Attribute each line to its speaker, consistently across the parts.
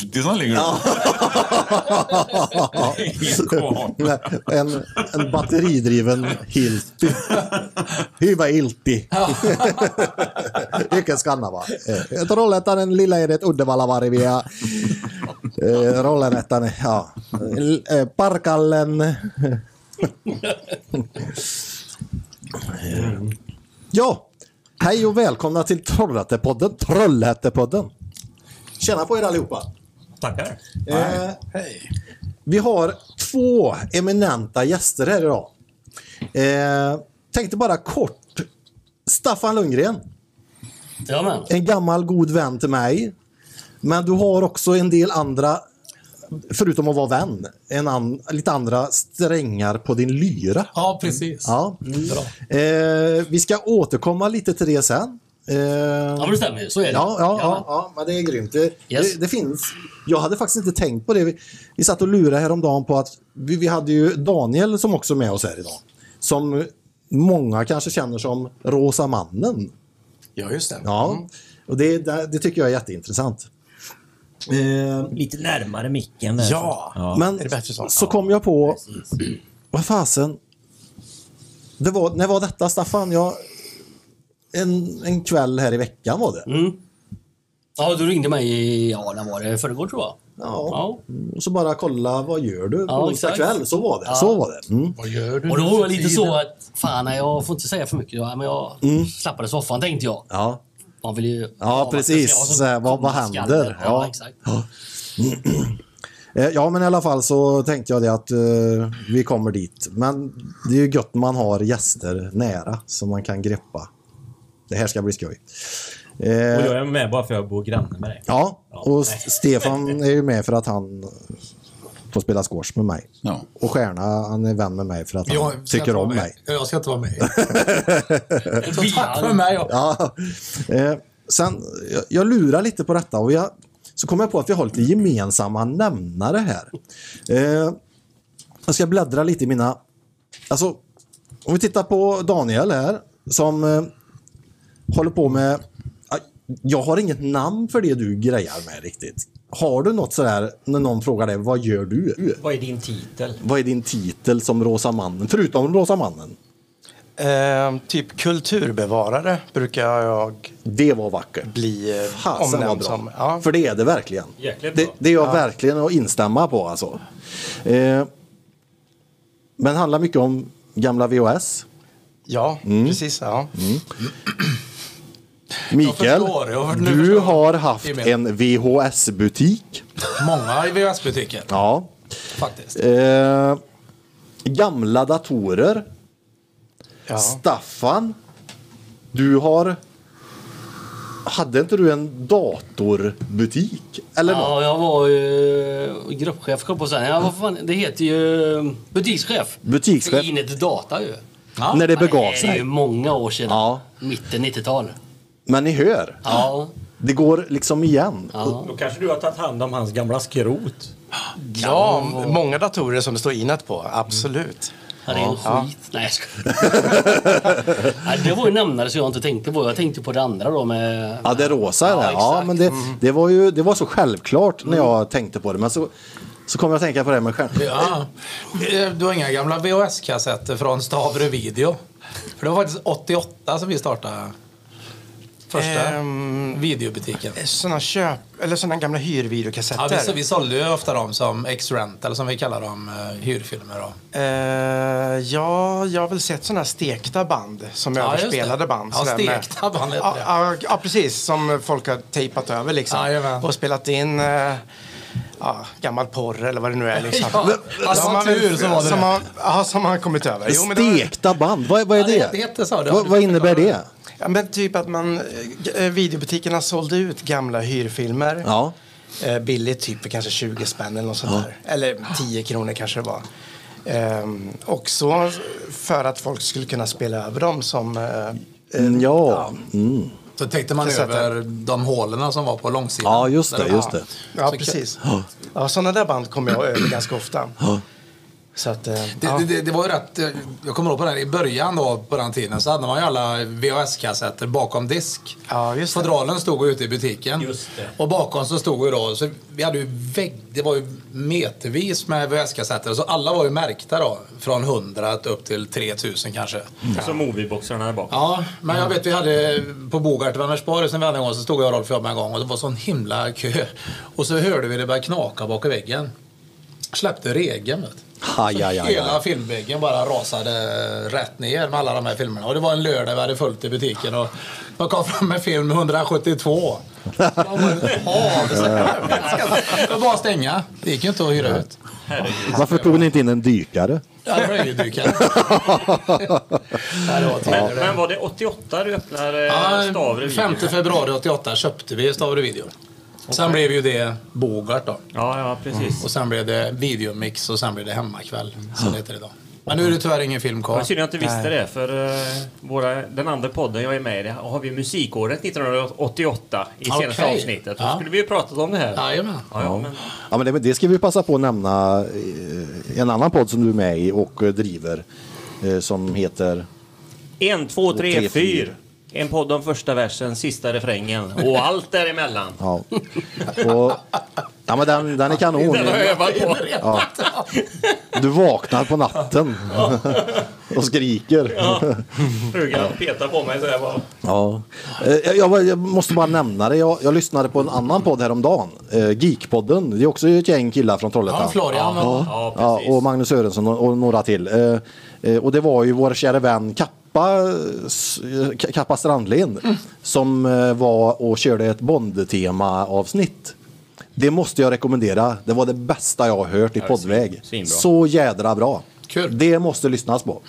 Speaker 1: riktig som ligger uppe. Ingen kvar.
Speaker 2: en, en batteridriven Hilti. Hyvä Hilti. Vilken skannava. Eh, Trollhättan lilla edet Uddevallavarvi ja eh, Rollhättan, ja. L- eh, Parkallen. Eh, ja, hej och välkomna till Trollhättepodden. Trollhättepodden. Tjena på er allihopa.
Speaker 3: Tackar.
Speaker 2: Eh, Vi har två eminenta gäster här idag. Eh, tänkte bara kort. Staffan Lundgren,
Speaker 3: Jajamän.
Speaker 2: en gammal god vän till mig. Men du har också en del andra, förutom att vara vän, en an, lite andra strängar på din lyra.
Speaker 3: Ja, precis. Ja.
Speaker 2: Ja. Eh, vi ska återkomma lite till det sen. Eh,
Speaker 3: men det stämmer ju. Så är det.
Speaker 2: Ja, ja, ja,
Speaker 3: Jajamän.
Speaker 2: ja, men det är grymt. Det,
Speaker 3: Yes.
Speaker 2: det, det finns. Jag hade faktiskt inte tänkt på det. Vi, vi satt och lurade häromdagen på att vi, vi hade ju Daniel som också är med oss här idag. Som många kanske känner som Rosa mannen.
Speaker 4: Ja, just det. Mm.
Speaker 2: Ja, och det, det, det tycker jag är jätteintressant. Eh,
Speaker 5: Lite närmare micken. Där.
Speaker 4: Ja.
Speaker 2: men
Speaker 4: är det bättre så?
Speaker 2: så kom jag på,
Speaker 5: Precis.
Speaker 2: vad fasen. Det var, när var detta Staffan? Jag, en, en kväll här i veckan var det.
Speaker 4: Mm.
Speaker 3: ja, du ringde mig i, ja, när var det? Förrgår tror jag.
Speaker 2: Ja. Och så bara kolla, vad gör du på
Speaker 3: Ja,
Speaker 2: onsdag
Speaker 3: exakt.
Speaker 2: kväll? Så var det.
Speaker 3: Ja.
Speaker 2: Så var det. Mm.
Speaker 4: Vad gör du
Speaker 3: Och då
Speaker 4: nu
Speaker 3: var
Speaker 4: för
Speaker 3: jag lite
Speaker 4: tiden?
Speaker 3: så att, fan nej, jag får inte säga för mycket. Ja, men jag
Speaker 2: Mm.
Speaker 3: slappade soffan tänkte jag.
Speaker 2: Ja.
Speaker 3: Man vill ju...
Speaker 2: Ja,
Speaker 3: vad
Speaker 2: precis.
Speaker 3: ska jag säga?
Speaker 2: Så här, vad- vad
Speaker 3: Skallen.
Speaker 2: händer?
Speaker 3: Ja,
Speaker 2: Ja.
Speaker 3: exakt.
Speaker 2: Eh, ja, men i alla fall så tänkte jag det att eh, vi kommer dit. Men det är ju gött man har gäster nära som man kan greppa. Det här ska bli skoj. Eh,
Speaker 5: Och jag är med bara för att jag bor granne med dig.
Speaker 2: ja, och
Speaker 5: nej.
Speaker 2: S- Stefan är ju med för att han får spela squash med mig.
Speaker 1: Ja.
Speaker 2: Och Stjärna, han är vän med mig för att han
Speaker 4: Jag ska inte
Speaker 2: tycker
Speaker 4: vara
Speaker 2: om
Speaker 4: med.
Speaker 2: mig.
Speaker 4: Jag ska inte vara med.
Speaker 3: Vi
Speaker 4: Tack
Speaker 3: hade-
Speaker 4: för mig. Ja.
Speaker 2: Ja. Eh, sen, jag, jag lurar lite på detta och jag, så kom jag på att vi har lite gemensamma nämnare här. Eh, jag ska bläddra lite i mina... Alltså, om vi tittar på Daniel här som eh, håller på med... Ah, Jag har inget namn för det du grejar med riktigt. Har du något sådär när någon frågar dig, vad gör du?
Speaker 5: Vad är din titel?
Speaker 2: Vad är din titel som Rosa mannen? Förutom Rosa mannen.
Speaker 4: Ehm, typ kulturbevarare brukar jag
Speaker 2: Det var vackert.
Speaker 4: bli eh,
Speaker 2: Fasen vad
Speaker 4: omnämnd
Speaker 2: bra.
Speaker 4: som. Ja.
Speaker 2: För det är det verkligen.
Speaker 5: Jäkligt
Speaker 2: det,
Speaker 5: bra.
Speaker 2: det är jag verkligen att instämma på alltså. Eh, men handlar mycket om gamla VHS.
Speaker 4: Ja,
Speaker 2: Mm.
Speaker 4: precis. Ja.
Speaker 2: Mikael,
Speaker 4: förstår, jag- nu förstår
Speaker 2: du
Speaker 4: jag.
Speaker 2: har haft
Speaker 4: Jimmy.
Speaker 2: en VHS-butik.
Speaker 4: Många i VHS-butiken
Speaker 2: Ja.
Speaker 4: faktiskt.
Speaker 2: Eh, gamla datorer.
Speaker 4: Ja.
Speaker 2: Staffan, du har... Hade inte du en datorbutik? Eller något?
Speaker 3: Ja, jag var ju gruppchef, kom på sen. Ja, vad fan, det heter ju eh, butikschef.
Speaker 2: Butikschef.
Speaker 3: För Inet Data ju.
Speaker 2: När det
Speaker 3: Ja,
Speaker 2: begav
Speaker 3: Det är ju
Speaker 2: sig.
Speaker 3: många år sedan.
Speaker 2: Ja.
Speaker 3: Mitten 90-tal.
Speaker 2: Men ni hör.
Speaker 3: Ja.
Speaker 2: Det går liksom igen.
Speaker 3: ja.
Speaker 5: Då kanske du har tagit hand om hans gamla skrot.
Speaker 4: Ja, många datorer som det står inet på. Absolut.
Speaker 3: Ja, det är en
Speaker 4: Ja.
Speaker 3: skit. Nej, jag skojar. Nej, Det var ju nämnare som jag inte tänkte på. Jag tänkte på det andra då med...
Speaker 2: Ja, det rosa är det. Ja,
Speaker 3: exakt. Mm.
Speaker 2: men det, det var ju det var så självklart när jag tänkte på det. Men så, så kom jag att tänka på det med stjärn.
Speaker 6: Ja. Eh, Du har inga gamla VHS-kassetter från Stavre Video? För det var faktiskt 88 som vi startade första
Speaker 4: Ehm,
Speaker 6: videobutiken.
Speaker 4: Sådana eh, köp... Eller sådana gamla
Speaker 6: Ja, vi, så-
Speaker 4: hyrvideokassetter.
Speaker 6: vi sålde ju ofta dem som X-Rent, eller som vi kallar dem, eh, hyrfilmer. Då.
Speaker 4: Eh, ja, jag har väl sett sådana stekta band som
Speaker 6: Ja, just det.
Speaker 4: överspelade band.
Speaker 6: Ja,
Speaker 4: sådär med-
Speaker 6: stekta band heter
Speaker 4: ja,
Speaker 6: det.
Speaker 4: ja, ja, precis. Som folk har tejpat över liksom.
Speaker 6: Jajamän.
Speaker 4: och spelat in eh, ja, gammal porr eller vad det nu är. Liksom.
Speaker 6: Ja, alltså,
Speaker 4: Som man-
Speaker 6: tur så var det
Speaker 4: som
Speaker 6: det.
Speaker 4: har, ja, som har kommit över. Jo, men det var-
Speaker 2: Stekta band, vad, vad är
Speaker 6: Ja,
Speaker 2: det?
Speaker 6: det- det heter så, det har
Speaker 2: vad,
Speaker 6: du
Speaker 2: vad
Speaker 6: fått
Speaker 2: innebär
Speaker 6: förklara.
Speaker 2: det?
Speaker 4: Ja, men typ att man, eh, g- eh, videobutikerna sålde ut gamla hyrfilmer.
Speaker 2: Ja.
Speaker 4: Eh, billigt, typ för kanske 20 spänn eller något sånt där. Eller 10 kronor kanske det var. Ehm, och så för att folk skulle kunna spela över dem som... Eh,
Speaker 2: Mm, ja. Mm.
Speaker 6: Så täckte man
Speaker 4: Kassetter.
Speaker 6: över de hålen som var på långsidan.
Speaker 2: ja, just det.
Speaker 6: Där var-
Speaker 2: Just det.
Speaker 4: ja, precis. Ja, sådana där band kommer jag över ganska ofta. Så att, eh,
Speaker 6: Det,
Speaker 4: ja.
Speaker 6: det, det, det var ju rätt, eh, jag kommer ihåg på den, i början då, på den tiden så hade man ju alla VHS-kassetter bakom disk.
Speaker 4: Ja, just det.
Speaker 6: Fodralen stod ju ute i butiken.
Speaker 5: Just det.
Speaker 6: Och bakom så stod ju då, så vi hade ju vägg, det var ju metervis med VHS-kassetter. Så alla var ju märkta då, från 100 upp till 3000 kanske.
Speaker 5: Så Mm. movieboxarna här bak.
Speaker 6: Ja, men jag vet vi hade på Bogart i Vänersborg sen vi hade en gång så stod jag och Rolf och jag med en gång och det var sån himla kö. Och så hörde vi det börja knaka bakom väggen. Släppte regeln vet du.
Speaker 2: Aj, aj, aj,
Speaker 6: Hela
Speaker 2: aj.
Speaker 6: filmväggen bara rasade rätt ner med alla de här filmerna. Och det var en lördag vi hade fullt i butiken och jag kom fram med film 172. Jag bara, "Jaha, det är så här." Det var bara att stänga. Det gick ju inte att hyra ut.
Speaker 2: Varför tog ni inte in en dykare?
Speaker 6: Ja, det var röjdykare. Ja, det var
Speaker 5: Men,
Speaker 6: tidigare.
Speaker 5: men var det 88 du öppnade
Speaker 6: Ja,
Speaker 5: eh, Stavre video?
Speaker 6: 5 februari 88 köpte vi Stavre Video. Sen blev ju det Bogart då.
Speaker 5: Ja, ja precis.
Speaker 6: Och sen blev det Videomix och sen blev det Hemmakväll, som det heter idag. Men nu är det tyvärr ingen film
Speaker 5: Det
Speaker 6: kvar.
Speaker 5: var synd jag inte visste det, för eh, våra, den andra podden jag är med i, där har vi musikåret 1988 i senaste
Speaker 6: Okej.
Speaker 5: avsnittet. Då
Speaker 6: Ja.
Speaker 5: skulle vi ju pratat om det här. Ja,
Speaker 6: Jajamän.
Speaker 5: ja, men,
Speaker 2: Ja, men det, det ska vi passa på att nämna eh, en annan podd som du är med i och eh, driver eh, som heter...
Speaker 5: en, två,
Speaker 2: tre,
Speaker 5: tre,
Speaker 2: fyr.
Speaker 5: fyr. En podd om första versen, sista refrängen och allt däremellan.
Speaker 2: Ja, och, ja men den, den är kanon.
Speaker 5: Den har jag övat på.
Speaker 2: Du vaknar på natten och skriker.
Speaker 5: Frugan petar på mig så jag bara...
Speaker 2: Ja. Eh, Jag, jag, var- jag måste bara nämna det. Jag, jag lyssnade på en annan podd häromdagen. Eh, Geekpodden. Det är också ett gäng killar från Trollhättan.
Speaker 6: Ja, Florian. Ja.
Speaker 5: Ja,
Speaker 2: Ja,
Speaker 5: precis.
Speaker 2: och Magnus Sörensson och, och några till. Eh, eh, och det var ju vår kära vän Kappa, s- eh, K- Kappa Strandlin
Speaker 5: Mm.
Speaker 2: som eh, var och körde ett Bond-tema-avsnitt. Det måste jag rekommendera. Det var det bästa jag har hört i poddväg.
Speaker 5: svinbra. Mm.
Speaker 2: Så jädra bra.
Speaker 6: Kul.
Speaker 2: Det måste lyssnas på.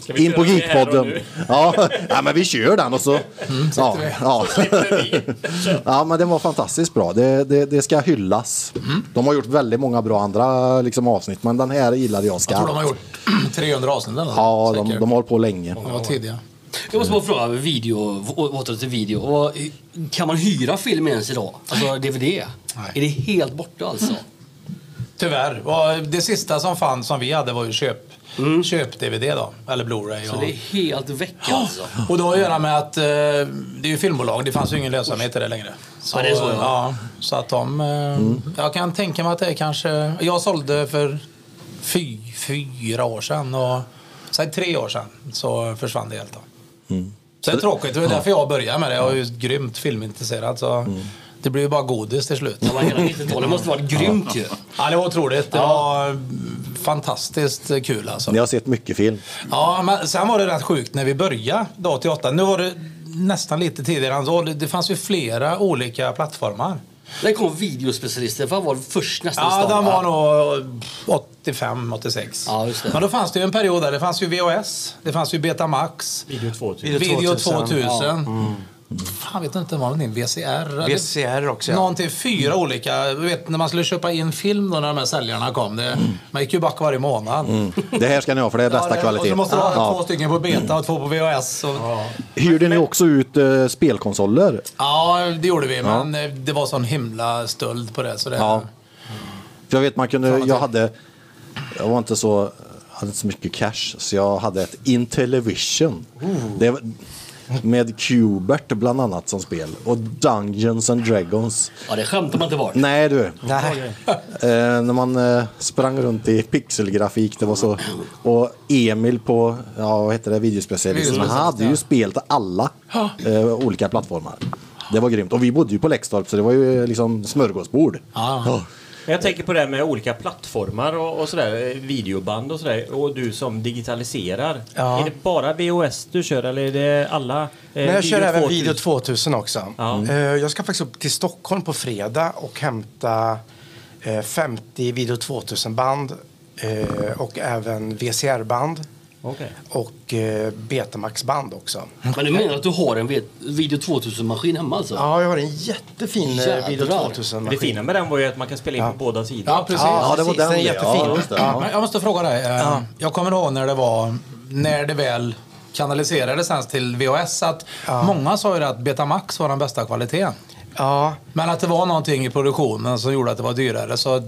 Speaker 5: Ska vi
Speaker 2: In på
Speaker 5: köra det här och
Speaker 2: Geekpodden.
Speaker 5: nu? Mm.
Speaker 2: Ja, ja, men vi kör den och så... ja, ja. ja, men den var fantastiskt bra. Det, det, det ska hyllas.
Speaker 6: Mhm.
Speaker 2: De har gjort väldigt många bra andra liksom, avsnitt, men den här gillade jag
Speaker 6: Jag tror de har
Speaker 2: skarpt.
Speaker 6: gjort 300 avsnitt eller något,
Speaker 2: Ja, de,
Speaker 6: säkert.
Speaker 2: de har hållit på länge.
Speaker 6: De var tidiga.
Speaker 3: Jag måste bara fråga, video, å- åter till video. Och, eh, Kan man hyra film ens idag? Alltså DVD?
Speaker 6: Nej.
Speaker 3: Är det helt borta alltså?
Speaker 6: Tyvärr. Och Det sista som fanns som vi hade var ju köp. Köp-DVD då, eller Blu-ray.
Speaker 3: Mm. Så
Speaker 6: och-
Speaker 3: det är helt väck alltså.
Speaker 6: Och det har att göra med att eh, det är ju filmbolag, det fanns ju ingen lönsamhet i det längre. Så,
Speaker 3: Ja, det är så, ja.
Speaker 6: så att de... Eh, Jag kan tänka mig att det är kanske... Jag sålde för fy, fyra år sedan och säg tre år sedan så försvann det helt. Då. Så det är tråkigt, det var därför jag började med det. Jag är ju grymt filmintresserad så det blir ju bara godis till slut.
Speaker 3: Men Mm. Hela 90-talet måste varit grymt ju.
Speaker 6: Ja, det var otroligt. Det var mm, fantastiskt kul alltså.
Speaker 2: Ni har sett mycket film.
Speaker 6: Ja, men sen var det rätt sjukt när vi började då 88. Nu var det nästan lite tidigare än så. Det det fanns ju flera olika plattformar.
Speaker 3: När kom videospecialisten? För han var först nästan i
Speaker 6: Ja,
Speaker 3: stan,
Speaker 6: den
Speaker 3: va?
Speaker 6: var nog 85, 86.
Speaker 3: Ja, just det.
Speaker 6: Men då fanns det ju en period där det fanns ju VHS, det fanns ju Betamax,
Speaker 5: Video 2000.
Speaker 6: Video 2000.
Speaker 4: Video 2000,
Speaker 7: Mm.
Speaker 6: Fan, vet inte vad det var, VCR?
Speaker 4: VCR också, ja.
Speaker 6: Någon till fyra olika. Du vet, när man skulle köpa in film då när de här säljarna kom. Det, man gick ju back varje månad.
Speaker 2: Mm. Det här ska ni ha för det är
Speaker 6: Ja,
Speaker 2: bästa
Speaker 6: det- Och så
Speaker 2: kvaliteten.
Speaker 6: måste du ha två
Speaker 2: Ja.
Speaker 6: stycken på beta och två på VHS. Och...
Speaker 2: Hyrde ni också ut eh, spelkonsoler?
Speaker 6: Ja, det gjorde vi, men eh, det var sån himla stöld på det. Så det
Speaker 2: Ja. För jag vet man kunde, jag hade, jag var inte så, hade inte så mycket cash så jag hade ett Intellivision. Det var, med Qbert bland annat som spel och Dungeons and Dragons.
Speaker 3: Ja, det skämtar man inte bort.
Speaker 2: Nej du,
Speaker 4: Nej.
Speaker 2: eh, när man eh, sprang runt i pixelgrafik det var så. Och Emil på, ja vad heter det, videospecialisten, han
Speaker 6: Videospecialist,
Speaker 2: hade ju spel till alla eh, olika plattformar. Det var grymt. Och vi bodde ju på Läxtorp så det var ju liksom smörgåsbord. Ja.
Speaker 5: Men jag tänker på det här med olika plattformar och, och sådär, eh, videoband och sådär. Och du som digitaliserar.
Speaker 4: Ja.
Speaker 5: Är det bara VHS du kör eller är det alla? Eh,
Speaker 4: Men jag kör även
Speaker 5: 2000?
Speaker 4: Video 2000 också.
Speaker 5: Ja.
Speaker 4: Eh, Jag ska faktiskt upp till Stockholm på fredag och hämta eh, 50 Video 2000-band eh, och även VCR-band
Speaker 5: Okej.
Speaker 4: och eh, Betamax-band också.
Speaker 3: Men du menar att du har en vet- video 2000-maskin hemma alltså?
Speaker 4: Ja, jag har en jättefin eh, Video
Speaker 3: Jädrar.
Speaker 5: Men Det
Speaker 4: 2000-maskin.
Speaker 5: fina med den var ju att man kan spela in på båda sidor.
Speaker 6: ja precis.
Speaker 2: Ja, det var
Speaker 4: precis.
Speaker 2: den
Speaker 4: Den är
Speaker 2: det. Ja,
Speaker 4: jättefin.
Speaker 2: just det.
Speaker 4: Ja.
Speaker 6: Men jag måste fråga dig. eh, Jag kommer ihåg när det var, när det väl kanaliserades sen till VHS, att många sa ju det att Betamax var den bästa kvaliteten.
Speaker 4: Ja,
Speaker 6: Men att det var någonting i produktionen som gjorde att det var dyrare. Så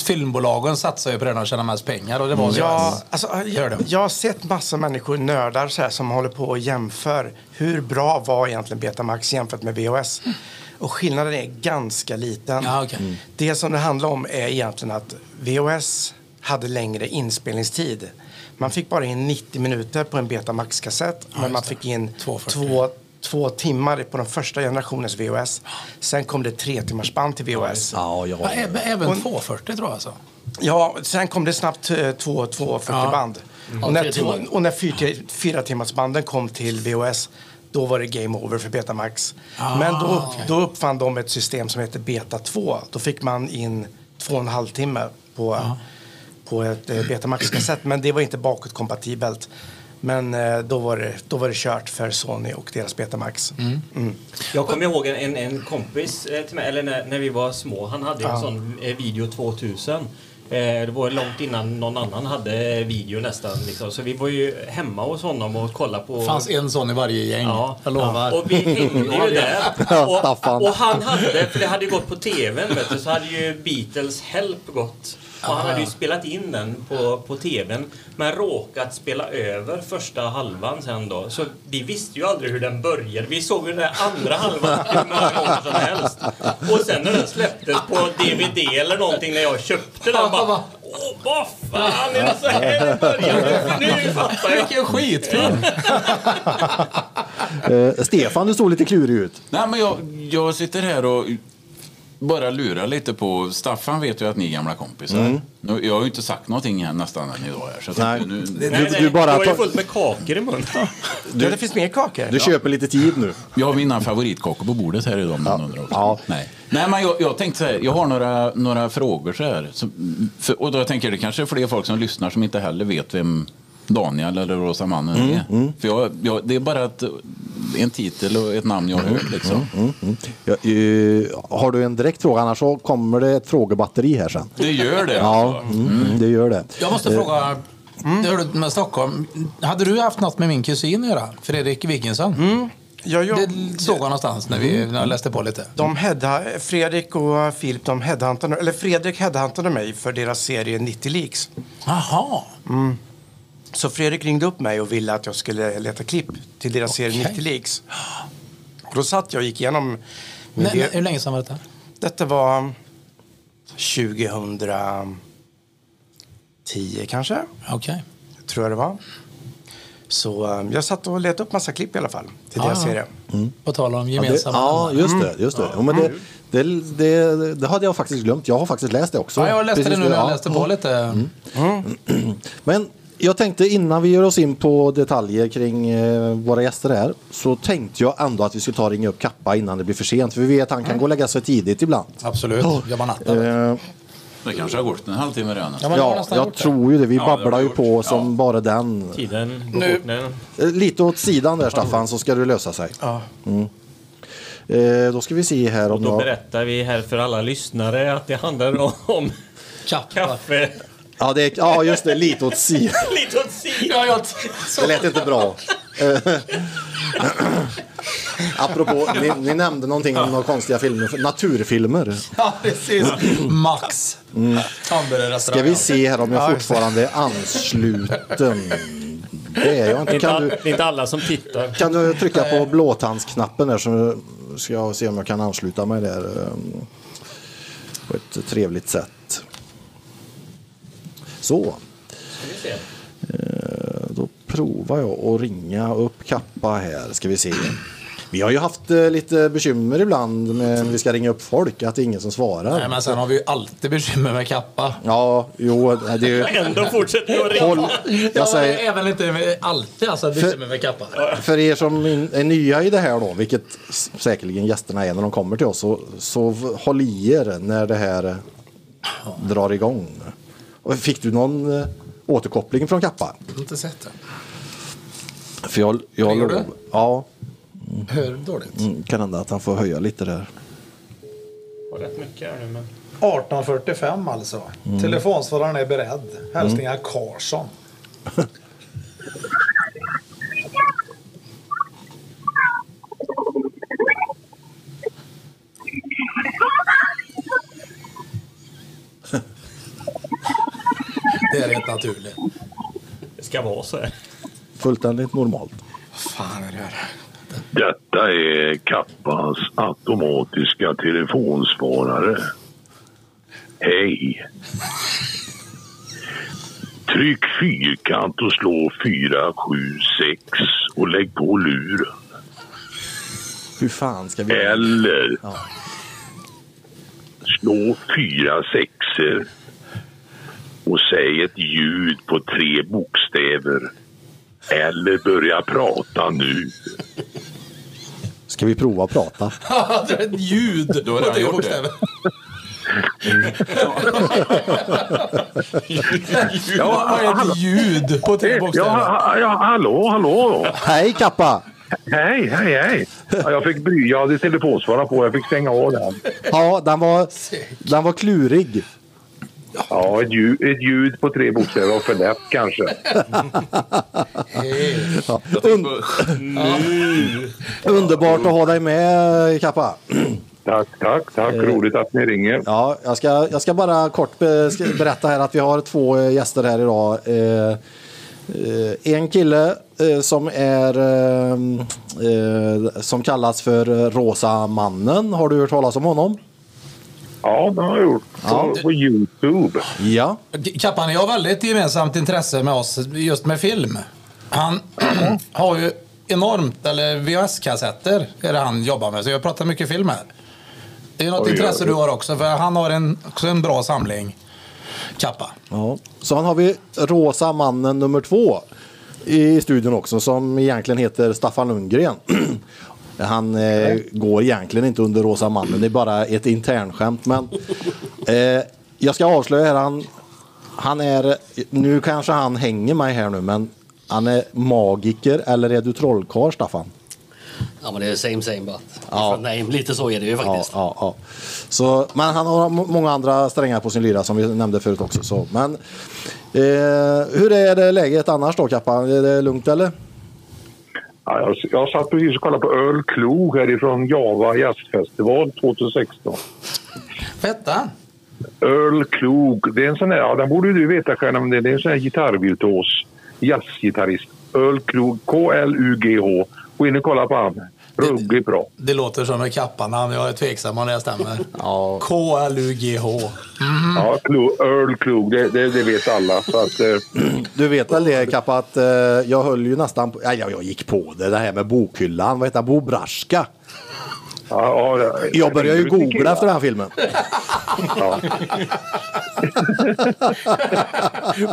Speaker 6: filmbolagen satsar ju på det de tjänar mest pengar och det
Speaker 2: Mm.
Speaker 6: var
Speaker 4: Ja,
Speaker 6: deras.
Speaker 4: alltså,
Speaker 6: Gör det.
Speaker 4: jag, jag har sett massa människor, nördar så här, som håller på och jämför. Hur bra var egentligen Betamax jämfört med VHS? Och skillnaden är ganska liten.
Speaker 6: Ja, okej. Mm.
Speaker 4: Det som det handlar om är egentligen att VHS hade längre inspelningstid. Man fick bara in 90 minuter på en Betamax-kassett, men man
Speaker 6: det.
Speaker 4: fick in
Speaker 6: 240.
Speaker 4: två, två timmar på den första generationens VHS. Sen kom det tre timmars band till VHS.
Speaker 2: Ja, ja.
Speaker 6: Ja, ä- Även 240 tror jag alltså.
Speaker 4: Ja, sen kom det snabbt eh, två, två 40
Speaker 6: Ja.
Speaker 4: band. Och
Speaker 3: Mm. Ja,
Speaker 4: Mm. när,
Speaker 3: tre
Speaker 4: två,
Speaker 3: timmar.
Speaker 4: och när fyra, fyra timmars banden kom till VHS, då var det game over för Betamax. Men då, upp- då uppfann de ett system som heter Beta 2. Då fick man in två och en halv timme på, på ett eh, Betamax-kassett. Men det var inte bakåtkompatibelt. Men eh, då var, det, då var det kört för Sony och deras Betamax. Mm.
Speaker 5: Jag kommer ihåg en, en, en kompis eh, till mig, eller när, när vi var små, han hade en sån eh, video 2000. Eh, det var långt innan någon annan hade video nästan. Liksom. Så vi var ju hemma hos honom och kollade på...
Speaker 6: Det fanns en sån i varje gäng.
Speaker 5: Ja,
Speaker 6: Jag lovar.
Speaker 5: och vi hängde ju där.
Speaker 2: Staffan.
Speaker 5: Och, och han hade, för det hade ju gått på TVn vet du, så hade ju Beatles Help gått. Och han hade
Speaker 2: Ah.
Speaker 5: ju spelat in den på, på TVn men råkat spela över första halvan sen då. Så vi visste ju aldrig hur den började. Vi såg ju den där andra halvan hur många gånger som helst. Och sen när den släpptes på DVD eller någonting när jag köpte den bara...
Speaker 2: Ah.
Speaker 5: Åh, vad fan är det så här det börjar? Nu fattar jag!
Speaker 6: Vilken skitklubb!
Speaker 2: Eh, Stefan, du såg lite klurig ut.
Speaker 1: Nej, men jag, jag sitter här och bara lurar lite på... Staffan vet ju att ni är gamla kompisar. Nu, jag har ju inte sagt någonting här nästan än idag. Här, så att
Speaker 2: Mm. Nej.
Speaker 1: Nu, nu,
Speaker 2: Du- du bara
Speaker 5: det var ju
Speaker 2: tar-
Speaker 5: fullt med kakor i munnen.
Speaker 4: ja, det finns mer kakor.
Speaker 2: Du köper lite tid nu.
Speaker 1: Jag har mina favoritkakor på bordet här idag om någon undrar också.
Speaker 2: Ja.
Speaker 1: Nej. Nej, men jag, jag tänkte så här, jag har några, några frågor så här. Som, för, och då tänker jag det kanske är fler folk som lyssnar som inte heller vet vem Daniel eller Rosa mannen
Speaker 2: Mm,
Speaker 1: är. För jag, jag, det är bara ett, en titel och ett namn jag har hört liksom.
Speaker 2: Mm, Ja, eh, har du en direkt fråga? Annars så kommer det ett frågebatteri här sen.
Speaker 1: Det gör det
Speaker 2: Ja,
Speaker 1: alltså.
Speaker 2: mm, det gör det. Eh,
Speaker 6: Jag måste fråga,
Speaker 1: Mm.
Speaker 6: det hör du med Stockholm. Hade du haft något med min kusin att göra? Fredrik Wikingsson?
Speaker 1: Mm.
Speaker 4: Jag jobb-
Speaker 6: Det såg jag någonstans när, vi, när jag läste på lite.
Speaker 4: Mm. De hedda, Fredrik och Filip, de headhuntade, eller Fredrik headhuntade mig för deras serie 90 Leaks.
Speaker 6: Jaha.
Speaker 4: Så Fredrik ringde upp mig och ville att jag skulle leta klipp till deras serie 90 Leaks. Och då satt jag och gick igenom... min
Speaker 6: Nej,
Speaker 4: del-
Speaker 6: nej, hur länge sedan var detta?
Speaker 4: Detta var 2010 kanske,
Speaker 6: Okej.
Speaker 4: tror jag det var. Så eh, jag satt och letade upp massa klipp i alla fall till
Speaker 6: Ah,
Speaker 4: deras
Speaker 6: ja.
Speaker 4: serie.
Speaker 6: På tal om
Speaker 2: Mm. Ja, det,
Speaker 6: gemensamma Mm.
Speaker 2: ja, just det. Just det. Jo, men det, det, det, det hade jag faktiskt glömt. Jag har faktiskt läst det också.
Speaker 6: Ja, jag läste
Speaker 2: Precis,
Speaker 6: det nu när jag
Speaker 2: ja. Mm.
Speaker 6: läste på lite.
Speaker 2: Men jag tänkte innan vi gör oss in på detaljer kring eh, våra gäster här så tänkte jag ändå att vi skulle ta och ringa upp Kappa innan det blir för sent. För vi vet att
Speaker 6: Mm.
Speaker 2: han kan gå och lägga sig tidigt ibland.
Speaker 6: Absolut,
Speaker 2: Ja.
Speaker 6: jobbar natten.
Speaker 2: Eh,
Speaker 1: Det kanske har gått en halvtimme redan.
Speaker 6: Ja, men jag har
Speaker 2: ja,
Speaker 6: nästan
Speaker 2: jag
Speaker 6: gjort det.
Speaker 2: tror ju det. Vi
Speaker 1: Ja, det har
Speaker 2: babblar ju
Speaker 1: gjort.
Speaker 2: på
Speaker 1: Ja.
Speaker 2: som bara den.
Speaker 5: Tiden går
Speaker 6: Nu.
Speaker 5: fort nu.
Speaker 2: Eh, Lite åt sidan där Staffan så ska det lösa sig. Mm.
Speaker 4: Ja.
Speaker 2: Eh, då ska vi se här om
Speaker 5: Då
Speaker 2: jag...
Speaker 5: berättar vi här för alla lyssnare att det handlar om- om
Speaker 6: Kappa.
Speaker 5: kaffe.
Speaker 2: Ja, det är... ja just det. Lite åt sidan.
Speaker 5: Lite åt sidan.
Speaker 6: Ja, jag
Speaker 2: Det lät inte bra. Eh, Apropå, ni, ni nämnde någonting om några konstiga filmer. Naturfilmer. Mm.
Speaker 6: ja, precis. Max. Hamburgerrestaurang.
Speaker 2: Ska vi se här om jag fortfarande är ansluten. Det är jag
Speaker 5: Det är
Speaker 2: inte.
Speaker 5: inte,
Speaker 2: Kan
Speaker 5: all,
Speaker 2: du,
Speaker 5: det är inte alla som tittar.
Speaker 2: kan du trycka på blåtandsknappen där så ska jag se om jag kan ansluta mig där eh, på ett trevligt sätt. Så, eh, då provar jag att ringa upp Kappa här ska vi se. Vi har ju haft eh, lite bekymmer ibland när vi ska ringa upp folk att det är ingen som
Speaker 6: Nej,
Speaker 2: svarar.
Speaker 6: men sen har vi ju alltid bekymmer med kappa.
Speaker 2: Ja, jo, det är ju...
Speaker 5: Ändå fortsätter jag att ringa.
Speaker 2: Håll, jag säger,
Speaker 6: Även inte med- alltid alltså, bekymmer med kappa.
Speaker 2: För er som in- är nya i det här då, vilket s- säkerligen gästerna är när de kommer till oss, så, så v- håll i er när det här drar igång. Och Fick du någon eh, återkoppling från Kappa?
Speaker 6: Jag har inte sett det.
Speaker 2: För jag, jag
Speaker 6: Ringer
Speaker 2: lov-
Speaker 6: du?
Speaker 2: Ja,
Speaker 6: Hur dåligt?
Speaker 2: mm, kan hända att han får höja lite där.
Speaker 5: Har rätt mycket här nu men...
Speaker 7: 18.45 alltså.
Speaker 2: Mm.
Speaker 7: Telefonsvararen är beredd. Hälsningar Karlsson.
Speaker 6: Det är helt naturligt.
Speaker 5: Det ska vara så här.
Speaker 2: Fullständigt normalt.
Speaker 6: Fan är det här?
Speaker 8: Detta är Kappas automatiska telefonsvarare. Hej! Tryck fyrkant och slå 476 och lägg på luren.
Speaker 2: Hur fan ska vi...
Speaker 8: Eller
Speaker 2: Ja.
Speaker 8: slå fyra sexer och säg ett ljud på tre bokstäver. Eller börja prata nu.
Speaker 2: Ska vi prova att prata?
Speaker 6: det är ett ljud.
Speaker 1: Då har han
Speaker 6: Och
Speaker 1: gjort
Speaker 6: bokstäver.
Speaker 8: Ja,
Speaker 6: Vad är ett ljud på tre
Speaker 8: Ja,
Speaker 6: bokstäver?
Speaker 8: ha- ja, hallå, hallå.
Speaker 2: Hej Kappa!
Speaker 8: Hej, hej, hej. Ja, jag fick bry, jag hade telefonsvarare på. Jag fick stänga av den.
Speaker 2: Ja, den var, den var klurig.
Speaker 8: Ja, ett ljud, ett ljud på tre bokstäver var för lätt kanske.
Speaker 1: Jag tänkte på-
Speaker 2: Underbart att ha dig med Kappa.
Speaker 8: Tack, tack, tack. Roligt att ni ringer.
Speaker 2: Eh. Ja, jag ska, jag ska bara kort be, ska berätta här att vi har två eh, gäster här idag. Eh, eh, en kille eh, som är eh, eh, som kallas för eh, Rosa mannen. Har du hört talas om honom?
Speaker 8: Ja, det har jag gjort. På, på Youtube.
Speaker 2: Ja.
Speaker 6: Kappan, jag har väldigt gemensamt intresse med oss just med film. Han har ju enormt, eller VHS-kassetter är det han jobbar med, så jag pratar mycket film här. Det är något
Speaker 8: Oj,
Speaker 6: intresse
Speaker 8: oj.
Speaker 6: du har också, för han har en, också en bra samling. Kappa.
Speaker 2: ja. Så han har vi Rosa mannen nummer två i studion också som egentligen heter Staffan Lundgren. Han eh, går egentligen inte under Rosa mannen, det är bara ett internskämt. Men eh, jag ska avslöja här, han, han är, nu kanske han hänger mig här nu, men han är magiker eller är du trollkarl Staffan?
Speaker 3: Ja, men det är same same but.
Speaker 2: Ja.
Speaker 3: Ja. Nej, lite så är det ju
Speaker 2: Ja,
Speaker 3: faktiskt.
Speaker 2: ja, ja. Så, men han har må- många andra strängar på sin lyra som vi nämnde förut också. Så. Men, eh, hur är det läget annars då Kappan? Är det lugnt eller?
Speaker 8: Ja, jag, jag satt precis och kollade på Öl Klog härifrån Java jazzfestival 2016.
Speaker 6: Fetta.
Speaker 8: Earl Klog. Det är en sån här, ja, den borde ju du veta Stjärna, men det det är en sån här gitarrvirtuos. Jazzgitarrist. Earl Klug, K-L-U-G-H. Gå in och kolla på han. Ruggigt bra.
Speaker 6: Det låter som en kappanamn, jag är tveksam om det stämmer.
Speaker 2: Ja.
Speaker 6: K-L-U-G-H. Mhm.
Speaker 8: Ja, Klug, Earl Klug, det, det, det vet alla. Så att, eh,
Speaker 2: Du vet väl det Kappa att eh, jag höll ju nästan på, nej, jag, jag gick på det, det här med bokhyllan. Vad heter han? Bo Braska.
Speaker 8: ja, ja,
Speaker 2: Jag började ju
Speaker 8: du tycker
Speaker 2: googla
Speaker 8: jag.
Speaker 2: efter den här filmen.
Speaker 8: Ja.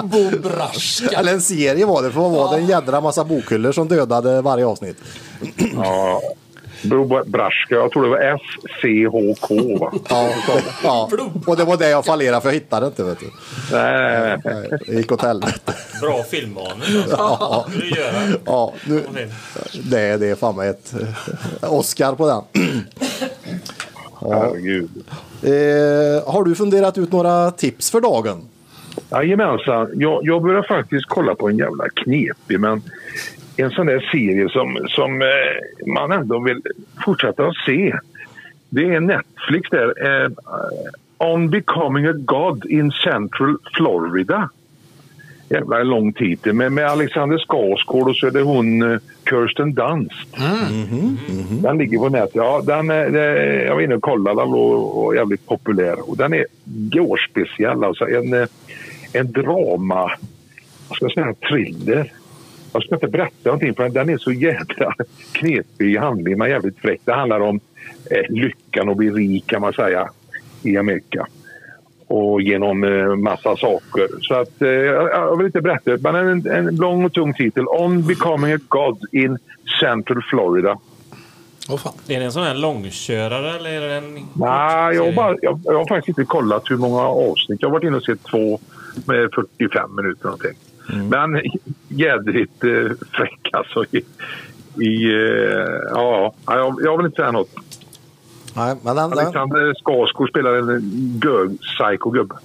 Speaker 6: Bo Braska.
Speaker 2: Eller en serie var det, för vad var det? En jädra massa bokhyllor som dödade varje avsnitt.
Speaker 8: ja. Bro- Braska, jag tror det var S-C-H-K va?
Speaker 2: Ja, ja. Och det var det jag fallerade för jag hittade inte. Vet du.
Speaker 8: Nej, nej, nej.
Speaker 2: Nej, Det gick åt helvete.
Speaker 5: Bra filmmanus. Alltså. Det vill du göra.
Speaker 2: Ja, nu, det, det är fan med ett eh, Oscar på den.
Speaker 8: Herregud.
Speaker 2: Eh, har du funderat ut några tips för dagen?
Speaker 8: Jajamensan. Jag, jag börjar faktiskt kolla på en jävla knepig, men en sån där serie som, som eh, man ändå vill fortsätta att se. Det är Netflix där. Eh, On Becoming a God in Central Florida. Jävla lång titel. Men med Alexander Skarsgård och så är det hon eh, Kirsten Dunst. Den ligger på nätet. Ja, den, är- det- jag var inne och kollade. Den var var jävligt populär. Och den är gårspeciell. Alltså en, eh, en drama... Vad ska jag säga? Thriller. Jag ska inte berätta någonting för den- den är så jävla knepig i handling. Men jävligt fräck. Det handlar om eh, lyckan att bli rik kan man säga i Amerika. Och genom eh, massa saker. Så att, eh, jag jag vill inte berätta. Men en, en lång och tung titel. On Becoming a God in Central Florida.
Speaker 6: Åh fan.
Speaker 5: Är det en sån här långkörare eller är det en...
Speaker 8: Nej, jag har,
Speaker 5: serie?
Speaker 8: bara, jag, jag har faktiskt inte kollat hur många avsnitt. Jag har varit inne och sett två med 45 minuter någonting.
Speaker 2: Mm.
Speaker 8: Men jädrigt eh, fräck alltså. I, i, eh, ja, ja, jag, jag vill inte säga något.
Speaker 2: Nej, men den, den,
Speaker 8: Alexander Skarsgård spelar en gög, psycho gubbe.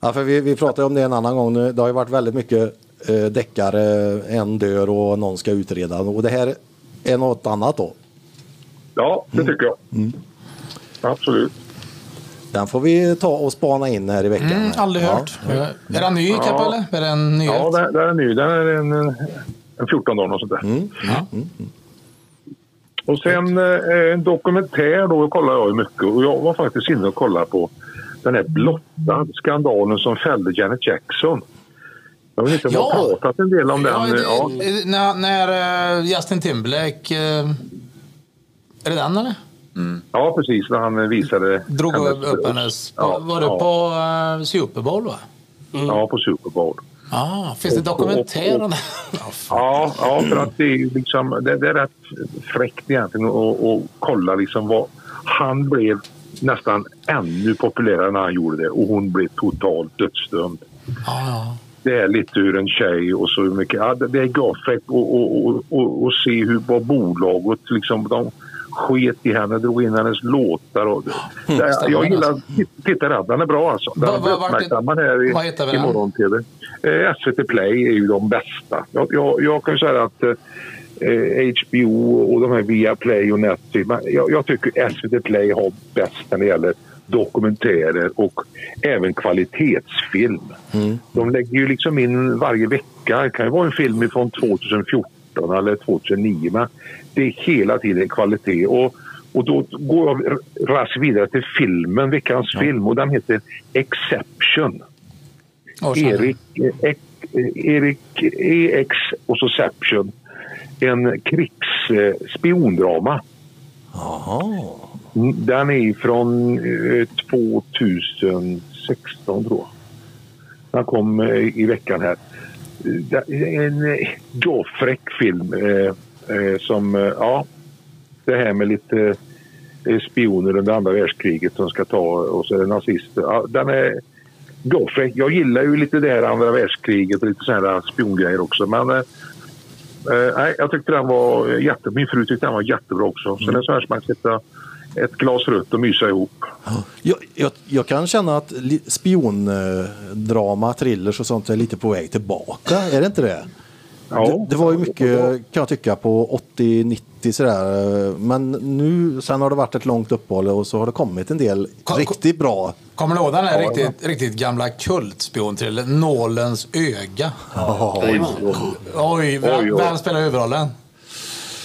Speaker 2: ja, för vi, vi pratade om det en annan gång. nu. Det har ju varit väldigt mycket eh, deckare, en dör och någon ska utreda. Och det här är något annat då. Mm.
Speaker 8: Ja, det tycker jag. Absolut.
Speaker 2: Den får vi ta och spana in här i veckan.
Speaker 6: Mm, aldrig
Speaker 2: Ja.
Speaker 6: hört. Är den ny Kapp
Speaker 8: Ja.
Speaker 6: eller? Är den ny?
Speaker 8: Ja, där, där är ny. Den är en, en 14 dagar och sånt där.
Speaker 6: Ja.
Speaker 8: Och sen eh, en dokumentär då kollar jag ju mycket och jag var faktiskt inne och kollade på den här blottad skandalen som fällde Janet Jackson. Jag vet inte om jag
Speaker 6: Ja.
Speaker 8: har pratat en del om
Speaker 6: Ja,
Speaker 8: den.
Speaker 6: det,
Speaker 8: ja.
Speaker 6: eh, När, när eh, Justin Timberlake... eh, Är det den eller?
Speaker 8: ja, precis. När han visade...
Speaker 6: Mm. Drog upp hennes... på- var det
Speaker 8: ja,
Speaker 6: på eh, Super Bowl va?
Speaker 8: Ja, på Super Bowl.
Speaker 6: Ja, finns det dokumentär om det? Ja, fan.
Speaker 8: Ja, ja för att det är, ju liksom, det, det är rätt fräckt egentligen att- att att kolla liksom vad... Han blev nästan ännu populärare när han gjorde det och hon blev totalt dödsdömd.
Speaker 6: Ja, ja.
Speaker 8: det är lite ur en tjej och så hur mycket. Ja, det det är gaffräck och, och, och, och, och se hur vad bolaget liksom de sket i henne, drog in hennes låtar och det,
Speaker 6: stämmer
Speaker 8: jag gillar
Speaker 6: alltså.
Speaker 8: att titta där, den är bra alltså. Den
Speaker 6: Vad-
Speaker 8: har
Speaker 6: vad-
Speaker 8: blivit
Speaker 6: vart är-
Speaker 8: uppmärksammad här
Speaker 6: vad
Speaker 8: i,
Speaker 6: heter vi
Speaker 8: i
Speaker 6: den?
Speaker 8: morgon-tv. Eh, SVT Play är ju de bästa. Jag, jag, jag kan ju säga att eh, eh, HBO och de här via Play och Netflix. Men jag, jag tycker SVT Play har bäst när det gäller dokumentärer och även kvalitetsfilm. De lägger ju liksom in varje vecka. Det kan ju vara en film från 2014 eller 2009 men det är hela tiden kvalitet. Och, och då går jag raskt vidare till filmen, veckans film och den heter Exception.
Speaker 6: Och sen-
Speaker 8: Erik, eh, Ek- eh, Erik EX och så Seption. En krigsspiondrama.
Speaker 2: Jaha.
Speaker 8: Den är från eh, 2016 tror jag. Den kom eh, i veckan här. Eh, det är En eh, gaffräck film eh, eh, som, eh, ja, det här med lite eh, spioner under andra världskriget som ska ta och så är det nazister. Ja, den är gaffräck. Jag gillar ju lite det här andra världskriget och lite sådana här spiongrejer också. Men eh, Eh, nej, jag tyckte den var jättebra. Min fru tyckte den var jättebra också.
Speaker 6: Mm.
Speaker 8: Så det är så här som att sätta ett glas rött och mysa ihop.
Speaker 2: Jag, jag, jag kan känna att li- spiondrama, thrillers och sånt är lite på väg tillbaka. Är det inte det?
Speaker 8: Ja.
Speaker 2: Det, det var ju mycket kan jag tycka på 80-90 sådär. Men nu, sen har det varit ett långt uppehåll och så har det kommit en del
Speaker 6: Ko- ko-
Speaker 2: riktigt bra.
Speaker 6: Kommer du ihåg den här riktigt, riktigt gamla kultspiontrillen Nålens öga? Oj,
Speaker 8: Oj,
Speaker 6: vem,
Speaker 8: oj.
Speaker 6: vem spelar huvudrollen?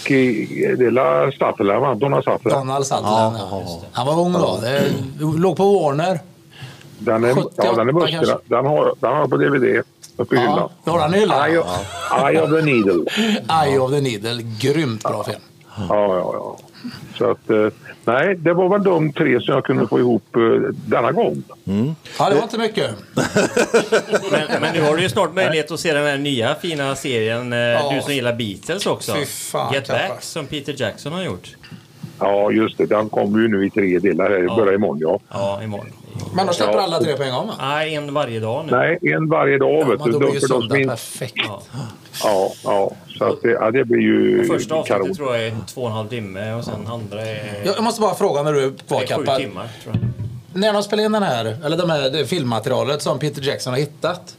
Speaker 8: Och eh, det är La Staffela, va? Donna Staffela.
Speaker 6: Donald Sutherland.
Speaker 2: Ja,
Speaker 6: Ja, han var ung då. Det låg på Warner.
Speaker 8: Den är,
Speaker 6: 78
Speaker 8: ja, den är
Speaker 6: kanske.
Speaker 8: musklerna. Den har, den har jag på DVD uppe i hyllan.
Speaker 6: Ja, då har han i hyllan.
Speaker 8: Eye, of- Eye of the Needle.
Speaker 6: Eye of the Needle. Grymt bra film.
Speaker 8: Ja, ja, ja. Så att, eh, nej, det var väl de tre som jag kunde få ihop eh, denna gång.
Speaker 6: Ja, det var inte mycket.
Speaker 5: Men, men nu har du ju snart möjlighet att se den här nya fina serien, eh,
Speaker 6: Ja.
Speaker 5: du som gillar Beatles också.
Speaker 6: Fy fan,
Speaker 5: Get
Speaker 6: Kalle.
Speaker 5: Back, som Peter Jackson har gjort.
Speaker 8: Ja, just det. Den kommer ju nu i tre delar. här. Det börjar imorgon, ja.
Speaker 5: Ja, imorgon.
Speaker 6: Men de släpper alla tre på en gång va?
Speaker 5: Nej, en varje dag nu.
Speaker 8: Nej, en varje dag.
Speaker 6: Ja,
Speaker 8: vet
Speaker 6: men
Speaker 8: du.
Speaker 6: då blir ju
Speaker 8: För de som
Speaker 6: söndag
Speaker 8: inte-
Speaker 6: perfekt.
Speaker 5: Ja.
Speaker 8: Ja, ja. Så att det, ja, det blir ju
Speaker 5: Första
Speaker 8: kanon.
Speaker 5: avsnittet tror jag är två och en halv timme och sen andra är,
Speaker 6: Jag jag måste bara fråga när du är kvar,
Speaker 5: är sju
Speaker 6: Kappa.
Speaker 5: timmar. Tror jag.
Speaker 6: När de spelade in den här, eller de här, det filmmaterialet som Peter Jackson har hittat.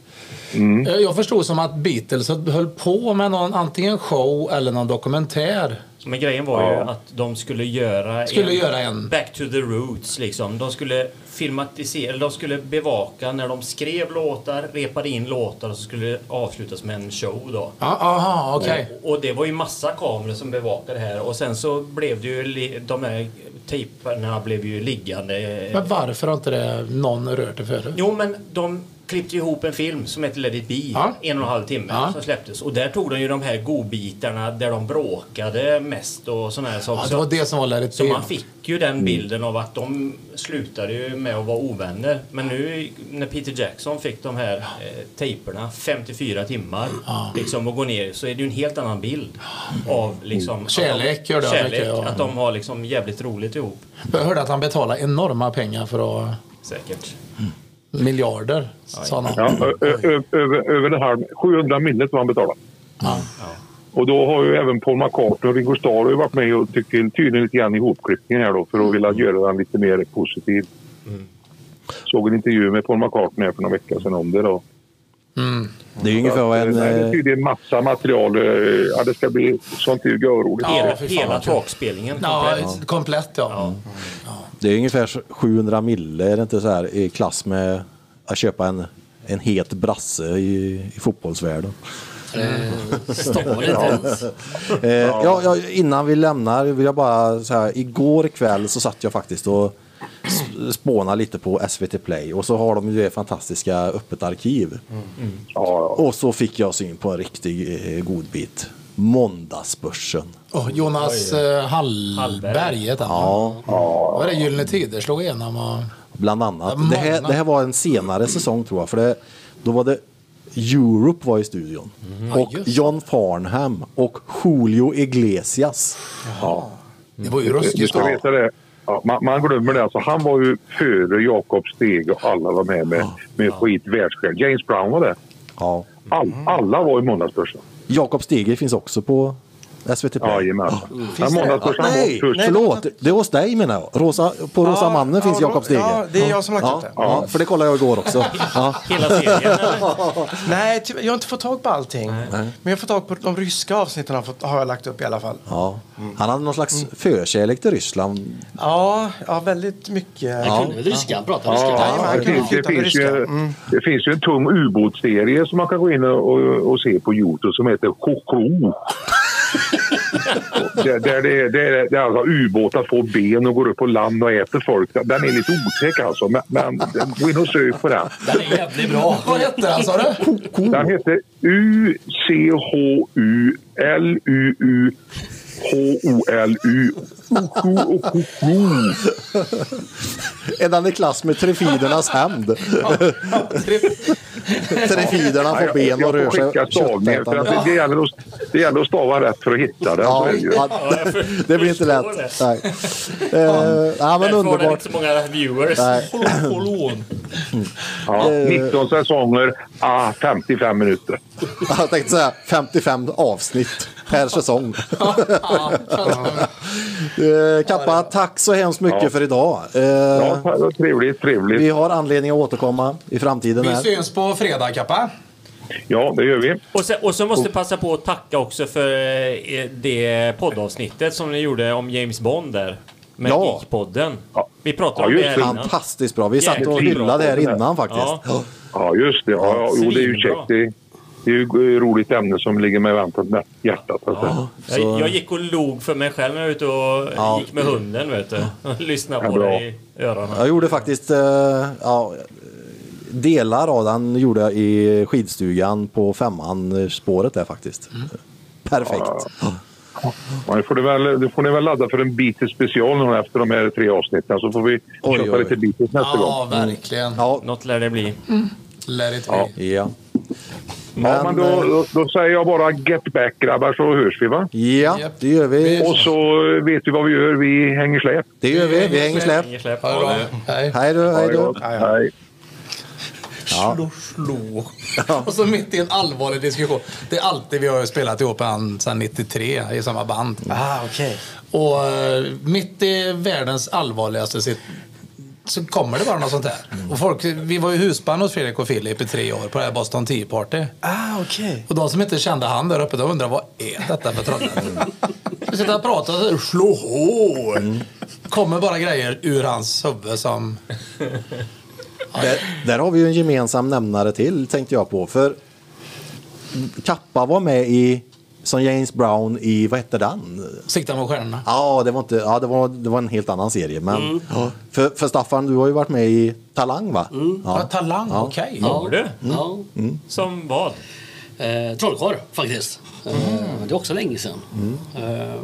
Speaker 8: Mm.
Speaker 6: Eh, Jag förstod som att Beatles höll på med någon, antingen show eller någon dokumentär.
Speaker 5: Men grejen var ju att de skulle göra,
Speaker 6: Skulle göra en-
Speaker 5: Back to the roots liksom. De skulle filmatisera, eller de skulle bevaka när de skrev låtar, repade in låtar och så skulle det avslutas med en show då.
Speaker 6: Ja, Aha, okej.
Speaker 5: Och det var ju massa kameror som bevakade det här och sen så blev det ju li- de här tejperna blev ju liggande.
Speaker 6: Men varför har inte det någon rört det förut?
Speaker 5: Jo men de klippte ihop en film som heter Let it be,
Speaker 6: Ja.
Speaker 5: en och en halv timme
Speaker 6: Ja.
Speaker 5: som släpptes. Och där tog de ju de här godbitarna där de bråkade mest och sådana här saker.
Speaker 6: Ja, det var det som var Let it
Speaker 5: Så man
Speaker 6: be.
Speaker 5: fick ju
Speaker 6: Mm.
Speaker 5: den bilden av att de slutade ju med att vara ovänner. Men nu när Peter Jackson fick de här eh, tejperna, 54 timmar, liksom, och går ner så är det ju en helt annan bild av liksom... att
Speaker 6: Mm. Kärlek
Speaker 5: de,
Speaker 6: gör det,
Speaker 5: Kärlek,
Speaker 6: verkar jag.
Speaker 5: att de har liksom jävligt roligt ihop.
Speaker 6: Jag hörde att han betalade enorma pengar för att...
Speaker 5: Säkert.
Speaker 6: Miljarder, sa någon.
Speaker 8: Ja, ö- ö- ö- över, över en halv, 700 minnet var han betalad.
Speaker 6: Ja.
Speaker 8: Och då har ju även Paul McCartney och Ringo Starr har ju varit med och tyckt till tydligen lite grann i ihopklippningen här då för att
Speaker 5: Mm.
Speaker 8: vilja göra den lite mer positiv. Såg en intervju med Paul McCartney här för några veckor sedan om det då.
Speaker 5: Mm.
Speaker 2: Det är ju ungefär vad
Speaker 8: Eh,
Speaker 2: en...
Speaker 8: nej, det
Speaker 2: eh,
Speaker 8: betyder en massa material. eh, Ja, det ska bli sånt är ju görroligt.
Speaker 6: Ja,
Speaker 5: Hela,
Speaker 6: fy fan,
Speaker 5: hela
Speaker 6: vad kul.
Speaker 5: takspelningen.
Speaker 6: Ja,
Speaker 5: komplett.
Speaker 6: komplett ja.
Speaker 2: Det är ungefär 700 mille, är det inte så här i klass med att köpa en, en het brasse i, i fotbollsvärlden.
Speaker 3: Eh, Står det inte ens.
Speaker 2: Eh, ja, ja, innan vi lämnar vill jag bara säga, igår kväll så satt jag faktiskt och s- spånade lite på SVT Play och så har de ju det fantastiska öppet arkiv.
Speaker 8: Ja,
Speaker 2: Och så fick jag syn på en riktig eh, godbit. Måndagsbörsen.
Speaker 6: Och Jonas eh, Hallberg heter han.
Speaker 2: Ja,
Speaker 6: Var det Gyllene Tider slog igenom? Och...
Speaker 2: Bland annat.
Speaker 6: Ja,
Speaker 2: Det här,
Speaker 6: många.
Speaker 2: det här var en senare säsong tror jag. För det, då var det Europe var i studion. Och
Speaker 6: Mm. Ja, just det.
Speaker 2: John Farnham och Julio Iglesias.
Speaker 6: Det var ju
Speaker 8: du
Speaker 6: ruskigt.
Speaker 8: ska veta det. Ja, man, man glömmer det. Alltså, han var ju före Jakob Steg och alla de här med, med skit världsstjärnor. James Brown var det.
Speaker 2: Ja.
Speaker 8: All, alla var i Måndagsbörsen.
Speaker 2: Jakob Steger finns också på SVT Play.
Speaker 8: Jajamän. Ja,
Speaker 2: Ja,
Speaker 8: Måndagsbörsen
Speaker 2: nej,
Speaker 8: var först.
Speaker 2: förlåt. Det är hos dig menar jag. Rosa, på Rosa
Speaker 4: Ja,
Speaker 2: mannen finns
Speaker 4: ja,
Speaker 2: Jakob Steger.
Speaker 4: ja, det är jag som har lagt
Speaker 2: ja,
Speaker 4: ut det.
Speaker 2: ja, För det kollade jag igår också. Ja.
Speaker 5: Hela serien, eller?
Speaker 4: Nej, ty- jag har inte fått tag på allting. Men jag har fått tag på de ryska avsnitten har, fått, har jag lagt upp i alla fall.
Speaker 2: Ja. Han hade någon slags förkärlek till Ryssland.
Speaker 4: Ja, ja väldigt mycket.
Speaker 3: Han kunde väl ryska? Prata ryska?
Speaker 4: Ja,
Speaker 8: Ja,
Speaker 4: man
Speaker 8: det,
Speaker 4: kan
Speaker 8: finns, det,
Speaker 4: flytta med
Speaker 8: finns ju, Mm.
Speaker 4: ryska. Mm.
Speaker 8: det finns ju en tung ubåtsserie som man kan gå in och, och, och se på Youtube som heter Kokro. där, där det är, det är, det är alltså ubåtar får ben och går upp på land och äter folk. Den är lite otäck alltså, men, men gå in och sök på den.
Speaker 3: Den är jävligt bra.
Speaker 6: Vad hette han sa du?
Speaker 8: Den heter U-C-H-U-L-U-U H-O-L-U. Kokro och Kokro.
Speaker 2: Är den i klass med Trefidernas hämnd? Trefiderna får ben och rör
Speaker 8: Jag
Speaker 2: sig.
Speaker 8: får skicka stavningar. för att det-
Speaker 2: köttätande.
Speaker 8: Det gäller att- det gäller att stava rätt för att hitta den. Så
Speaker 2: Ja,
Speaker 8: är det ju.
Speaker 2: ja,
Speaker 5: jag för-
Speaker 2: det blir inte
Speaker 5: förstår
Speaker 2: lätt. Nej. Eh, ja,
Speaker 5: Därför har
Speaker 2: men
Speaker 5: den
Speaker 2: underbart.
Speaker 5: inte så många viewers.
Speaker 2: Nej.
Speaker 8: Ja, 19 säsonger, ah, 55 minuter.
Speaker 2: Jag tänkte säga 55 avsnitt per säsong. Eh, Kappa, tack så hemskt mycket för idag. Eh,
Speaker 8: Ja, det var trevligt,
Speaker 2: Vi
Speaker 8: trevligt.
Speaker 2: har anledning att återkomma i framtiden.
Speaker 6: Vi
Speaker 2: Här.
Speaker 6: syns på fredag, Kappa.
Speaker 8: Ja, det gör vi.
Speaker 5: Och, sen, och så måste jag passa på att tacka också för eh, det poddavsnittet som ni gjorde om James Bond där. Med
Speaker 2: Ja.
Speaker 5: Geekpodden.
Speaker 8: Ja.
Speaker 5: Vi pratade
Speaker 8: Ja,
Speaker 5: om det
Speaker 8: just
Speaker 5: här
Speaker 8: det.
Speaker 5: innan.
Speaker 2: Fantastiskt bra. Vi satt och
Speaker 8: Jäkligt bra.
Speaker 2: hyllade här innan faktiskt.
Speaker 5: Ja.
Speaker 8: Ja, just det. Ja, ja, jo, det är ju
Speaker 5: Svinbra.
Speaker 8: käckt. Det, det är ju ett roligt ämne som ligger mig varmt om hjärtat. alltså. så att säga.
Speaker 5: Jag, jag gick och log för mig själv när jag var ute och
Speaker 2: Ja.
Speaker 5: gick med hunden. Vet du. Och lyssnade
Speaker 8: Ja,
Speaker 5: på
Speaker 8: bra.
Speaker 5: dig i öronen.
Speaker 2: Jag gjorde faktiskt eh, ja, delar av den gjorde jag i skidstugan på femman eh, spåret där faktiskt.
Speaker 6: Mm.
Speaker 2: Perfekt.
Speaker 8: Ja, nu, får du väl, nu får ni väl ladda för en Beatles special nu efter de här tre avsnitten så får vi
Speaker 2: Oj,
Speaker 8: köpa
Speaker 2: oj.
Speaker 8: lite Beatles nästa gång.
Speaker 6: Ja, verkligen. Mm.
Speaker 2: Ja.
Speaker 5: Något lär det bli.
Speaker 6: Let it
Speaker 8: Ja.
Speaker 6: be.
Speaker 2: Ja.
Speaker 8: Ja, men då,
Speaker 2: eh,
Speaker 8: då, då säger jag bara get back grabbar så hörs vi va?
Speaker 2: ja, det gör vi.
Speaker 8: Och så vet vi vad vi gör. Vi hänger släp.
Speaker 2: Det gör vi. Vi hänger släp.
Speaker 5: Inget släpp.
Speaker 6: Ha det bra. Hej.
Speaker 2: Hej då, hej då.
Speaker 8: Hej.
Speaker 6: Slå, slå. Och så mitt i en allvarlig diskussion. Det är alltid vi har spelat ihop han sedan 93 i samma band.
Speaker 4: Ah, okej.
Speaker 6: Och eh, mitt i världens allvarligaste sitt så kommer det bara något sånt där. Och folk, vi var ju husband hos Fredrik och Filip i tre år på det här Boston Tea Party.
Speaker 4: Ah, okej.
Speaker 6: Och de som inte kände han där uppe, de undrar vad är detta för trollare? Vi sitter och pratar och så, slå hål. Kommer bara grejer ur hans huvud som...
Speaker 2: Där, där har vi ju en gemensam nämnare till tänkte jag på. För Kappa var med i, som James Brown i, vad hette den?
Speaker 6: Siktar mot stjärnorna.
Speaker 2: Ja, det var, inte, ja det, var, det var en helt annan serie. Men,
Speaker 6: Mm.
Speaker 2: Ja. för, för Staffan, du har ju varit med i Talang va?
Speaker 3: Mm.
Speaker 6: Ja. talang, okej.
Speaker 5: Har du?
Speaker 3: Ja.
Speaker 2: Mm.
Speaker 5: Som vad?
Speaker 3: Eh, Trollkarl faktiskt. Eh,
Speaker 4: Mm.
Speaker 3: det är också länge sedan.
Speaker 2: Mm.
Speaker 3: Eh,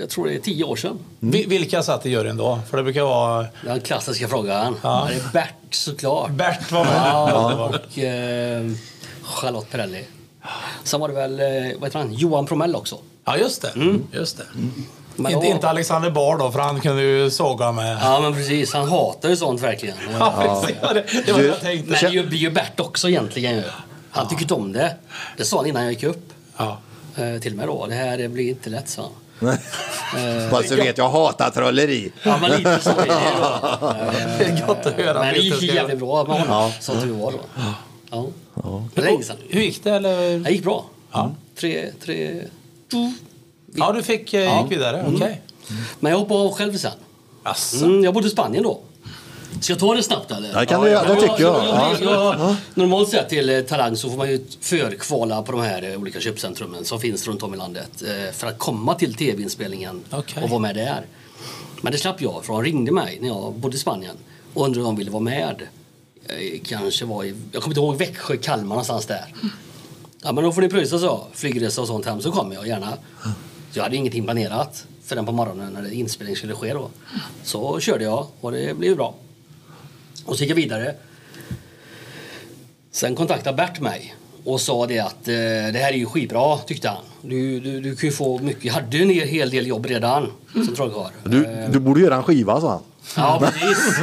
Speaker 3: Jag tror det är tio år sedan.
Speaker 6: Vi- Vilka satt i juryn då? För det brukar vara...
Speaker 3: Den klassiska frågan.
Speaker 6: Ja.
Speaker 3: Det är Bert såklart.
Speaker 6: Bert var med.
Speaker 3: Ja, och eh, Charlotte Perrelli. Sen var det väl eh, vad heter han? Johan Promell också. Mm.
Speaker 6: Ja, just det. Just det.
Speaker 3: Men
Speaker 6: Inte,
Speaker 3: då-
Speaker 6: inte Alexander Bard då, för han kunde ju såga med...
Speaker 3: Ja men precis, han hatar ju sånt verkligen.
Speaker 6: Ja, precis. Det, det var det jag tänkte.
Speaker 3: Men det blir ju Bert också egentligen ju. Han tycker inte om det. Det sa han innan jag gick upp.
Speaker 6: Ja.
Speaker 3: Eh, till mig då. Det här blir inte lätt sa han. Eh,
Speaker 2: Nej. Bara så du vet, jag hatar trolleri.
Speaker 3: Ja men lite så är det då. Eh,
Speaker 6: Det är gott att höra.
Speaker 3: Men det
Speaker 6: att vi inte
Speaker 3: gick ju
Speaker 6: ska-
Speaker 3: jävligt bra med honom, som tur var då. Ja. Det var länge sedan.
Speaker 6: Hur gick det? Eller?
Speaker 3: Det gick bra. Tre, tre...
Speaker 6: Ja, du fick, eh, gick vidare. Okej.
Speaker 3: Mm. Men jag hoppade av själv sen.
Speaker 6: Jaså?
Speaker 3: Mm, jag bodde i Spanien då. Ska jag ta det snabbt eller?
Speaker 2: Ja, det kan du göra. Det tycker jag.
Speaker 3: jag, jag, Normalt sett till eh, Talang så får man ju förkvala på de här eh, olika köpcentrumen som finns runt om i landet eh, för att komma till tv-inspelningen
Speaker 6: Okej.
Speaker 3: och vara med där. Men det slapp jag för de ringde mig när jag bodde i Spanien och undrade om de ville vara med. Eh, Kanske var i, jag kommer inte ihåg, Växjö, Kalmar någonstans där. Ja, men då får ni pröjsa, så. Flygresa och sånt hem, så kommer jag gärna. Så jag hade ingenting planerat för den på morgonen när inspelningen skulle ske då. Så körde jag och det blev bra. Och så gick jag vidare. Sen kontaktade Bert mig och sa det att eh, det här är ju skitbra, tyckte han. Du, du, du kan ju få mycket. Jag hade ju en hel del jobb redan som trollkarl.
Speaker 2: Du, du borde göra en skiva, sa han.
Speaker 3: Ja, precis.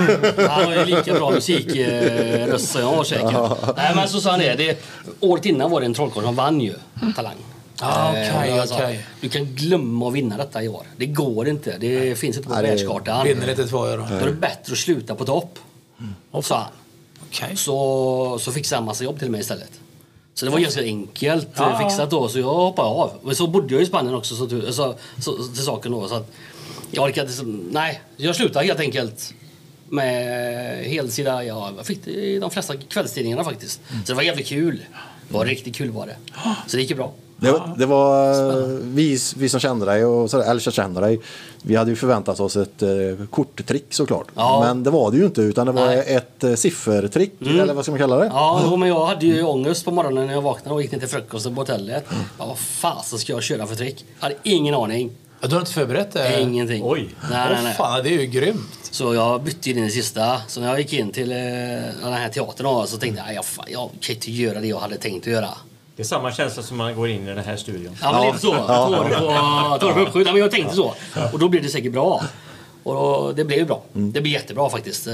Speaker 3: Han har ju lika bra musikröst som jag har säkert. Nej, men så sa han det. det året innan var det en trollkarl som vann ju Talang.
Speaker 6: Ah, okej,
Speaker 3: Eh, och jag sa,
Speaker 6: okej.
Speaker 3: Du kan glömma att vinna detta i år. Det går inte. Det finns inte på
Speaker 2: det-
Speaker 3: världskartan.
Speaker 6: Vinner inte två euro.
Speaker 3: Då är det bättre att sluta på topp, sa han.
Speaker 6: Okej.
Speaker 3: Så, så fixade han massa jobb till mig istället. Så det var ganska enkelt eh, fixat då, så jag hoppade av. Men så bodde jag i Spanien också, så, tu- så, så, till saken då. Så att jag orkade liksom, nej, jag slutade helt enkelt med helsida. Ja, jag fick det i de flesta kvällstidningarna faktiskt.
Speaker 6: Mm.
Speaker 3: Så det var jävligt kul. Det var riktigt kul var det.
Speaker 6: Ah.
Speaker 3: Så det gick ju bra.
Speaker 2: Det, var- det var eh, vi, vi som kände dig, och, sådär, eller som känner dig, vi hade ju förväntat oss ett eh, korttrick såklart.
Speaker 3: Ja.
Speaker 2: Men det var det ju inte, utan det var
Speaker 3: Nej.
Speaker 2: ett eh, siffertrick,
Speaker 7: Mm.
Speaker 2: eller vad ska man kalla det?
Speaker 3: Ja, jo, men jag hade ju ångest på morgonen när jag vaknade och gick ner till frukosten på hotellet. Ja, vad fasen ska jag köra för trick? Jag hade ingen aning.
Speaker 6: Ja, Du har inte förberett det?
Speaker 3: Ingenting.
Speaker 5: Oj.
Speaker 3: Nej, nej, nej.
Speaker 6: Åh, fan, det är ju grymt.
Speaker 3: Så jag bytte ju in i det sista. Så när jag gick in till eh, den här teatern då, så tänkte jag, "Nej, jag, fan, jag kan inte göra det jag hade tänkt att göra.
Speaker 5: Det är samma känsla som man går in i den här studion.
Speaker 3: Ja, men lite så. Tår på- Tår på uppskjut. Nej, men jag tänkte så. Och då blev det säkert bra. Och då, det blev ju bra. Det blev jättebra faktiskt. Eh,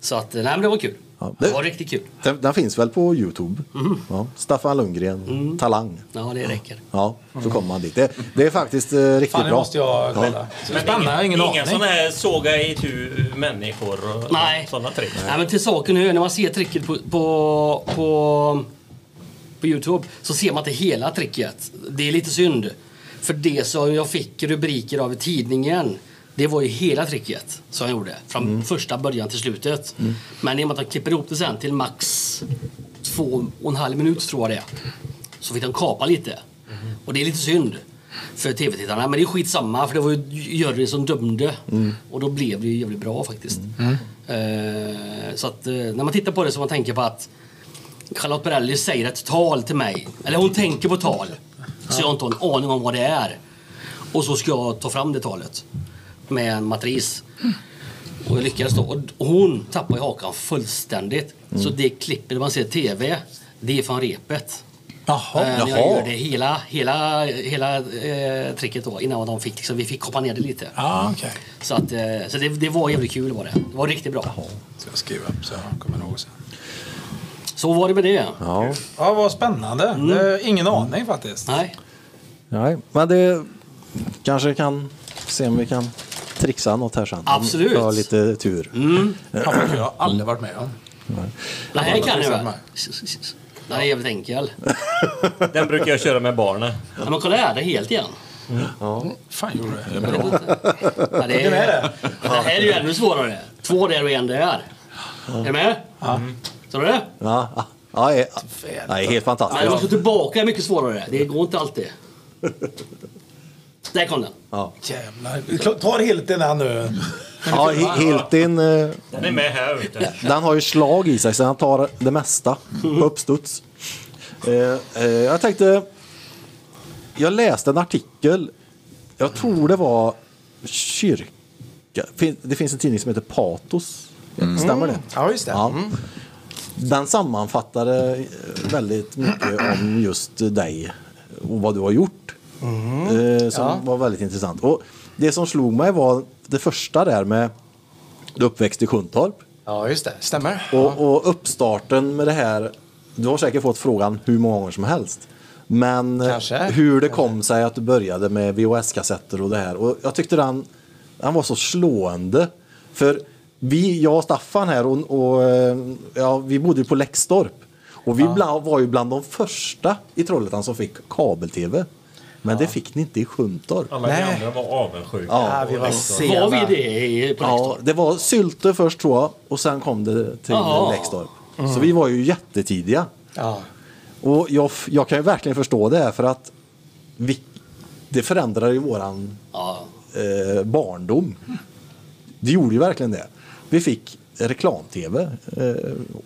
Speaker 3: Så att, eh, nej men det var kul.
Speaker 2: Ja, det-
Speaker 3: det... var riktigt kul.
Speaker 2: Den, den finns väl på Youtube?
Speaker 7: Mm.
Speaker 2: Ja. Staffan Lundgren, Talang.
Speaker 3: Ja, det räcker.
Speaker 2: Ja, så kommer man dit. Det, det är faktiskt eh, riktigt
Speaker 7: Fan, det
Speaker 2: bra.
Speaker 7: måste jag kolla.
Speaker 5: Men
Speaker 6: Spännande, jag har ingen
Speaker 5: inga
Speaker 6: aning.
Speaker 5: sådana här såga itu människor och
Speaker 3: Nej.
Speaker 5: sådana tricks.
Speaker 3: Nej, men till saken hur, när man ser tricket på, på, på, på Youtube så ser man inte hela tricket. Det är lite synd. För det som jag fick rubriker av i tidningen det var ju hela tricket som jag gjorde. Från första början till slutet.
Speaker 5: Mm.
Speaker 3: Men i och med att de klipper ihop det sen till max två och en halv minut tror jag det är, Så fick de kapa lite. Och det är lite synd för tv-tittarna. Men det är skitsamma för det var ju jury som dömde.
Speaker 5: Mm.
Speaker 3: Och då blev det ju jävligt bra faktiskt. Eh, så att eh, när man tittar på det så man tänker på att Charlotte Perrelli säger ett tal till mig. Eller hon tänker på tal. Så jag har inte en aning om vad det är. Och så ska jag ta fram det talet. Med en matris. Och jag lyckades då. Och hon tappade ju hakan fullständigt. Så det klippet man ser i TV, det är från repet.
Speaker 6: Jaha.
Speaker 3: Eh, när jag
Speaker 2: Jaha.
Speaker 3: gjorde hela, hela, hela eh, tricket då innan de fick, liksom, vi fick hoppa ner det lite.
Speaker 7: Ah,
Speaker 6: Ja, okej.
Speaker 3: Så, att, eh, så det, det var jävligt kul var det. Det var riktigt bra.
Speaker 7: Ska jag skriva upp så jag kommer ihåg sen.
Speaker 3: Så var det med det.
Speaker 2: Ja.
Speaker 7: Ja, vad spännande.
Speaker 5: Mm.
Speaker 7: Det är ingen aning faktiskt.
Speaker 3: Nej.
Speaker 2: Nej, men det kanske kan se om vi kan trixa något här sen.
Speaker 3: Absolut.
Speaker 2: Om vi har lite tur.
Speaker 7: Mm. Fan, vad kul. Jag har aldrig varit med om.
Speaker 3: Det här kan du
Speaker 7: precis
Speaker 3: väl?
Speaker 7: med.
Speaker 3: Den är jävligt enkel.
Speaker 5: Den brukar jag köra med barnen.
Speaker 3: Ja, men kolla här, det är helt igen.
Speaker 7: fan gjorde du?
Speaker 3: Mm. Ja, det, är, det här är ju ännu svårare. Två där och en där. Är du med? Ja. Ser du det?
Speaker 2: Ja, ja, ja, ja, ja, helt
Speaker 3: Nej, man
Speaker 2: fantastiskt.
Speaker 3: ska tillbaka är mycket svårare. Det går inte alltid. Där kom den.
Speaker 7: Jävlar. Ta helt den här nu.
Speaker 2: Ja, Hi- Hiltin, eh,
Speaker 5: Den är med här ute.
Speaker 2: den har ju slag i sig så han tar det mesta på uppstuds. Eh, eh, Jag tänkte, jag läste en artikel, jag tror det var kyrka, fin- det finns en tidning som heter Patos, stämmer det?
Speaker 7: Mm. Ja, just det. Mm.
Speaker 2: Ja. Den sammanfattade eh, väldigt mycket om just dig och vad du har gjort.
Speaker 9: Mm.
Speaker 2: Eh, Som var väldigt intressant. Och det som slog mig var det första där med du är uppväxt i Sjuntorp
Speaker 7: Ja, just det. Stämmer.
Speaker 2: och, och uppstarten med det här. Du har säkert fått frågan hur många gånger som helst. Men eh,
Speaker 7: Kanske.
Speaker 2: hur det kom sig att du började med VHS-kassetter och det här. Och jag tyckte den, den var så slående. För vi, jag och Staffan här, och, och, eh, ja, vi bodde ju på Läxtorp. Och vi bland, var ju bland de första i Trollhättan som fick kabel-tv. Men det fick ni inte i Sjuntorp.
Speaker 5: Alla vi andra var avundsjuka.
Speaker 2: Ja.
Speaker 4: vi var
Speaker 3: Var
Speaker 4: sena.
Speaker 3: vi det i- på Läxtorp?
Speaker 2: Ja, det var Sylte först tror jag och sen kom det till
Speaker 3: Jaha. Mm.
Speaker 2: Läxtorp. Så vi var ju jättetidiga. Och jag, f- jag kan ju verkligen förstå det här för att vi, det förändrade ju våran
Speaker 3: Ja.
Speaker 2: eh, barndom. Det gjorde ju verkligen det. Vi fick reklam-tv eh,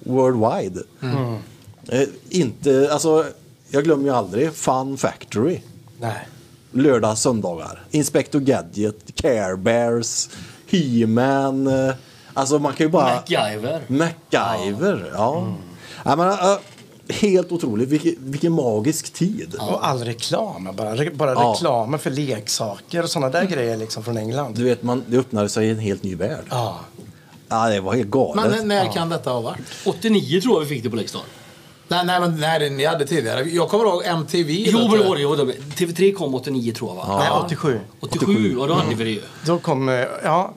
Speaker 2: worldwide.
Speaker 3: Mm.
Speaker 4: Mm.
Speaker 2: Eh, inte, alltså, jag glömmer ju aldrig Fun Factory
Speaker 4: Nej.
Speaker 2: lördag söndagar. Inspector Gadget, Care Bears, He-Man. eh, Alltså man kan ju bara...
Speaker 3: MacGyver.
Speaker 2: MacGyver, ja.
Speaker 4: Mm.
Speaker 2: ja men, eh, helt otroligt. Vilken, vilken magisk tid.
Speaker 4: Och all reklam, bara, re- bara
Speaker 2: Ja.
Speaker 4: reklamen för leksaker och sådana där
Speaker 3: Mm.
Speaker 4: grejer liksom från England.
Speaker 2: Du vet, man, det öppnade sig i en helt ny värld. Ja,
Speaker 4: Ja.
Speaker 2: det var helt galet.
Speaker 6: Men när kan detta ha varit?
Speaker 3: 89 tror jag vi fick det på Läxtorp.
Speaker 6: Nej, nej, men nej, ni hade tidigare. Jag kommer ihåg MTV.
Speaker 3: Jo,
Speaker 6: vet
Speaker 3: men det
Speaker 6: du.
Speaker 3: var det. jo, det var- TV3 kom 89 tror jag va?
Speaker 4: Nej, 87.
Speaker 3: 87, och då
Speaker 2: Mm.
Speaker 3: hade vi det ju.
Speaker 4: Då kom, eh, ja,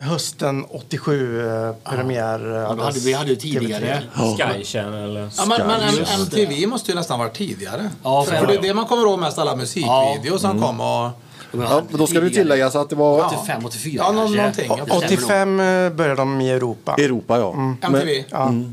Speaker 4: hösten 87 eh, premiär. eh,
Speaker 3: Ja, då hade, vi hade ju tidigare.
Speaker 5: Sky Channel. eller-
Speaker 6: Ja, men, men M- MTV måste ju nästan varit tidigare.
Speaker 3: Ja,
Speaker 6: för,
Speaker 3: för-
Speaker 6: det är det man kommer ihåg mest, alla musikvideos
Speaker 3: Mm.
Speaker 6: som kom och...
Speaker 2: Ja, men då ska det ju tilläggas att det var
Speaker 3: 85, 84
Speaker 6: Ja, nå-
Speaker 3: kanske.
Speaker 6: någonting.
Speaker 3: Ja, det stämmer nog.
Speaker 4: 85 eh, började de i Europa. Mm.
Speaker 2: Europa, ja. Mm.
Speaker 6: MTV.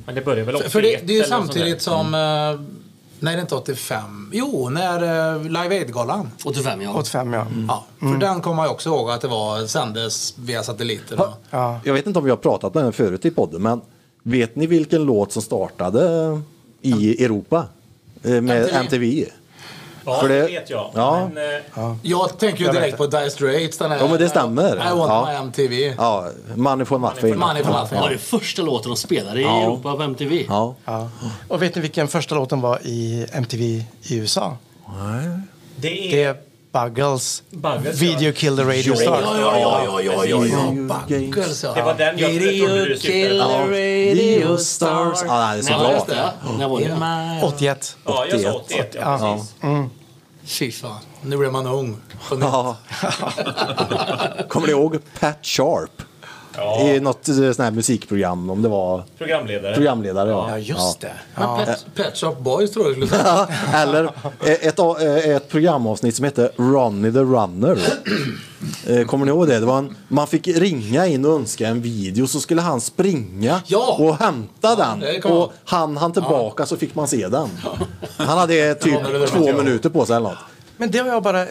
Speaker 5: Men det började väl 81
Speaker 6: För det, det är ju
Speaker 5: eller sånt där. Mm.
Speaker 6: samtidigt som... eh, Nej, det är inte 85. Jo, när eh, Live Aid-galan.
Speaker 3: 85 ja.
Speaker 4: 85 ja.
Speaker 6: Ja, för den kommer man ju också ihåg att det var sändes via satelliter. Och...
Speaker 4: ja.
Speaker 2: Jag vet inte om vi har pratat om den förut i podden, men vet ni vilken låt som startade i Europa? Eh, Med
Speaker 6: MTV?
Speaker 2: MTV.
Speaker 5: Ja,
Speaker 2: För
Speaker 5: det,
Speaker 2: det-
Speaker 5: vet jag.
Speaker 2: Ja.
Speaker 5: Men, eh,
Speaker 6: Jag tänker ju direkt på Dire Straits. Den här,
Speaker 2: Ja, men det stämmer.
Speaker 6: I want
Speaker 2: Ja.
Speaker 6: my MTV.
Speaker 2: Ja, Money for Nothing.
Speaker 6: Money for
Speaker 3: Det var det
Speaker 6: nothing.
Speaker 3: första låten de spelade i Europa på MTV.
Speaker 2: Ja.
Speaker 4: Ja. Och vet ni vilken första låten var i MTV i USA?
Speaker 5: det är...
Speaker 4: Det är Buggles,
Speaker 5: Buggles, ja.
Speaker 4: Video Kill the Radio Star.
Speaker 6: Ja, ja, ja, ja, ja.
Speaker 2: Video
Speaker 6: Buggles, ja.
Speaker 5: Det var den jag trodde du syftade på.
Speaker 2: Ja. Radio Stars. Ja, nej, det är så
Speaker 3: När var
Speaker 2: bra.
Speaker 3: det? Ja. När var det?
Speaker 4: 81.
Speaker 5: Ja, jag sa 81. Ja, precis.
Speaker 6: Mm. Fy fan, nu blir man ung. På nytt.
Speaker 2: Ja. Kommer ni ihåg Pat Sharp?
Speaker 5: Ja.
Speaker 2: I något eh, sånt här musikprogram, om det var
Speaker 5: Programledare.
Speaker 2: programledare. Ja,
Speaker 4: Ja, just det.
Speaker 6: Men Pet, Pet Shop Boys tror jag skulle säga.
Speaker 2: Ja. Eller eh, ett, a- eh, ett programavsnitt som hette Ronny the Runner. Eh, Kommer ni ihåg det? det var en, man fick ringa in och önska en video så skulle han springa
Speaker 6: Ja.
Speaker 2: och hämta
Speaker 6: det
Speaker 2: den.
Speaker 6: kommer jag
Speaker 2: Och han han tillbaka så fick man se den. Han hade typ
Speaker 6: väl det
Speaker 2: två
Speaker 6: jag.
Speaker 2: minuter på sig eller något.
Speaker 4: Men det har jag bara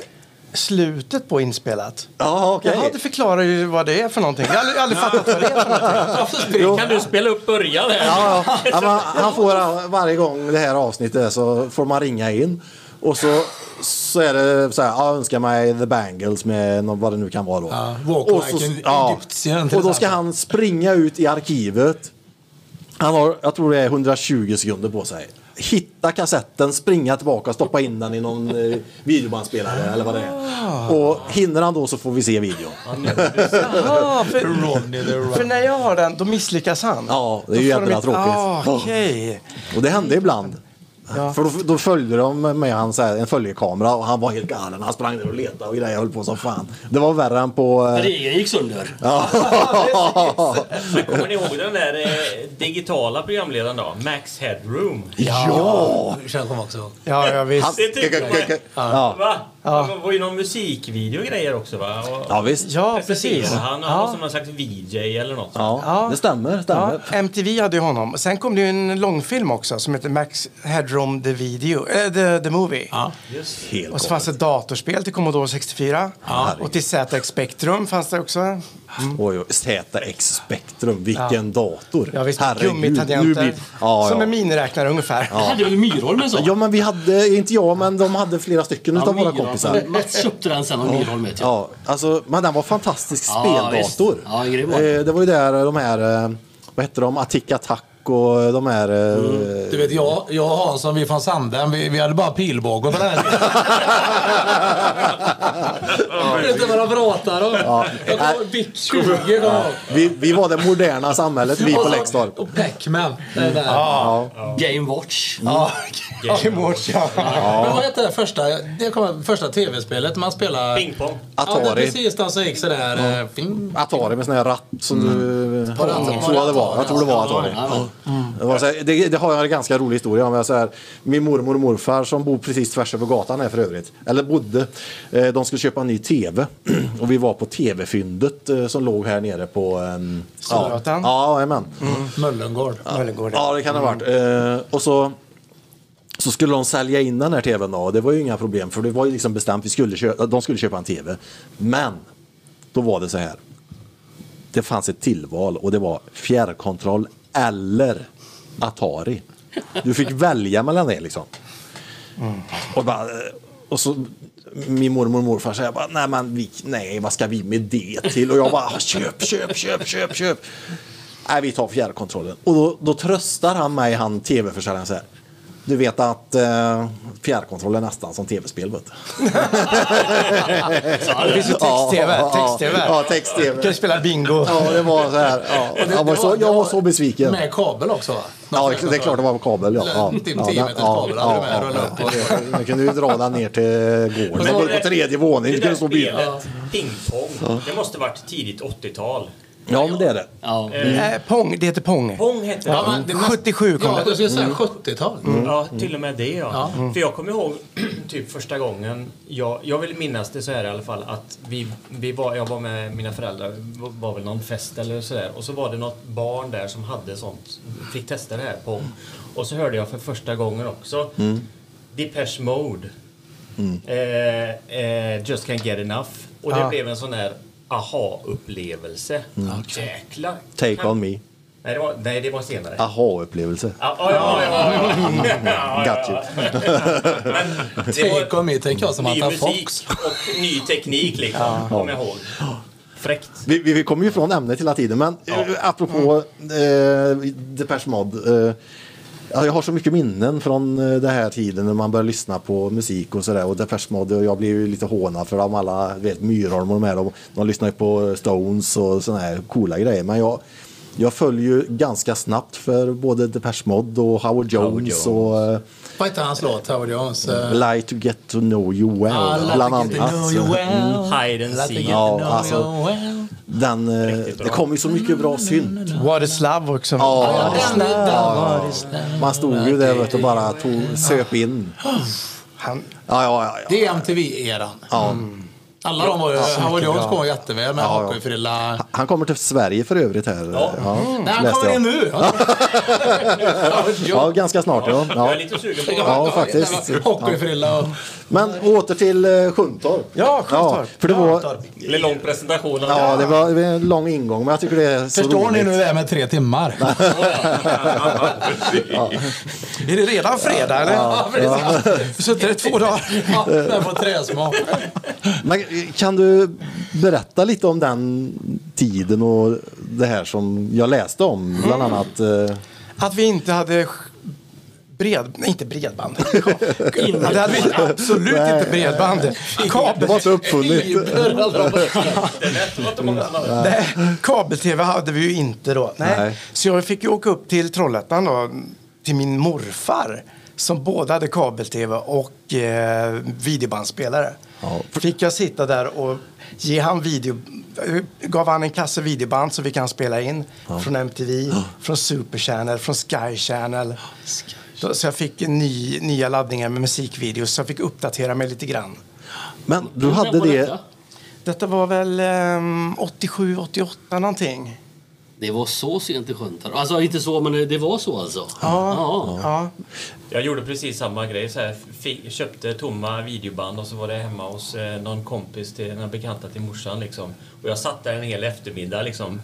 Speaker 4: slutet på inspelat.
Speaker 2: Ja, okej.
Speaker 4: Jaha, det förklarar ju vad det är för någonting. Jag har aldrig, aldrig fattat vad det är för någonting.
Speaker 5: Kan du spela upp början här?
Speaker 2: Ja, ja. ja, man, han får varje gång det här avsnittet är så får man ringa in. Och så, så är det så här, jag önskar mig The Bangles med någon, vad det nu kan vara då.
Speaker 6: Ja, walk
Speaker 2: och,
Speaker 6: like an Egyptian, till
Speaker 2: och då ska
Speaker 6: exempel.
Speaker 2: han springa ut i arkivet. Han har, jag tror det är 120 sekunder på sig. Hitta kassetten, springa tillbaka, stoppa in den i någon eh, videobandspelare eller vad det
Speaker 4: Ah.
Speaker 2: är. Och hinner han då så får vi se videon.
Speaker 4: Ja, för,
Speaker 6: Ronny the
Speaker 4: för
Speaker 6: Run.
Speaker 4: när jag har den, då misslyckas han.
Speaker 2: Ja, det är
Speaker 4: Då
Speaker 2: ju
Speaker 4: får de
Speaker 2: jävla
Speaker 4: inte-
Speaker 2: tråkigt.
Speaker 4: Ah, Okej.
Speaker 2: Och det hände ibland. För då, då följde de med han, så här, en följekamera och han var helt galen. Han sprang ner och letade och grejer höll på som fan. Det var värre än på... eh,
Speaker 3: Regeln gick sönder.
Speaker 5: Men kommer ni ihåg den där eh, digitala programledaren då? Max Headroom.
Speaker 6: Ja! Känns som också. typ-
Speaker 4: Ja, ja, visst.
Speaker 2: Han-
Speaker 5: Det tyckte jag.
Speaker 2: Ja.
Speaker 5: Va? Det var ju någon musikvideo och grejer också va? Och
Speaker 2: ja, visst.
Speaker 4: Ja,
Speaker 5: presenterade
Speaker 4: precis.
Speaker 5: Han, han var som någon slags VJ eller något.
Speaker 2: Ja, det stämmer.
Speaker 4: Ja,
Speaker 2: stämmer.
Speaker 4: MTV hade ju honom. Sen kom det ju en långfilm också som heter Max Headroom The Video, äh, the, the Movie.
Speaker 2: Helt
Speaker 4: Och så
Speaker 2: galet.
Speaker 4: fanns det dataspel till Commodore 64. Och till ZX Spectrum fanns det också.
Speaker 2: Mm. Oj, oj. ZX Spectrum, vilken dator.
Speaker 4: Ja, visst,
Speaker 2: Herregud, nu
Speaker 4: gummitangenter.
Speaker 2: blir- Ja,
Speaker 4: Som
Speaker 2: ja.
Speaker 4: en miniräknare ungefär.
Speaker 3: Det hade väl Myrholm en sån?
Speaker 2: ja, men vi hade, inte jag, men de hade flera stycken utav våra
Speaker 3: Myrholm.
Speaker 2: kompisar.
Speaker 3: Mats köpte den sen av Myrholm vet jag.
Speaker 2: Ja, alltså, men den var fantastisk
Speaker 3: Ja,
Speaker 2: speldator.
Speaker 3: visst. Ja, grym var den.
Speaker 2: Eh, det var ju där de här, eh, vad hette de, Attack Attack och de här... eh,
Speaker 3: Mm.
Speaker 6: Mm. Du vet, jag, jag och Hansson, vi är från Sandhem, vi, vi hade bara pilbågar på den här tiden.
Speaker 3: Jag vet inte vad de pratar om.
Speaker 2: Ja.
Speaker 3: Jag kommer ihåg Bic 20 kommer jag ihåg.
Speaker 2: Vi, vi var det moderna samhället, vi på Läxtorp.
Speaker 6: Och Pac-Man. Det är där.
Speaker 3: Game Watch.
Speaker 2: Mm.
Speaker 6: Ja.
Speaker 7: Game Watch, ja.
Speaker 6: Men vad hette det första, det kom, första tv-spelet man spelade?
Speaker 5: Pingpong.
Speaker 6: Ja, det,
Speaker 2: Atari.
Speaker 6: precis. Den som gick sådär... eh, Ping.
Speaker 2: Atari med sån här ratt som du...
Speaker 6: Var det Atari?
Speaker 2: Jag tror det var. Jag tror det var Atari.
Speaker 3: Mm. Ja,
Speaker 2: Det, var så här, det, det har jag en ganska rolig historia om. Jag så här, min mormor och morfar som bor precis tvärs över gatan här för övrigt, eller bodde, eh, de skulle köpa en ny tv. Och vi var på tv-fyndet eh, som låg här nere på... ehm, ja,
Speaker 4: Storgatan?
Speaker 2: ja, jajamän.
Speaker 6: Mm. Möllengård.
Speaker 4: Möllengården.
Speaker 2: Ja, det kan det ha varit. Eh, och så, så skulle de sälja in den här tvn då, och det var ju inga problem för det var ju liksom bestämt vi skulle köpa, de skulle köpa en tv. Men då var det så här. Det fanns ett tillval och det var fjärrkontroll eller Atari. Du fick välja mellan det liksom.
Speaker 4: Mm.
Speaker 2: Och, bara, eh, och så min mormor och morfar säger bara, nej, men vi, nej, vad ska vi med det till? Och jag bara, köp, köp, köp, köp, köp. Nej, vi tar fjärrkontrollen. Och då, då tröstar han mig, han tv-försäljaren, så här. Du vet att eh, fjärrkontroll är nästan som tv-spel. Vet du.
Speaker 4: Det finns ju text-tv.
Speaker 2: Ja, ja,
Speaker 4: Text-tv.
Speaker 2: Ja, text-tv.
Speaker 4: Kan du spela bingo?
Speaker 2: Ja, det var så här. Ja. Jag, var så, jag var så besviken.
Speaker 6: Med kabel också va?
Speaker 2: Ja, det är klart det var på kabel. Ja. Ja,
Speaker 6: Långt in
Speaker 2: ja,
Speaker 6: till
Speaker 2: ja,
Speaker 6: meters
Speaker 2: ja,
Speaker 6: kabel hade du
Speaker 2: ja,
Speaker 6: med och
Speaker 2: ja,
Speaker 6: rulla upp.
Speaker 2: ja. Man kunde ju dra den ner till gården. Både på tredje våningen.
Speaker 5: Det
Speaker 2: Du
Speaker 5: där
Speaker 2: kunde stå och bjuda.
Speaker 5: spelet, pingpong, det måste varit tidigt 80-tal.
Speaker 2: Ja, men det är det.
Speaker 3: ja.
Speaker 4: Nej, Eh, Pong. Det heter Pong.
Speaker 5: Pong hette det.
Speaker 6: Ja, men det-
Speaker 4: 77 kom det.
Speaker 6: Ja,
Speaker 4: Mm.
Speaker 6: jag skulle säga 70-tal.
Speaker 5: Ja, till och med det ja. För jag kommer ihåg typ första gången, jag, jag vill minnas det så här i alla fall, att vi, vi var, jag var med mina föräldrar, vi var- var väl någon fest eller sådär. Och så var det något barn där som hade sånt, fick testa det här på. Och så hörde jag för första gången också
Speaker 4: Mm.
Speaker 5: Depeche Mode. Eh, eh, Just Can't Get Enough. Och det
Speaker 4: Ah. Mm.
Speaker 5: blev en sån här aha-upplevelse. Jäklar!
Speaker 2: Take on me.
Speaker 5: Nej, det var, nej, det var senare.
Speaker 2: Aha-upplevelse.
Speaker 5: Ah, ah, ja, ja, ja, ja. ja.
Speaker 2: Got
Speaker 5: ja,
Speaker 2: you.
Speaker 5: ja. Men det var
Speaker 6: Take on me, tänker jag som
Speaker 5: ny
Speaker 6: Anton
Speaker 5: musik
Speaker 6: Fox.
Speaker 5: och ny teknik liksom, kommer jag ihåg. Fräckt.
Speaker 2: Vi, vi, vi kommer ju från ämnet hela tiden, men ja. apropå eh, Depeche Mode. Eh, ja, jag har så mycket minnen från eh, den här tiden när man började lyssna på musik och sådär. Och Depeche Mode, och jag blev ju lite hånad för de alla, du vet Myrholm och de här. De, de lyssnar ju på Stones och sådana här coola grejer. Men jag, jag föll ju ganska snabbt för både Depeche Mode och Howard Jones, och eh,
Speaker 6: Vad hette hans låt, Howard Jones? Eh,
Speaker 2: Lie to get to know you well,
Speaker 6: I like
Speaker 2: bland
Speaker 6: to
Speaker 2: annat. Mm.
Speaker 6: know you well.
Speaker 5: Hide and
Speaker 6: I like to
Speaker 5: seek.
Speaker 6: get to know
Speaker 2: alltså.
Speaker 6: you well.
Speaker 2: Den, eh, det kom ju så mycket bra synt.
Speaker 4: What is love också.
Speaker 2: Ja,
Speaker 6: Den är där.
Speaker 2: Man stod ju där vet du, och bara tog, söp in.
Speaker 4: Han,
Speaker 2: Ja, ja, ja. ja.
Speaker 6: Det är MTV-eran. Mm. Alla de var ju... Howard Jones kommer jätteväl med hockeyfrilla.
Speaker 2: Han kommer till Sverige för övrigt här. Ja,
Speaker 6: Nej, Mm. han
Speaker 2: läste
Speaker 6: kommer
Speaker 2: jag.
Speaker 6: in nu!
Speaker 2: Ja, ganska snart. Ja.
Speaker 5: Jag
Speaker 2: Ja.
Speaker 5: är lite sugen på
Speaker 2: Ja, faktiskt.
Speaker 6: Hockeyfrilla och...
Speaker 2: Men åter till eh, Sjuntorp.
Speaker 4: Ja, Sjuntorp.
Speaker 2: för det var,
Speaker 5: en lång presentation. av
Speaker 2: ja,
Speaker 5: det.
Speaker 2: det var en lång ingång, men jag tycker det är så
Speaker 6: Förstår ni
Speaker 2: roligt.
Speaker 6: nu det här med tre timmar?
Speaker 4: är det redan fredag eller?
Speaker 6: Ja, precis.
Speaker 4: Vi sitter i två dagar.
Speaker 6: Ja,
Speaker 2: Eh,
Speaker 6: den får träsmak.
Speaker 2: Men, eh, kan du berätta lite om den tiden och det här som jag läste om, bland annat? Eh,
Speaker 4: Att vi inte hade sk- bred... Nej, inte bredband. ja, det hade vi absolut
Speaker 2: Nej.
Speaker 4: inte bredband.
Speaker 2: det
Speaker 4: Kabel...
Speaker 2: var inte uppfunnit.
Speaker 6: Fiber, alla de-
Speaker 5: Internet var inte många som hade.
Speaker 4: Nej, Kabel-tv hade vi ju inte då. Nej.
Speaker 2: Nej.
Speaker 4: Så jag fick ju åka upp till Trollhättan då, till min morfar som både hade kabel-tv och eh, videobandspelare. Fick jag sitta där och ge han video, gav han en kasse videoband så fick han spela in från MTV, från Super Channel, från Sky Channel. Då- Så jag fick en ny, nya laddningar med musikvideos så jag fick uppdatera mig lite grann.
Speaker 2: Men du hade det...
Speaker 4: Detta var väl ehm, 87, 88 någonting.
Speaker 3: Det var så sent i Sjuntorp. Alltså inte så, men det- det var så alltså. Ja.
Speaker 4: Ja.
Speaker 5: Jag gjorde precis samma grej. Så här, fi- köpte tomma videoband och så var det hemma hos eh, någon kompis, till, några bekanta till morsan. Liksom. Och jag satt där en hel eftermiddag liksom,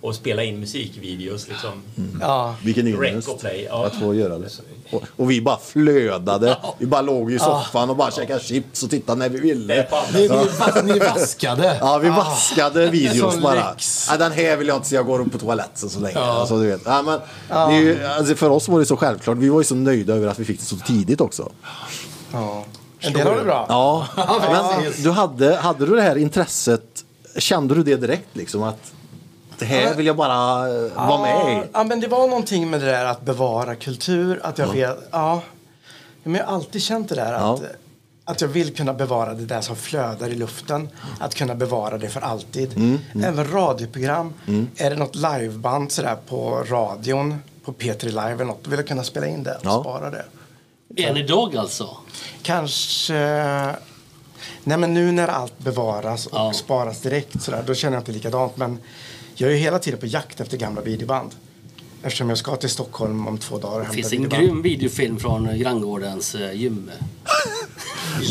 Speaker 5: och spelade in musikvideos. Liksom.
Speaker 4: Ja.
Speaker 2: Vilken
Speaker 5: Rec
Speaker 2: ynnest
Speaker 5: och play, ja.
Speaker 2: att få göra det. Och, och vi bara flödade. Vi bara låg i soffan och bara käkade chips och tittade när vi ville.
Speaker 6: Ni, ni, vas- ni vaskade. Ah.
Speaker 2: Ja, vi vaskade videos
Speaker 4: Som
Speaker 2: bara.
Speaker 4: lyx.
Speaker 2: Ja, den här vill jag inte se, jag går upp på toaletten så länge. Alltså, du vet. Ja, men, det är ju, alltså, för oss var det så självklart. Vi var ju så nöjda över att vi fick det så tidigt också.
Speaker 4: ja. En del har det bra.
Speaker 2: Ja, men du hade, hade du det här intresset, kände du det direkt liksom att det här vill jag bara eh, vara med i?
Speaker 4: Ja, men det var någonting med det där att bevara kultur. Att jag vet, ja. Men jag har alltid känt det där att,
Speaker 2: Ja.
Speaker 4: att jag vill kunna bevara det där som flödar i luften. Att kunna bevara det för alltid.
Speaker 2: Mm,
Speaker 4: Även radioprogram. Är det något liveband sådär på radion, på P3 Live eller något, då vill jag kunna spela in det och
Speaker 2: Ja.
Speaker 4: spara det.
Speaker 3: Än idag alltså?
Speaker 4: Kanske... Nej, men nu när allt bevaras och
Speaker 3: Ja.
Speaker 4: sparas direkt sådär, då känner jag inte likadant. Men jag är ju hela tiden på jakt efter gamla videoband. Eftersom jag ska till Stockholm om två dagar och
Speaker 3: Det
Speaker 4: hämta
Speaker 3: finns en
Speaker 4: videoband.
Speaker 3: grym videofilm från eh, granngårdens eh, gym.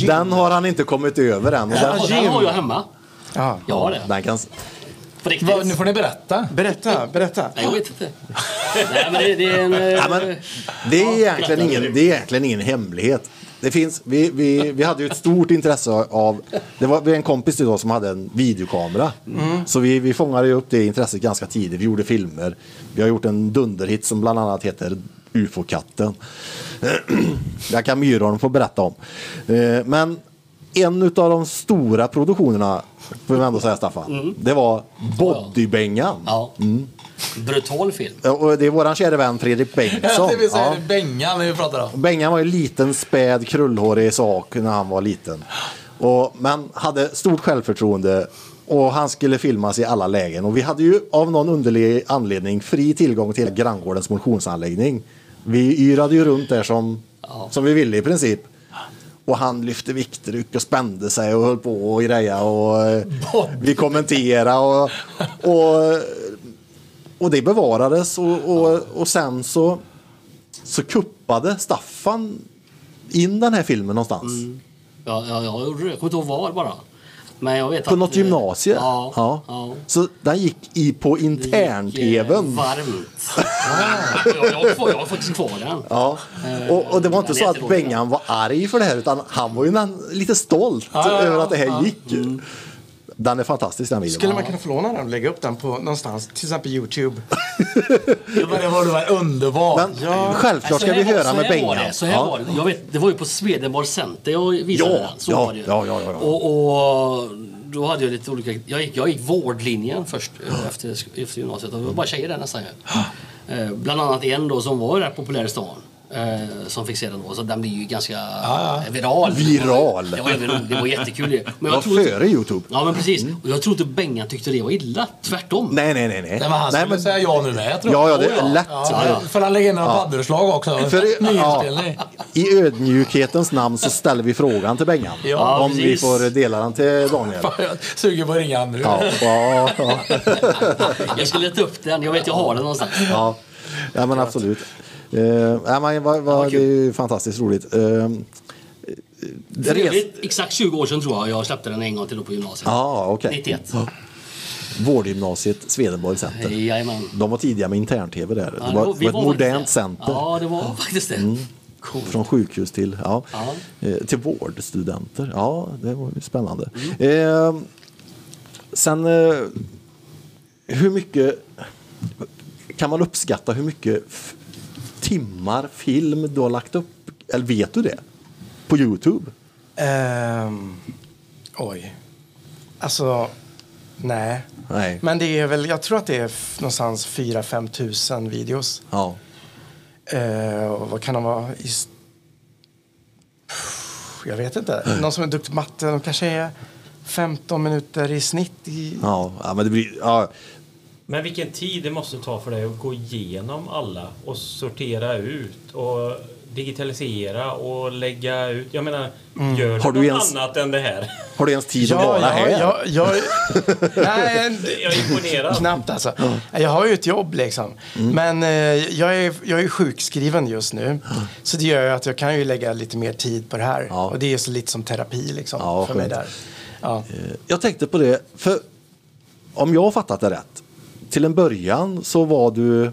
Speaker 2: Den har han inte kommit över än. Och den,
Speaker 3: Och den har jag hemma.
Speaker 4: Ja.
Speaker 3: Jag har det.
Speaker 2: den kan,
Speaker 3: På riktigt.
Speaker 7: Vad, nu får ni berätta.
Speaker 4: Berätta, berätta.
Speaker 3: Nej, jag vet inte. Nej, men det, det är en... eh,
Speaker 2: ja, men, det, är egentligen
Speaker 3: berätta.
Speaker 2: ingen, det är egentligen ingen hemlighet. Det finns, vi, vi, vi hade ju ett stort intresse av... Det var vi hade en kompis idag som hade en videokamera.
Speaker 3: Mm.
Speaker 2: Så vi, vi fångade ju upp det intresset ganska tidigt. Vi gjorde filmer. Vi har gjort en dunderhit som bland annat heter UFO-katten. Jag kan Myrholm få berätta om. Eh, Men en av de stora produktionerna, får vi ändå säga Staffan, det var Bodybängan.
Speaker 3: Mm.
Speaker 2: Mm.
Speaker 3: Ja. Brutal film.
Speaker 2: Ja, Och det är våran kära vän Fredrik Bengtsson.
Speaker 7: Det vill säga,
Speaker 2: Ja.
Speaker 7: det är Bengan vi pratar om.
Speaker 2: Bengan var ju en liten späd krullhårig sak när han var liten. Och, men hade stort självförtroende och han skulle filmas i alla lägen. Och vi hade ju av någon underlig anledning fri tillgång till granngårdens motionsanläggning. Vi yrade ju runt där som, som vi ville i princip. Och han lyfte viktryck och spände sig och höll på och greja och eh, vi kommenterade och, och, och det bevarades och, och, och sen så så kuppade Staffan in den här filmen någonstans.
Speaker 3: Ja, ja, jag gjorde det. Jag kommer inte ihåg var bara. Mm. Men jag vet
Speaker 2: På
Speaker 3: att,
Speaker 2: något
Speaker 3: eh,
Speaker 2: gymnasie.
Speaker 3: Ja.
Speaker 2: Ja.
Speaker 3: ja.
Speaker 2: Så den gick i på
Speaker 3: Det gick, eh,
Speaker 2: intern-tvn.
Speaker 3: Varmt. Ja, jag, jag, har kvar- jag har faktiskt kvar den.
Speaker 2: Ja.
Speaker 3: Eh,
Speaker 2: Och, och det var inte
Speaker 3: den är
Speaker 2: så att
Speaker 3: jätterolig.
Speaker 2: Bengan var arg för det här utan han var ju en, lite stolt över att det här gick.
Speaker 3: Mm.
Speaker 2: Den är fantastisk den videon.
Speaker 4: Skulle man kunna få låna den och lägga upp den på någonstans, till exempel Youtube?
Speaker 7: Det var, det var, det var underbart.
Speaker 2: Men självklart ska
Speaker 3: Så
Speaker 2: vi
Speaker 3: här var- så
Speaker 2: höra
Speaker 3: här
Speaker 2: med
Speaker 3: var
Speaker 2: Bengan.
Speaker 3: det, Så här var det. Jag vet, det var ju på Swedenborg Center jag visade
Speaker 2: Ja,
Speaker 3: den. Så
Speaker 2: ja,
Speaker 3: var det ju.
Speaker 2: ja, ja, ja, ja.
Speaker 3: Och, och då hade jag lite olika... Jag gick, jag gick vårdlinjen först eh, efter, efter gymnasiet. Det var bara tjejer där nästan ju. Eh, Bland annat en då som var rätt populär i stan. eh, Som fick se den då. Så den blev ju ganska eh, viral.
Speaker 2: Viral.
Speaker 3: Det var, ju viral. det var jättekul ju. Men
Speaker 2: Det var
Speaker 3: tror inte-
Speaker 2: före Youtube.
Speaker 3: Ja men precis. Och jag tror inte Bengan tyckte det var illa. Tvärtom.
Speaker 2: Mm. Nej, nej, nej. nej.
Speaker 7: Nej, men han skulle
Speaker 2: nej, men,
Speaker 7: säga ja nu med. Jag tror.
Speaker 2: ja, ja, det är lätt.
Speaker 7: Ja, för han lägger in några paddelslag också.
Speaker 2: För, ja,
Speaker 7: Nyinspelning.
Speaker 2: I ödmjukhetens namn så ställer vi frågan till Bengan.
Speaker 7: Ja,
Speaker 2: om vi
Speaker 3: precis.
Speaker 2: får dela den till Daniel.
Speaker 7: Fan, jag suger på att ringa han nu.
Speaker 2: Ja, ja, ja,
Speaker 3: Jag skulle leta upp den. Jag vet jag har den någonstans.
Speaker 2: ja. ja men absolut. Eh, ja, men, vad- vad- det är ju fantastiskt roligt. Uh,
Speaker 3: För övrigt, exakt 20 år sedan tror jag jag släppte den en gång till då på gymnasiet.
Speaker 2: Ja, okej.
Speaker 3: 91.
Speaker 2: Vårdgymnasiet Swedenborg Center.
Speaker 3: Jajamän.
Speaker 2: De var tidiga med intern-tv där.
Speaker 3: Ja,
Speaker 2: det
Speaker 3: vi
Speaker 2: var, det var ett
Speaker 3: faktiskt
Speaker 2: modernt
Speaker 3: det.
Speaker 2: center.
Speaker 3: Ja, det var faktiskt det.
Speaker 2: Mm. Från sjukhus till, ja,
Speaker 3: Ja.
Speaker 2: eh, till vårdstudenter. Ja, det var ju spännande.
Speaker 3: Mm.
Speaker 2: Eh, sen, eh, hur mycket... Kan man uppskatta hur mycket f- timmar film du har lagt upp? Eller vet du det? På Youtube?
Speaker 4: Ehm, oj. Alltså, nej.
Speaker 2: Nej.
Speaker 3: Mm.
Speaker 4: Men det är väl, jag tror att det är f- någonstans 4-5 tusen videos.
Speaker 2: Ja.
Speaker 4: Eh, och vad kan de vara? I... s- Pff, Jag vet inte. Någon som är duktig på matte, de kanske är 15 minuter i snitt. I...
Speaker 2: Ja, ja, men det blir... Ja,
Speaker 5: Men vilken tid det måste ta för dig att gå igenom alla och sortera ut och digitalisera och lägga ut. Jag menar, gör
Speaker 2: Mm. Har
Speaker 5: du
Speaker 2: du
Speaker 5: något
Speaker 2: ens-
Speaker 5: annat än det här?
Speaker 2: har du ens tid att vara här?
Speaker 4: ja, jag, nej, det-
Speaker 5: Jag är imponerad.
Speaker 4: knappt alltså. Jag har ju ett jobb liksom.
Speaker 2: Mm.
Speaker 4: Men eh, jag, är, jag är sjukskriven just nu. Så det gör ju att jag kan ju lägga lite mer tid på det här.
Speaker 2: Ja.
Speaker 4: Och det är så lite som terapi liksom
Speaker 2: Ja,
Speaker 4: för mig
Speaker 2: skönt. Eh,
Speaker 4: där. Ja.
Speaker 2: Jag tänkte på det, för om jag har fattat det rätt, till en början så var du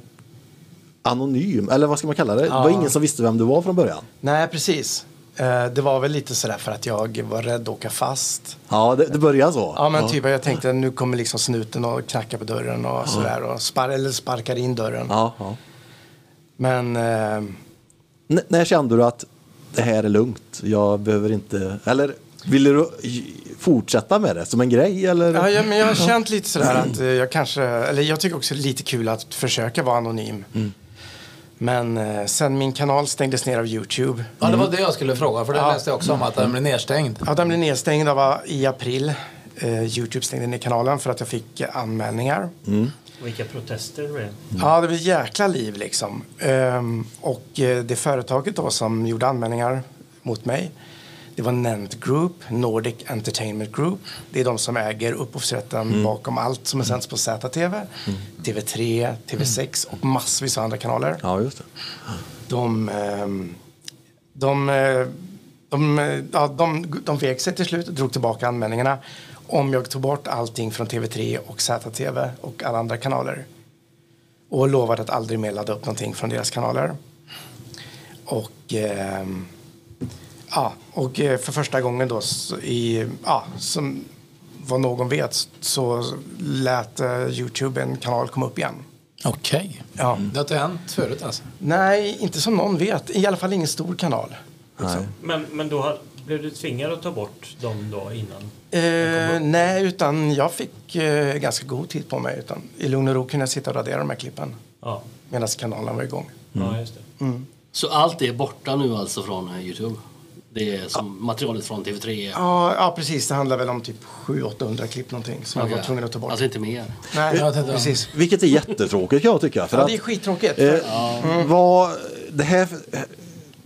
Speaker 2: anonym, eller vad ska man kalla det? Det var ingen som visste vem du var från början.
Speaker 4: Nej, precis. Eh, Det var väl lite sådär för att jag var rädd att åka fast.
Speaker 2: Ja, det, det började så.
Speaker 4: Ja men typ jag tänkte nu kommer liksom snuten och knackar på dörren och sådär och spar- eller sparkar in dörren.
Speaker 2: Ja, ja.
Speaker 4: Men eh,
Speaker 2: N- när kände du att det här är lugnt, jag behöver inte... Eller vill du fortsätta med det som en grej? Eller?
Speaker 4: Ja, ja, men jag har känt lite sådär att eh, jag kanske, eller jag tycker också det är lite kul att försöka vara anonym. Men eh, sen min kanal stängdes ner av Youtube.
Speaker 6: Ja, det var det jag skulle fråga, för det
Speaker 4: Ja.
Speaker 6: läste jag också om att den blev nedstängd.
Speaker 4: Ja, den blev nedstängd av, i april. Eh, Youtube stängde ner kanalen för att jag fick eh, anmälningar.
Speaker 5: Mm.
Speaker 2: Mm.
Speaker 5: Vilka protester det blev.
Speaker 4: Ja, det var ett jäkla liv liksom. Ehm, och eh, det företaget då som gjorde anmälningar mot mig, det var Nent Group, Nordic Entertainment Group. Det är de som äger upphovsrätten bakom allt som är sänds på ZTV, TV3, TV6 och massvis av andra kanaler.
Speaker 2: Mm. Ja, just det.
Speaker 4: De, ehm, de, eh, de, eh, ja, de, de vek sig till slut och drog tillbaka anmälningarna om jag tog bort allting från TV3 och ZTV och alla andra kanaler. Och lovade att aldrig mer ladda upp någonting från deras kanaler. Och, ehm, ja, och eh, för första gången då så i, ja, som vad någon vet så lät eh, Youtube en kanal komma upp igen.
Speaker 6: Okej.
Speaker 4: Ja.
Speaker 6: Det har inte hänt förut alltså.
Speaker 4: Nej, inte som någon vet. I alla fall ingen stor kanal.
Speaker 2: Nej.
Speaker 5: Men, men då ha- blev du tvingad att ta bort dem då innan?
Speaker 4: Eh, nej, utan jag fick eh, ganska god tid på mig. Utan I lugn och ro kunde jag sitta och radera de här klippen
Speaker 5: Ja,
Speaker 4: medan kanalen var igång. Mm.
Speaker 5: ja just det.
Speaker 3: Så allt är borta nu alltså från eh, Youtube? Det är som materialet från TV3? är-
Speaker 4: Ja, ja precis. Det handlar väl om typ 700-800 klipp någonting som jag var tvungen att ta bort.
Speaker 3: Alltså inte mer?
Speaker 4: nej,
Speaker 6: jag tänkte-
Speaker 4: precis.
Speaker 2: Vilket är jättetråkigt kan jag tycka. För
Speaker 4: Ja,
Speaker 2: att,
Speaker 4: det är skittråkigt. Mm.
Speaker 2: eh, vad, det här,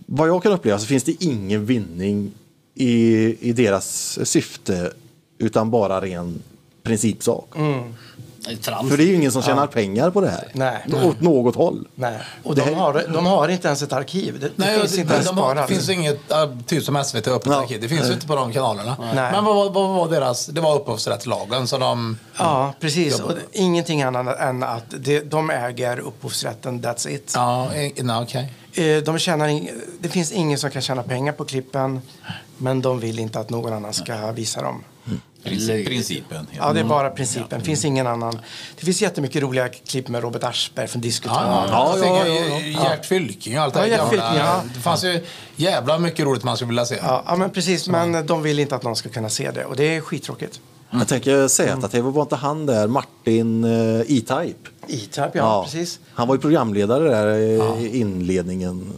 Speaker 2: vad jag kan uppleva så finns det ingen vinning i, i deras syfte utan bara ren principsak.
Speaker 4: Mm.
Speaker 3: Det är Trams.
Speaker 2: För det är ju ingen som tjänar pengar på det här.
Speaker 4: Nej.
Speaker 2: Åt något håll.
Speaker 4: nej. Och
Speaker 2: det
Speaker 4: de,
Speaker 2: här-
Speaker 4: har, de har inte ens ett arkiv. Det, det finns inte ens
Speaker 6: de har, det
Speaker 4: sparat.
Speaker 6: finns inget, äh, typ som SVT öppet
Speaker 2: Ja.
Speaker 6: arkiv. Det finns ju inte på de kanalerna.
Speaker 4: Nej.
Speaker 6: Men vad, vad, vad var deras, det var upphovsrättslagen så de...
Speaker 4: Ja, precis. Och det, ingenting annat än att det, de äger upphovsrätten. That's it.
Speaker 6: Ja, eh, nej, okej.
Speaker 4: Eh, De tjänar ing- det finns ingen som kan tjäna pengar på klippen, men de vill inte att någon annan ska visa dem.
Speaker 1: Princi- Principen. helt.
Speaker 4: Ja, det är
Speaker 6: Mm.
Speaker 4: bara principen. finns ingen annan. Det finns jättemycket roliga klipp med Robert Aschberg från Disco
Speaker 6: Ja,
Speaker 4: Town. Alltså,
Speaker 6: ja,
Speaker 2: ja,
Speaker 6: ja,
Speaker 2: ja,
Speaker 6: Gert Fylking och allt det
Speaker 4: Ja,
Speaker 6: där
Speaker 4: Gert
Speaker 6: gamla.
Speaker 4: Fylking, ja.
Speaker 6: Det fanns ju jävla mycket roligt man skulle vilja se.
Speaker 4: Ja, ja, men precis. Men de vill inte att någon ska kunna se det och det är skittråkigt.
Speaker 2: Jag tänker ZTV, var inte han där, Martin eh, E-Type?
Speaker 4: E-Type, ja, precis.
Speaker 2: Han var ju programledare där eh, i inledningen.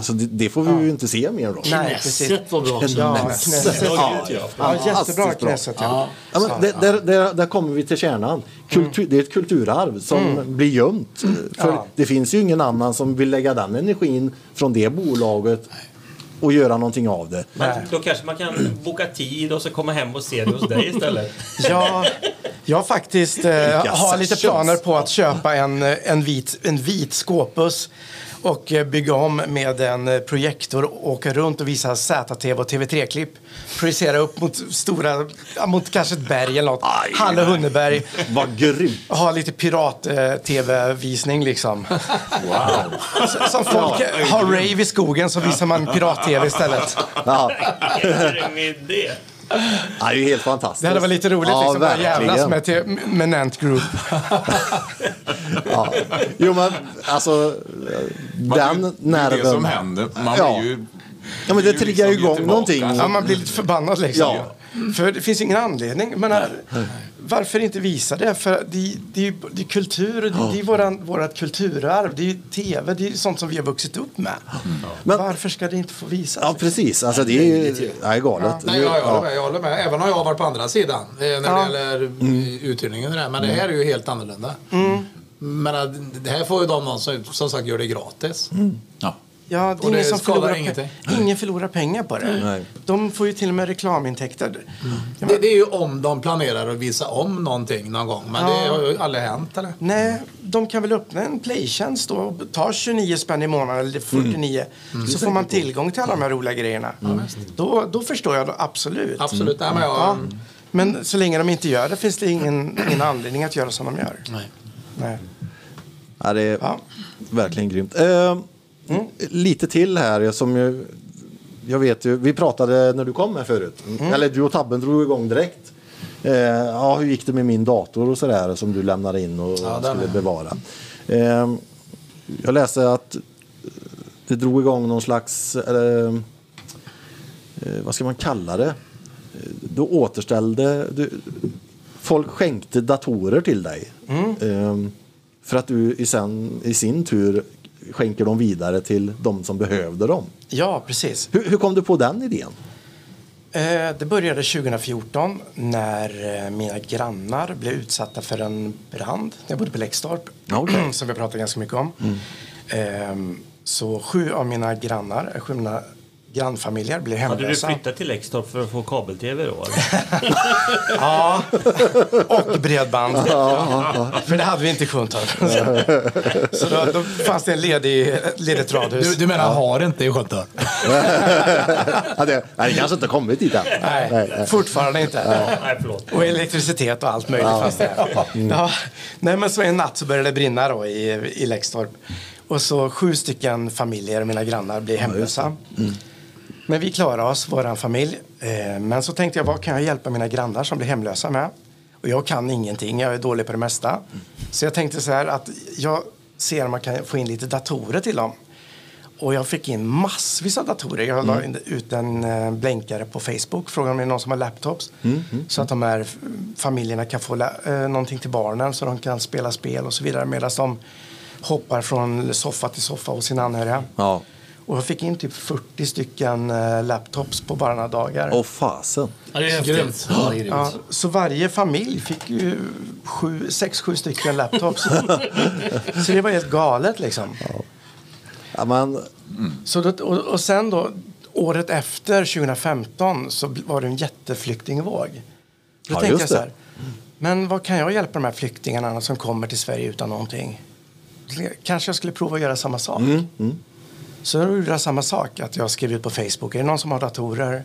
Speaker 2: Så det, det får vi ju inte se mer då.
Speaker 4: Nej,
Speaker 3: Knesset var bra också.
Speaker 4: Ja,
Speaker 2: Knesset.
Speaker 4: Knesset.
Speaker 2: Ja,
Speaker 4: Ja,
Speaker 2: fantastiskt
Speaker 4: jättebra
Speaker 2: bra.
Speaker 4: Knesset. Ja. Mm.
Speaker 2: Ja, men där, där, där, där kommer vi till kärnan. Kultur, Det är ett kulturarv som blir gömt. För
Speaker 4: Ja.
Speaker 2: Det finns ju ingen annan som vill lägga den energin från det bolaget och göra någonting av det.
Speaker 5: Men då kanske man kan boka tid och så komma hem och se det hos dig istället.
Speaker 4: Ja, jag faktiskt eh,
Speaker 2: Vilka
Speaker 4: har lite
Speaker 2: sessions.
Speaker 4: planer på att köpa en, eh, en, vit, en vit skåpbuss och eh, bygga om med en eh, projektor och åka runt och visa ZTV och TV3-klipp. Projicera upp mot stora, ja, mot kanske ett berg eller något.
Speaker 2: Aj.
Speaker 4: Halle Hunneberg.
Speaker 2: Vad grymt!
Speaker 4: Och ha lite pirat-tv-visning liksom.
Speaker 2: Wow.
Speaker 4: Som folk eh, har rave i skogen så visar man pirat-tv istället.
Speaker 2: Ja,
Speaker 5: Vilken grym idé!
Speaker 2: det är ju helt fantastiskt.
Speaker 4: Det hade varit lite roligt
Speaker 2: ja,
Speaker 4: liksom. Bara
Speaker 2: verkligen.
Speaker 4: jävlas med, te- med Nant Group.
Speaker 2: Ja. Jo, men alltså
Speaker 1: det
Speaker 2: den
Speaker 1: är ju
Speaker 2: nerven.
Speaker 1: Det som händer. Man
Speaker 2: Ja.
Speaker 1: blir ju...
Speaker 2: Ja, men
Speaker 1: blir
Speaker 2: det
Speaker 1: ju
Speaker 2: triggar ju
Speaker 1: liksom
Speaker 2: igång
Speaker 1: tillbaka.
Speaker 2: någonting.
Speaker 4: Ja, man blir lite förbannad liksom.
Speaker 2: Ja.
Speaker 4: För det finns ingen anledning. Men, varför inte visa det? För det, det, är ju- det är kultur, och det, det är våran, vårat kulturarv, det är ju tv, det är ju sånt som vi har vuxit upp med.
Speaker 2: Men-
Speaker 4: varför ska det inte få visas?
Speaker 2: Ja, precis. Alltså, det är ju nej, galet.
Speaker 6: Nej, jag, jag, håller med, jag håller med. Även om jag har varit på andra sidan eh, när det
Speaker 4: Ja. Mm.
Speaker 6: gäller eh, uthyrningen och det där. Men det här är ju helt annorlunda. Men eh, det här får ju de någon som, som sagt gör det gratis.
Speaker 4: Mm.
Speaker 1: Ja.
Speaker 4: Ja, det är
Speaker 6: Och
Speaker 4: ingen
Speaker 6: det
Speaker 4: som
Speaker 6: skadar
Speaker 4: förlorar, pe-
Speaker 6: ingenting.
Speaker 4: ingen förlorar pengar på det.
Speaker 2: Nej.
Speaker 4: De får ju till och med reklamintäkter. Ja,
Speaker 6: Mm. Det,
Speaker 4: men,
Speaker 6: det är ju om de planerar att visa om någonting någon gång. Men det
Speaker 4: Ja.
Speaker 6: har ju aldrig hänt eller?
Speaker 4: nej, de kan väl öppna en playtjänst då och ta 29 spänn i månaden
Speaker 6: Mm.
Speaker 4: eller 49. Så får man tillgång till alla de här roliga grejerna. Då, då förstår jag då, absolut. Mm.
Speaker 6: Absolut. Nej, men jag,
Speaker 4: Ja. Men så länge de inte gör det finns det ingen, ingen anledning att göra som de gör.
Speaker 6: Nej.
Speaker 4: Nej.
Speaker 2: Ja, det är
Speaker 4: Ja.
Speaker 2: verkligen grymt. Eh, Lite till här som ju, jag vet ju, vi pratade när du kom här förut. Eller du och Tabben drog igång direkt. Eh, ja, hur gick det med min dator och sådär som du lämnade in och
Speaker 6: den
Speaker 2: skulle
Speaker 6: är-
Speaker 2: bevara? Ehm, Eh, jag läste att det drog igång någon slags eh, eh, vad ska man kalla det? Eh, Du återställde, du, folk skänkte datorer till dig. Eh, för att du i, sen, i sin tur skänker dem vidare till de som behövde dem.
Speaker 4: Ja, precis.
Speaker 2: Hur, hur kom du på den idén?
Speaker 4: Eh, Det började 2014 när eh, mina grannar blev utsatta för en brand. Jag bodde på Läxtorp,
Speaker 2: Okej.
Speaker 4: som vi pratat ganska mycket om. Ehm, Så sju av mina grannar, sju av mina grannfamiljer blev
Speaker 5: Hade du
Speaker 4: hemlösa.
Speaker 5: flyttat till Läxtorp för att få kabel-tv då?
Speaker 4: Ja, och bredband. För det hade vi inte i Sjuntorp. Så då, då fanns det en ledig, ett ledigt radhus.
Speaker 7: Du, du menar har inte i Sjuntorp?
Speaker 2: ja, det, nej, det kanske inte har kommit dit än.
Speaker 4: Nej, fortfarande inte.
Speaker 5: Nej, förlåt.
Speaker 4: Och elektricitet och allt möjligt fanns det. Ja. Nej, men så en natt så började det brinna då i, i Läxtorp. Och så sju stycken familjer, mina grannar, blev hemlösa.
Speaker 2: Mm.
Speaker 4: Men vi klarade oss, vår familj. Eh, Men så tänkte jag, vad kan jag hjälpa mina grannar som blir hemlösa med? Och jag kan ingenting, jag är dålig på det mesta. Så jag tänkte så här att jag ser om man kan få in lite datorer till dem. Och jag fick in massvis av datorer. Jag la in- ut en eh, blänkare på Facebook, frågade om det är någon som har laptops.
Speaker 2: Mm.
Speaker 4: Så att de här f- familjerna kan få la- eh, någonting till barnen så de kan spela spel och så vidare medan de hoppar från soffa till soffa hos sina anhöriga.
Speaker 2: Ja.
Speaker 4: Och jag fick in typ 40 stycken eh, laptops på bara några dagar.
Speaker 2: Åh fasen.
Speaker 3: Ja, det är häftigt. Ja, det är grymt.
Speaker 4: Ja, så varje familj fick ju sju, sex, sju stycken laptops. så det var helt galet liksom. Mm.
Speaker 2: Ja, men,
Speaker 4: Så då, och, och sen då, året efter, 2015, så bl- var det en jätteflyktingvåg. Då
Speaker 2: Ja,
Speaker 4: tänkte
Speaker 2: just
Speaker 4: jag så här,
Speaker 2: det.
Speaker 9: Mm.
Speaker 4: men vad kan jag hjälpa de här flyktingarna som kommer till Sverige utan någonting? Kanske jag skulle prova att göra samma sak.
Speaker 2: Mm.
Speaker 4: Så då gjorde jag samma sak, att jag skrev ut på Facebook, är det någon som har datorer?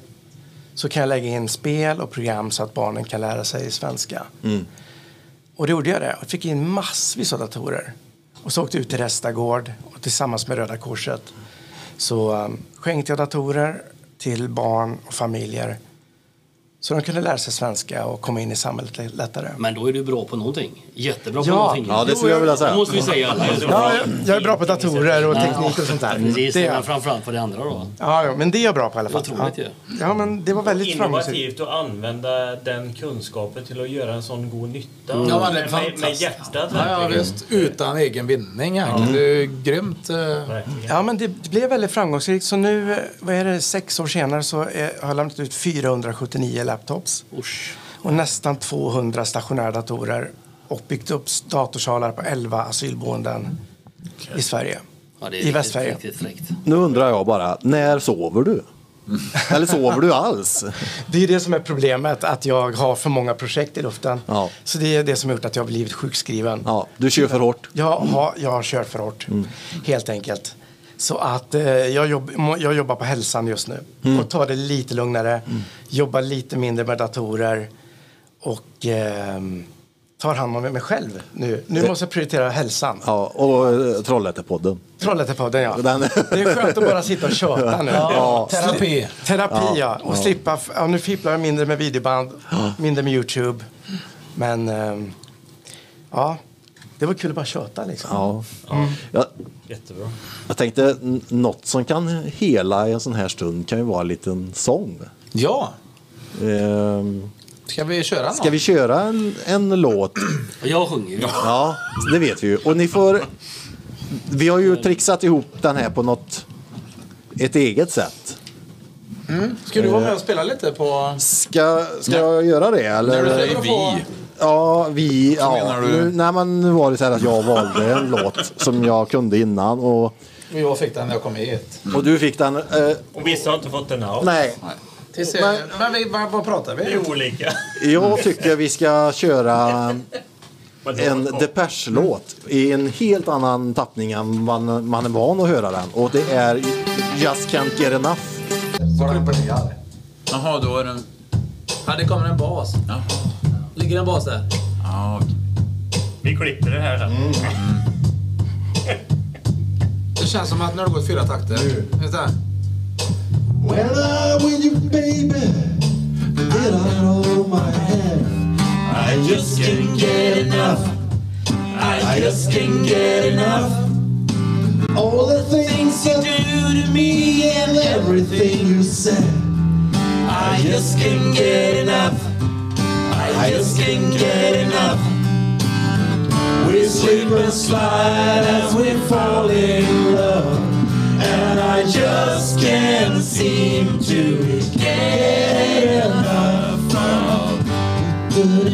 Speaker 4: Så kan jag lägga in spel och program så att barnen kan lära sig svenska.
Speaker 9: Mm.
Speaker 4: Och då gjorde jag det. Jag fick in massvis av datorer. Och så åkte jag ut till Restagård och tillsammans med Röda Korset så um, skänkte jag datorer till barn och familjer så de kunde lära sig svenska och komma in i samhället l- lättare.
Speaker 3: Men då är du bra på någonting. Jättebra på
Speaker 4: Ja.
Speaker 3: någonting.
Speaker 2: ja, det skulle jag vilja
Speaker 3: Det
Speaker 2: säga.
Speaker 3: måste vi säga alla.
Speaker 4: Ja, jag, jag är bra på datorer och teknik och sånt där.
Speaker 3: Precis,
Speaker 4: Det är
Speaker 3: men
Speaker 4: jag.
Speaker 3: framförallt på det andra då.
Speaker 4: Ja, ja, men det är jag bra på i alla fall.
Speaker 3: Otroligt
Speaker 4: ja.
Speaker 3: ju.
Speaker 4: ja, men det var väldigt framgångsrikt.
Speaker 5: Innovativt att använda den kunskapen till att göra en sån god nytta.
Speaker 6: Ja, men det är
Speaker 5: med, med, med
Speaker 6: fantastiskt.
Speaker 5: hjärtat
Speaker 6: Ja, ja,
Speaker 5: verkligen.
Speaker 6: visst. Utan egen vinning
Speaker 2: Mm.
Speaker 6: egentligen. Det är ju grymt. eh.
Speaker 5: Verkligen.
Speaker 4: Ja, men det, det blev väldigt framgångsrikt. Så nu, eh, vad är det, sex år senare så eh, har jag lämnat ut 479 laptops.
Speaker 3: Usch.
Speaker 4: och nästan 200 stationära datorer och byggt upp datorsalar på 11 asylboenden i Sverige.
Speaker 3: Ja, det är
Speaker 4: I
Speaker 3: riktigt,
Speaker 4: Västsverige.
Speaker 3: Riktigt fräckt.
Speaker 2: Nu undrar jag bara, när sover du? Eller sover du alls?
Speaker 4: Det är det som är problemet, att jag har för många projekt i luften.
Speaker 2: Ja.
Speaker 4: Så det är det som har gjort att jag har blivit sjukskriven.
Speaker 2: Ja, du kör för hårt. Mm.
Speaker 4: Jag har, jag har kört för hårt, helt enkelt. Så att eh, jag, jobb, må- jag jobbar på hälsan just nu
Speaker 2: Mm.
Speaker 4: och tar det lite lugnare,
Speaker 9: Mm.
Speaker 4: jobbar lite mindre med datorer och ehm, tar hand om mig själv nu. Nu måste jag prioritera hälsan.
Speaker 2: Eh. Ja, och eh, Trollhättepodden.
Speaker 4: Trollhättepodden, ja.
Speaker 2: Den-
Speaker 4: Det är skönt att bara sitta och köta nu.
Speaker 7: Ja. Terapi.
Speaker 4: Terapi, ja. Och slippa... f- Ja, nu fipplar jag mindre med videoband, mindre med YouTube. Men... ehm, ja, det var kul att bara köta liksom.
Speaker 2: Ja. Jag,
Speaker 5: Jättebra.
Speaker 2: jag tänkte n- något som kan hela i en sån här stund kan ju vara en liten sång.
Speaker 7: Ja.
Speaker 2: Ehm,
Speaker 7: Ska vi köra
Speaker 2: ska
Speaker 7: någon?
Speaker 2: vi köra en, en låt?
Speaker 3: Och jag sjunger ju.
Speaker 2: Ja, det vet vi ju. Och ni får... Vi har ju trixat ihop den här på något... Ett eget sätt.
Speaker 7: Ska du vara med och spela lite på...
Speaker 2: Ska, ska jag göra det? Eller?
Speaker 1: Det är vi.
Speaker 2: Ja, vi... Ja,
Speaker 1: menar du?
Speaker 2: nu, nej, men nu var det så här att jag valde en låt som jag kunde innan och,
Speaker 7: Jag fick den när jag kom hit.
Speaker 6: Mm.
Speaker 2: Mm. och du fick den... Eh,
Speaker 5: Och vissa har inte fått den här.
Speaker 2: nej,
Speaker 7: Tills jag... Men vi, vad, vad pratar
Speaker 5: Det
Speaker 7: vi?
Speaker 5: är olika.
Speaker 2: jag tycker vi ska köra
Speaker 5: Men då-
Speaker 2: en Depeche-låt i en helt annan tappning än man, man är van att höra den. Och det är Just Can't Get Enough.
Speaker 1: Jaha, då är den...
Speaker 6: Ja, det kommer en bas.
Speaker 1: Ja,
Speaker 6: Ligger en bas där?
Speaker 1: ja okej.
Speaker 5: Vi klipper det här sen.
Speaker 7: Mm.
Speaker 5: Mm.
Speaker 6: Det känns som att nu har det gått fyra takter. Just det.
Speaker 9: When I'm with you, baby, did I hold my hand? I just can't get enough. I just can't get enough. All the things you do to me and everything you said. just can't get enough. I just can't get enough. We slip and slide as we fall in love. And I just can't seem to get enough of.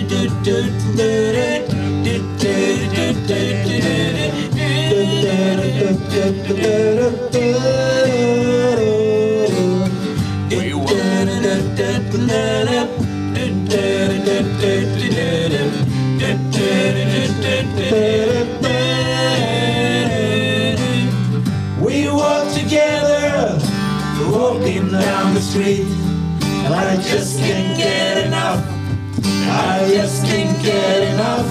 Speaker 9: We walk together, walking down the street. And I just can't get enough. I just can't get enough.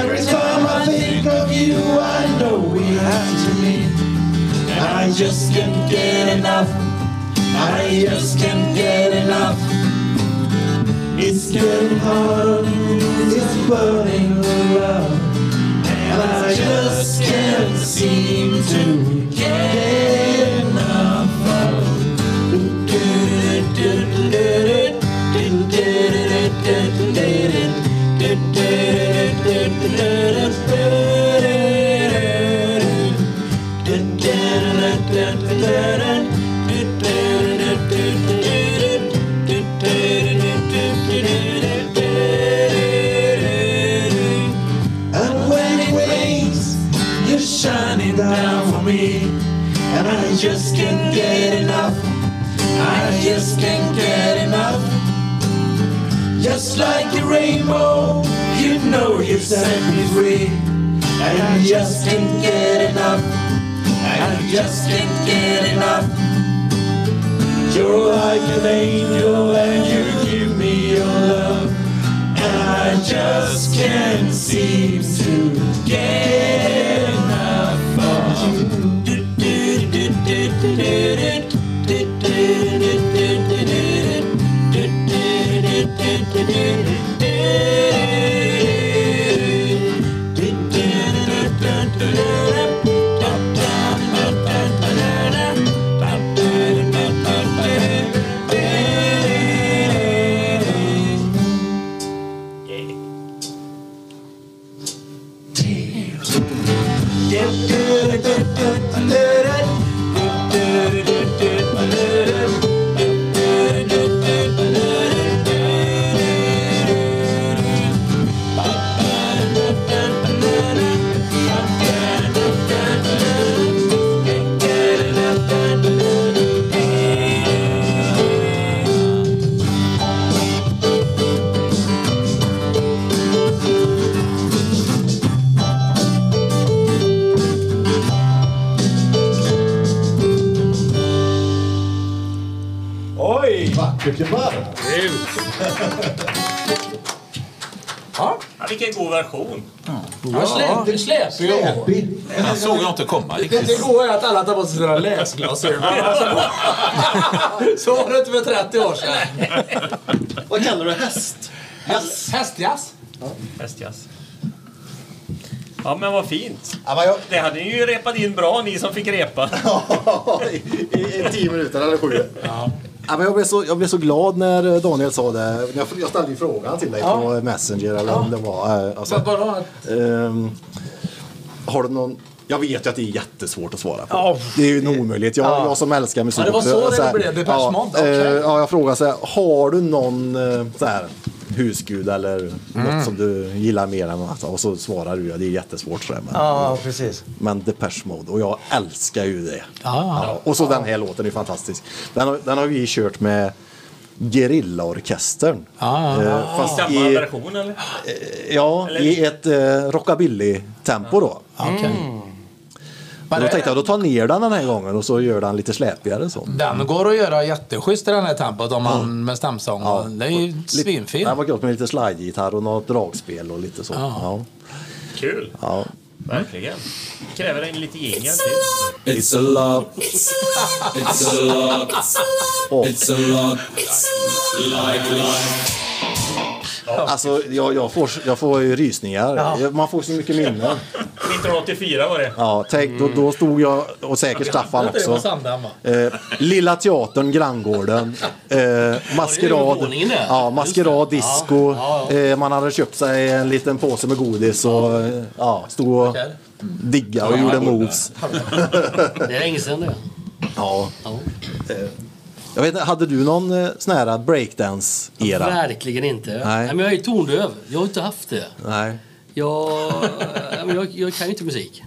Speaker 9: Every time I think of you, I know we have to meet. And I just can't get enough. I just can't get enough. It's getting hard, it's burning love. And I just can't seem to get enough of. And when it rains, you're shining down for me. And I just can't get enough. I just can't get enough. Just like a rainbow, you know you set me free. And I just can't get enough. I just can't get enough. You're like an angel and you give me your love. And I just can't seem to get enough of you.
Speaker 2: Oj! Vackert gevär.
Speaker 5: Ja, vilken god version.
Speaker 7: Ja, släp, släp, släp.
Speaker 1: Den såg jag inte komma
Speaker 7: Det, det
Speaker 1: riktigt.
Speaker 7: goa är att alla tar på sig sina läsglasögon. Så var det inte för 30 år sedan.
Speaker 9: Vad kallar du häst?
Speaker 7: Häst- Hästjazz.
Speaker 5: Hästjazz. Ja, men vad fint.
Speaker 9: Ja, men jag,
Speaker 5: Det hade ni ju repat in bra, ni som fick repa.
Speaker 9: i, i, I tio minuter eller sju.
Speaker 2: Ja, men jag, blev så, jag blev så glad när eh, Daniel sa det. Jag, jag ställde ju frågan till dig
Speaker 7: Ja.
Speaker 2: på Messenger eller om det var... eh, Alltså,
Speaker 7: Så att bara...
Speaker 2: ehm, har du någon... Jag vet ju att det är jättesvårt att svara på. det är ju en omöjlighet. Jag, jag som älskar musik.
Speaker 7: Ja, det var så
Speaker 2: eh,
Speaker 7: det
Speaker 2: här,
Speaker 7: blev. Depeche
Speaker 2: ja,
Speaker 7: Mode, okej.
Speaker 2: eh, ja, jag frågar så här. Har du någon eh, så här, husgud eller
Speaker 7: Mm.
Speaker 2: något som du gillar mer än annat? Och så svarar du ja, det är jättesvårt. Så här, men,
Speaker 4: Ja, precis.
Speaker 2: men Depeche Mode och jag älskar ju det.
Speaker 7: Ja.
Speaker 2: Ja, och så den här låten är fantastisk. Den har, den har vi kört med Gerillaorkestern.
Speaker 7: Ja, ja,
Speaker 2: Eh, fast
Speaker 5: Samma
Speaker 2: i,
Speaker 5: version, eller?
Speaker 2: ja, i ett eh, rockabilly-tempo då.
Speaker 7: Okej.
Speaker 5: Mm.
Speaker 2: Och då tänkte jag, då tar ner den den här gången och så gör den lite släpigare så.
Speaker 7: Den går att göra jätteschysst i den här tempot om man med stämsång.
Speaker 2: Ja.
Speaker 7: Det är ju svinfin.
Speaker 2: Den var gott med lite slide-gitarr och något dragspel och lite så. Ja.
Speaker 5: Kul.
Speaker 2: Ja.
Speaker 5: Verkligen. Kräver en lite jingel till.
Speaker 9: It's a love. It's a love. It's a love. Like life.
Speaker 2: Alltså, jag, jag, får, jag får ju rysningar. Man får så mycket minnen.
Speaker 5: 1984 var det.
Speaker 2: Ja, tänk, då, då stod jag, och säkert Staffan
Speaker 7: Det var
Speaker 2: också.
Speaker 7: Sandhamn va?
Speaker 2: Eh, Lilla Teatern, Granngården,
Speaker 3: Ja,
Speaker 2: eh,
Speaker 3: det är ju
Speaker 2: Maskerad,
Speaker 3: våningen där.
Speaker 2: ja, maskerad disco.
Speaker 3: Ja,
Speaker 2: Eh, man hade köpt sig en liten påse med godis och eh, ja, stod och diggade och gjorde moves.
Speaker 3: Det är länge sedan det.
Speaker 2: Ja. Eh,
Speaker 3: Ja.
Speaker 2: Jag vet inte, hade du någon eh, sån här breakdance-era?
Speaker 3: Verkligen inte.
Speaker 2: Nej.
Speaker 3: Nej. men jag är tondöv. Jag har inte haft det.
Speaker 2: Nej.
Speaker 3: Jag, eh, men jag, jag kan ju inte musik.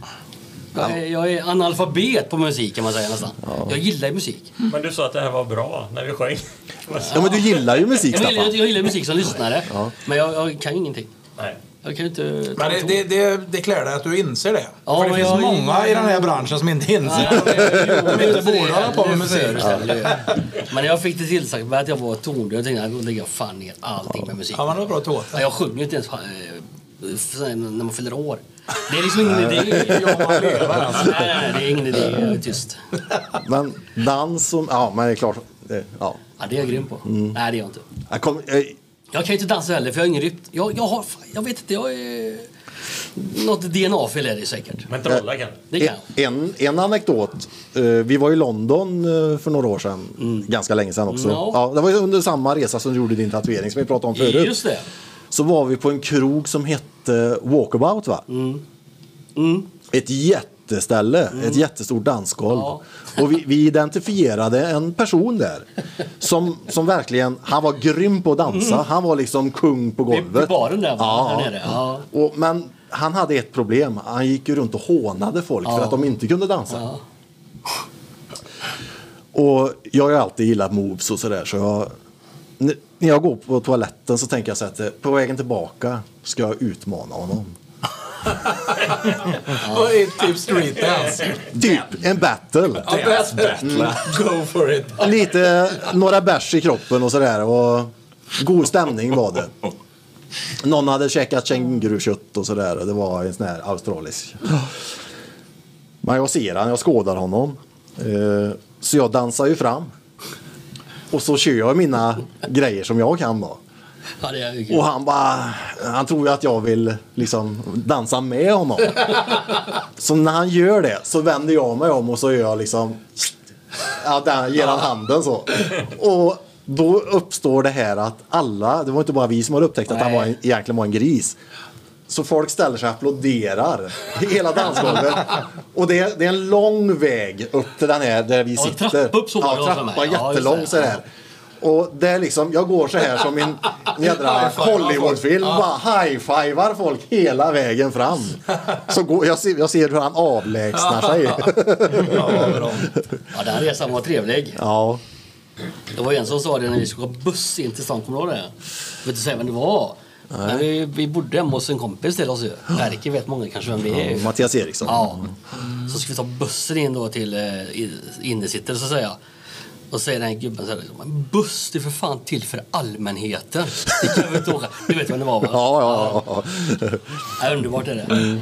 Speaker 3: Jag är, jag är analfabet på musik kan man säga nästan. Jag gillar ju musik.
Speaker 5: Men du sa att det här var bra när vi sjöng.
Speaker 2: Ja, men du gillar ju musik,
Speaker 3: Jag gillar,
Speaker 2: Staffan.
Speaker 3: jag gillar musik som lyssnare. Men jag, jag kan ju ingenting.
Speaker 5: Nej.
Speaker 3: Jag kan ju inte...
Speaker 7: Men det, det, det, det klär dig att du inser det.
Speaker 3: Ja,
Speaker 7: För det
Speaker 3: men
Speaker 7: finns
Speaker 3: jag-
Speaker 7: många i den här branschen som inte inser att de inte borde hålla på med musik.
Speaker 3: Men jag fick det tillsagt med att jag var tondöv. Jag tänkte att jag lägger fan ner allting med musik.
Speaker 7: Ja, men det var bra att åt.
Speaker 3: Ja, Jag sjunger ju inte ens eh, f- sen när man fyller år. Det är liksom ingen idé. Nej, nej, det är ingen idé. Jag är tyst.
Speaker 2: Men dans som... Ja, men det är klart. eh, Ja. Mm.
Speaker 3: Ja, det är jag grym på. Nej, det är jag inte.
Speaker 2: Jag kom, eh,
Speaker 3: Jag kan ju inte dansa heller, för jag har ingen rytm. Jag, jag har... fan, Jag vet inte, jag är... Något DNA-fel är det säkert.
Speaker 5: Men trolla kan
Speaker 3: Det kan jag.
Speaker 2: en, en anekdot. Eh, Vi var i London eh, för några år sedan. Ganska länge sedan också.
Speaker 3: Mm. Ja.
Speaker 2: Ja, det var ju under samma resa som du gjorde din tatuering som vi pratade om förut.
Speaker 3: Just det.
Speaker 2: så var vi på en krog som hette Walkabout. Va?
Speaker 3: Mm.
Speaker 2: Ett jätteställe, ett jättestort dansgolv.
Speaker 3: Ja.
Speaker 2: Och vi, vi identifierade en person där som, som verkligen, han var grym på att dansa.
Speaker 3: Mm.
Speaker 2: Han var liksom kung på
Speaker 3: Vid-
Speaker 2: golvet.
Speaker 3: vid baren där, va?
Speaker 2: ja.
Speaker 3: Där nere, ja.
Speaker 2: Och, men han hade ett problem. Han gick ju runt och hånade folk för att de inte kunde dansa. Och jag har ju alltid gillat moves och sådär. Så jag, n- när jag går på toaletten så tänker jag så att eh, på vägen tillbaka ska jag utmana honom.
Speaker 7: Och i typ street dance.
Speaker 2: Typ en battle.
Speaker 7: Go for it.
Speaker 2: Lite eh, några bärs i kroppen och sådär. Och god stämning var det. Någon hade käkat kängurukött och sådär. och Det var en sån här australisk. Men jag ser han, jag skådar honom. Eh, Så jag dansar ju fram. Och så kör jag mina grejer som jag kan då.
Speaker 3: Ja, det är ju kul.
Speaker 2: Och han bara, han tror ju att jag vill liksom dansa med honom. Så när han gör det så vänder jag mig om och så gör jag liksom, ja, där ger han handen så. Och då uppstår det här att alla, det var inte bara vi som hade upptäckt att han var en, egentligen var en gris. Så folk ställer sig och applåderar i hela dansgolvet. Och det är, det är en lång väg upp till den här där vi
Speaker 3: Ja,
Speaker 2: sitter.
Speaker 3: trappa upp så var det
Speaker 2: ja,
Speaker 3: för mig.
Speaker 2: trappa
Speaker 3: Ja, just
Speaker 2: jättelång
Speaker 3: det.
Speaker 2: så där. Och det är liksom, jag går så här som i en
Speaker 3: Ah,
Speaker 2: jädra Hollywoodfilm. Bara high-fivar folk hela vägen fram. Så går, jag, ser, jag ser hur han avlägsnar sig.
Speaker 3: Ja, den resan var trevlig.
Speaker 2: Ja,
Speaker 3: Det var en som sa det när vi skulle ha buss in till stan, kommer du ihåg det? Jag vet inte säga vem det var. Men vi, vi bodde hemma hos en kompis till oss ju. Verker vet många kanske vem det är.
Speaker 2: Mattias Eriksson. Mm.
Speaker 3: Ja. Så ska vi ta bussen in då till eh, i- innersittare så att säga. Och säger den här gubben så här, "Men buss det är för fan till för allmänheten. Det kan vi inte åka. Du vet vem det var va?
Speaker 2: Ja, ja, ja.
Speaker 3: Ja, underbart är det.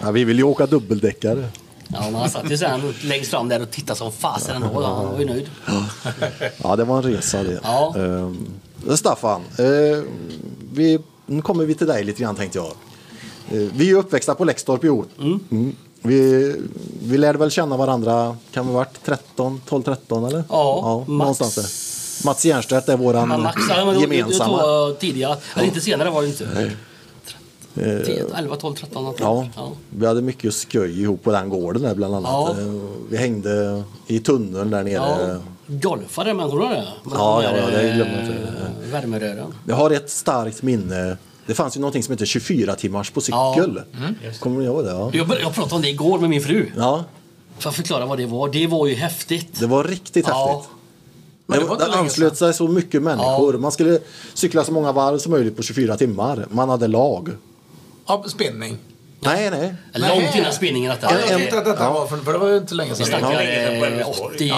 Speaker 2: ja vi vill ju åka dubbeldäckare.
Speaker 3: Ja, men han satt ju sen längst fram där och tittade som fasen ändå. Han var ju nöjd.
Speaker 2: Ja, det var en resa det.
Speaker 3: Ja.
Speaker 2: Ehm, Staffan, eh, vi, nu kommer vi till dig lite grann tänkte jag. Eh, vi är ju uppväxta på Läxtorp i år. Mm. Vi, vi lärde väl känna varandra, kan vi ha varit 13, 12-13 eller?
Speaker 3: Ja, Mats.
Speaker 2: någonstans där. Mats Järnstedt är våran
Speaker 3: Men Max, ja, men
Speaker 2: Mm. gemensamma.
Speaker 3: Det var tidigare. Eller inte senare var det inte. 10, 11, 12, 13 någonting.
Speaker 2: Ehm, Ja,
Speaker 3: Ja.
Speaker 2: vi hade mycket skoj ihop på den gården där bland annat.
Speaker 3: Ja.
Speaker 2: Eh, Vi hängde i tunneln där nere.
Speaker 3: ja. Golfade man, kommer du ihåg det? Med
Speaker 2: Ja,
Speaker 3: de här,
Speaker 2: ja, ja, det glömmer jag
Speaker 3: eh, Värmerören.
Speaker 2: Jag har ett starkt minne. Det fanns ju någonting som hette 24 timmars på cykel. Kommer ni ihåg det? Ja.
Speaker 3: Mm. Jag, bör- jag pratade om det igår med min fru.
Speaker 2: ja,
Speaker 3: För att förklara vad det var. Det var ju häftigt.
Speaker 2: det var riktigt
Speaker 3: Ja.
Speaker 2: häftigt. Det, var, det anslöt sig så mycket människor. Man skulle cykla så många varv som möjligt på 24 timmar. Man hade lag.
Speaker 7: Ja, spinning.
Speaker 2: Nej, nej.
Speaker 3: Långt innan spinningen detta.
Speaker 7: Jag tänkte att detta var för, för det var ju inte länge
Speaker 3: Vi
Speaker 7: sedan.
Speaker 3: snackar
Speaker 5: Länge på
Speaker 3: eh,
Speaker 5: Elfsborg.
Speaker 3: 84,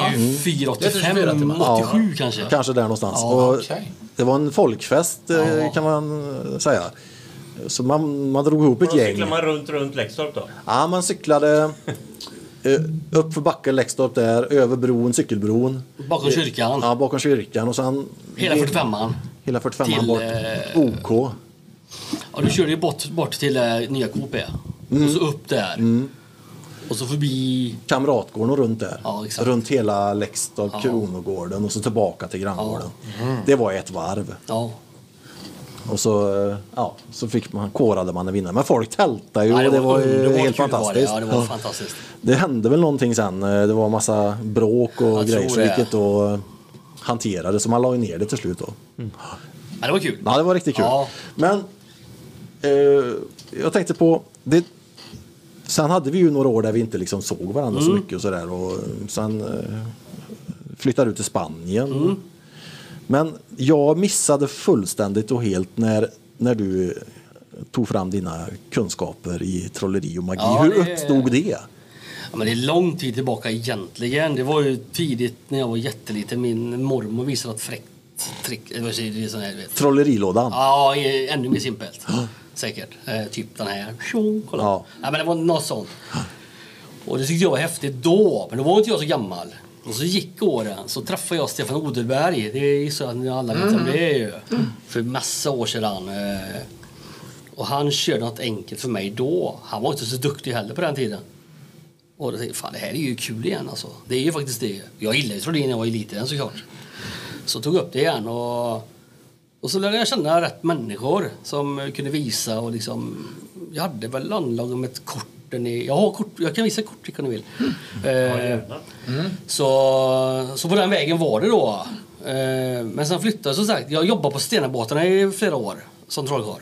Speaker 7: Det är typ
Speaker 3: 85, 87
Speaker 7: 84,
Speaker 3: kanske.
Speaker 2: Kanske där någonstans.
Speaker 3: Ja,
Speaker 2: och
Speaker 7: okej.
Speaker 2: Det var en folkfest eh, kan man eh, säga. Så man, man drog ihop ett
Speaker 5: Då
Speaker 2: gäng.
Speaker 5: cyklar man runt, runt Läxtorp då.
Speaker 2: Ja, man cyklade eh, upp för backen Läxtorp där, över bron, cykelbron.
Speaker 3: Bakom kyrkan.
Speaker 2: Ja, bakom kyrkan och sen...
Speaker 3: Hela 45an.
Speaker 2: Hela 45
Speaker 3: Till,
Speaker 2: bort.
Speaker 3: eh,
Speaker 2: OK.
Speaker 3: Ja, du körde ju bort, bort till eh, nya KP.
Speaker 2: Mm.
Speaker 3: Och så upp där. Och så förbi...
Speaker 2: Kamratgården och runt där.
Speaker 3: Ja, exakt.
Speaker 2: runt hela Lekstorp, Kronogården och så tillbaka till granngården. Det var ett varv.
Speaker 3: Mm. Ja.
Speaker 2: Och så, eh, ja, så fick man, korade man en vinnare. Men folk tältade ju
Speaker 3: Ja,
Speaker 2: och det var ju
Speaker 3: underbart
Speaker 2: helt
Speaker 3: kul var
Speaker 2: fantastiskt.
Speaker 3: Det. Ja, det var fantastiskt.
Speaker 2: Det hände väl någonting sen. eh, Det var massa bråk och
Speaker 3: Jag
Speaker 2: grejer
Speaker 3: tror
Speaker 2: så
Speaker 3: det.
Speaker 2: vilket då hanterade så man la ju ner det till slut då.
Speaker 3: Ja, det var kul.
Speaker 2: Ja, det var riktigt kul.
Speaker 3: Mm. Ja.
Speaker 2: Men eh, jag tänkte på det. Sen hade vi ju några år där vi inte liksom såg varandra så
Speaker 3: Mm.
Speaker 2: mycket och sådär och eh, sen eh, flyttade ut till Spanien.
Speaker 3: Mm.
Speaker 2: Men jag missade fullständigt och helt när, när du tog fram dina kunskaper i trolleri och magi.
Speaker 3: Ja,
Speaker 2: Hur
Speaker 3: det-
Speaker 2: uppstod det?
Speaker 3: Ja, men det är lång tid tillbaka egentligen. Det var ju tidigt när jag var jätteliten. Min mormor visade ett fräckt trick. eller vad säger du, sån här, du vet.
Speaker 2: Trollerilådan?
Speaker 3: Ja, i- ännu mer simpelt. Säkert. Eh, typ den här. Tjong, kolla.
Speaker 2: Ja.
Speaker 3: Ja. men det var något sånt. Och det tyckte jag var häftigt då, men då var inte jag så gammal. Och så gick åren, så träffade jag Stefan Odelberg. Det gissar jag att ni alla vet vem det är ju. För massa år sedan. eh, Och han körde något enkelt för mig då. Han var inte så duktig heller på den tiden. Och då tänkte jag, fan det här är ju kul igen alltså. Det är ju faktiskt det. Jag gillade ju trolleri när jag var liten såklart. Så tog jag upp det igen och och så lärde jag känna rätt människor som eh, kunde visa och liksom... Jag hade väl anlag om ett kort. där ni- Jag, har kort, jag kan visa ett kort om ni vill. Eh, så, så på den vägen var det då. Eh, men sen flyttade jag som sagt. Jag jobbade på Stenabåtarna i flera år som trollkarl.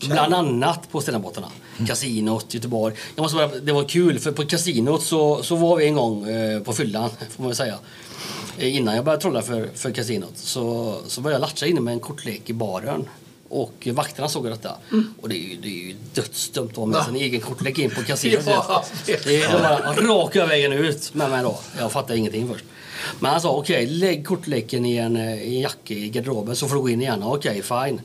Speaker 3: Bland annat på Stenabåtarna. Kasinot, Göteborg. Jag måste bara, det var kul för på kasinot så, så var vi en gång eh, på fyllan får man väl säga. Eh, Innan jag började trolla för, för kasinot så, så var jag latcha inne med en kortlek i baren. Och vakterna såg detta. Och det är ju, det är ju dödsdömt att ha med sin egen kortlek in på kasinot.
Speaker 6: Ja.
Speaker 3: Det är bara raka vägen ut med mig då. Jag fattar ingenting först. Men han sa okej, lägg kortleken i en, eh, i en jacka i garderoben så får du gå in igen. Okej, fine.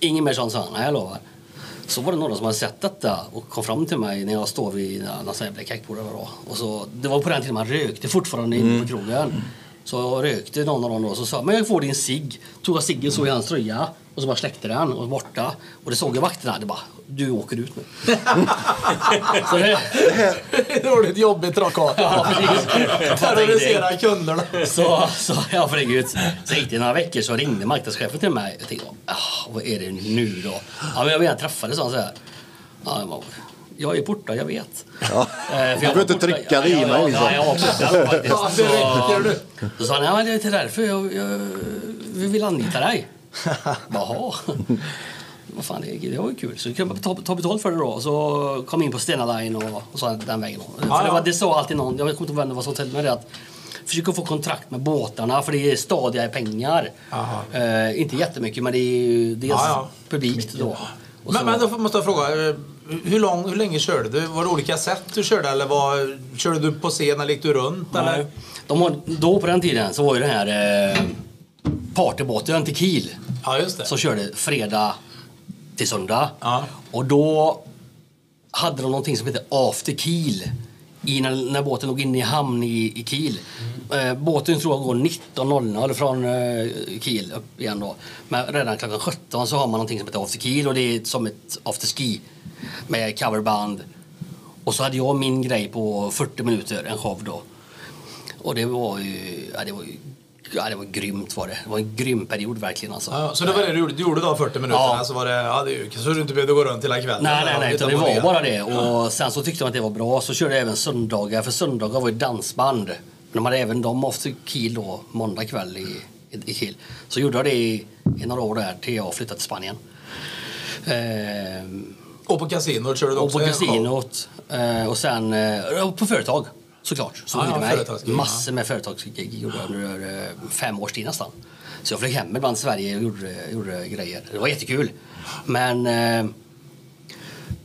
Speaker 3: Ingen mer sånt sa han, nej jag lovar. Så var det några som hade sett detta och kom fram till mig när jag stod vid någon sån jävla kräkbord eller vad det var. Och så, det var på den tiden man rökte fortfarande inne på krogen. Så jag rökte någon av dem då och så sa men jag får din cigg. Tog jag ciggen så i hans tröja och så bara släckte den och borta. Och det såg jag vakterna, det bara du åker ut nu. så det,
Speaker 6: Det var ett jobbigt
Speaker 3: Ja,
Speaker 6: trollkarl.
Speaker 3: precis.
Speaker 6: Terrorisera kunderna.
Speaker 3: Så, så, ja, för gud. Så gick det några veckor så ringde marknadschefen till mig. Jag tänkte, ah, vad är det nu då? Ja, men jag menar, träffades han så här. Ja, jag, bara, jag är borta, jag vet.
Speaker 2: Ja.
Speaker 3: Eh, för jag
Speaker 2: Du behöver
Speaker 3: var
Speaker 2: inte
Speaker 3: borta.
Speaker 2: trycka det i
Speaker 3: Ja, ja,
Speaker 2: mig,
Speaker 3: ja,
Speaker 2: liksom.
Speaker 3: Ja, jag var borta
Speaker 6: Ja, det räcker nu.
Speaker 3: faktiskt. Så, så sa han, ja, men det är inte därför. Jag, jag, vi vill anlita dig. Jaha. Vad fan, det, det var ju kul. Så kunde man ta, ta betalt för det då. Så kom in på Stena Line och, och så den vägen. För
Speaker 6: Ja,
Speaker 3: Det,
Speaker 6: Ah, ja.
Speaker 3: var, det sa alltid någon, jag kommer inte ihåg vem det var som tänkte mig det, att försök att få kontrakt med båtarna för det är stadiga i pengar. Eh, inte jättemycket, men det är ju dels
Speaker 6: Ja, ja.
Speaker 3: publikt då. Och så-
Speaker 6: Men, men då får- måste jag fråga. eh, Hur, lång, hur länge körde du? Var det olika sätt du körde? Eller var, körde du på scen eller gick du runt? Eller?
Speaker 3: Nej. De har, då på den tiden så var ju den här eh, partybåten till Kiel
Speaker 6: Ja, just det.
Speaker 3: som körde fredag till söndag.
Speaker 6: Ja.
Speaker 3: Och då hade de någonting som hette After Kiel. I när, när båten låg inne i hamn i, i Kiel.
Speaker 6: Mm.
Speaker 3: Eh, båten tror jag går 19.00 från eh, Kiel upp igen då. Men redan klockan 17 så har man någonting som heter After Kiel och det är som ett afterski. Med coverband. Och så hade jag min grej på 40 minuter, en show då. Och det var ju, ja, det var ju ja, det var grymt var det. Det var en grym period verkligen alltså.
Speaker 6: Ja, ja. så det var det du gjorde? Du gjorde då 40 minuter?
Speaker 3: Ja.
Speaker 6: Så, var det, ja, det är ju, så du inte behövde gå runt hela kvällen?
Speaker 3: Nej, nej,
Speaker 6: eller?
Speaker 3: nej, utan
Speaker 6: Utan
Speaker 3: det
Speaker 6: på
Speaker 3: var bara det. Och sen så tyckte de att det var bra, så körde jag även söndagar, för söndagar var ju dansband. De hade även de after Kiel då, måndag kväll i, i, i Kiel. Så gjorde jag det i, i några år där, till jag flyttade till Spanien. Ehm,
Speaker 6: Och på kasinot körde du
Speaker 3: och
Speaker 6: också
Speaker 3: på
Speaker 6: en show?
Speaker 3: kasinot. eh, Och sen eh, och på företag såklart. Så
Speaker 6: Ah, Ja,
Speaker 3: hyrde
Speaker 6: ja,
Speaker 3: mig.
Speaker 6: företagsgig,
Speaker 3: Massor med företagsgig gjorde jag under eh, fem års tid nästan. Så jag flög hem ibland till Sverige och gjorde, gjorde grejer. Det var jättekul. Men eh,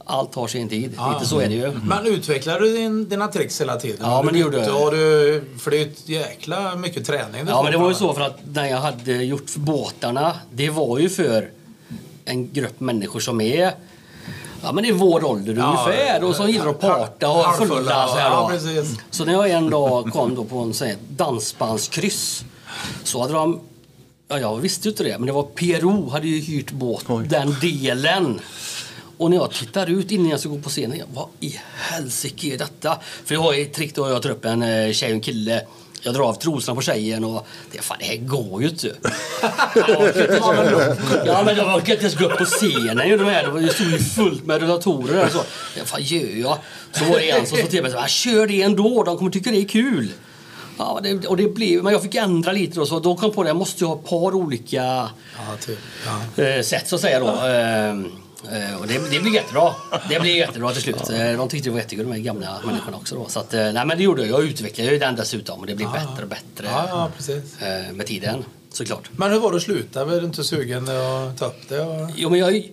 Speaker 3: allt tar sin tid.
Speaker 6: Ja. Mm.
Speaker 3: Lite så är det ju.
Speaker 6: Ah. Men utvecklade du din, dina tricks hela tiden?
Speaker 3: Ja,
Speaker 6: Du
Speaker 3: men det gjorde
Speaker 6: bytte
Speaker 3: jag.
Speaker 6: och du, För det är ju ett jäkla mycket träning du
Speaker 3: Ja,
Speaker 6: får
Speaker 3: men det var ju så
Speaker 6: framöver.
Speaker 3: för att när jag hade gjort för båtarna, det var ju för en grupp människor som är Ja men i vår ålder
Speaker 6: Ja,
Speaker 3: ungefär och som gillar att parta och är
Speaker 6: halvfulla,
Speaker 3: fulla så här
Speaker 6: ja,
Speaker 3: då.
Speaker 6: precis.
Speaker 3: Så när jag en dag kom då på en sån här dansbandskryss så hade de Ja, jag visste ju inte det, men det var PRO hade ju hyrt båt, den delen. Och när jag tittar ut innan jag ska gå på scenen, jag, vad i helsike är detta? För jag har ett trick då, jag tar upp en eh, tjej och en kille. Jag drar av trosorna på tjejen och det, fan, det här går ju inte. Jag orkar inte ens- ja, men jag orkar inte ens gå upp på scenen. Ju, de här, det stod ju fullt med rullatorer där och så. Vad fan gör jag? Så var det en som sa till mig, så här, kör det ändå, de kommer tycka det är kul. Ja, det, och det blev, men jag fick ändra lite då, så då kom jag på det, jag måste ju ha ett par olika
Speaker 6: Ja, typ. Ja.
Speaker 3: eh, sätt så att säga då. Eh, eh, och det, det blev jättebra. Det blev jättebra till slut. Eh, De tyckte det var jättekul, de här gamla människorna också då. Så att, eh, nej men det gjorde jag. Jag utvecklade ju den dessutom och det blev bättre och bättre
Speaker 6: Ja, ja, precis.
Speaker 3: eh, med tiden. Såklart.
Speaker 6: Men hur var det att sluta? Var du inte sugen att ta upp det? Och...
Speaker 3: Jo men jag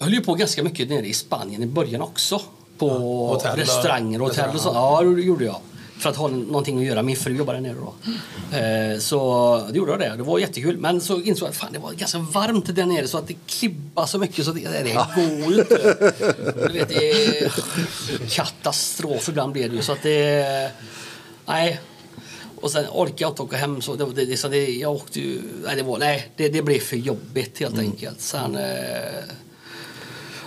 Speaker 3: höll ju på ganska mycket nere i Spanien i början också. På
Speaker 6: hotell och-
Speaker 3: restauranger och hotell och så. Ja, det gjorde jag. För att ha någonting att göra. Min fru jobbade där nere då. Eh, Så det gjorde jag det. Det var jättekul. Men så insåg jag att fan, det var ganska varmt där nere så att det klibbade så mycket så det, det går ju inte. Du vet, det är katastrof ibland blir det ju. Så att det... Nej. Och sen orkade jag inte åka hem. Så det, det, det, så det, jag åkte ju... Nej, det, var, nej det, det blev för jobbigt
Speaker 6: Mm.
Speaker 3: helt enkelt. Sen... Eh,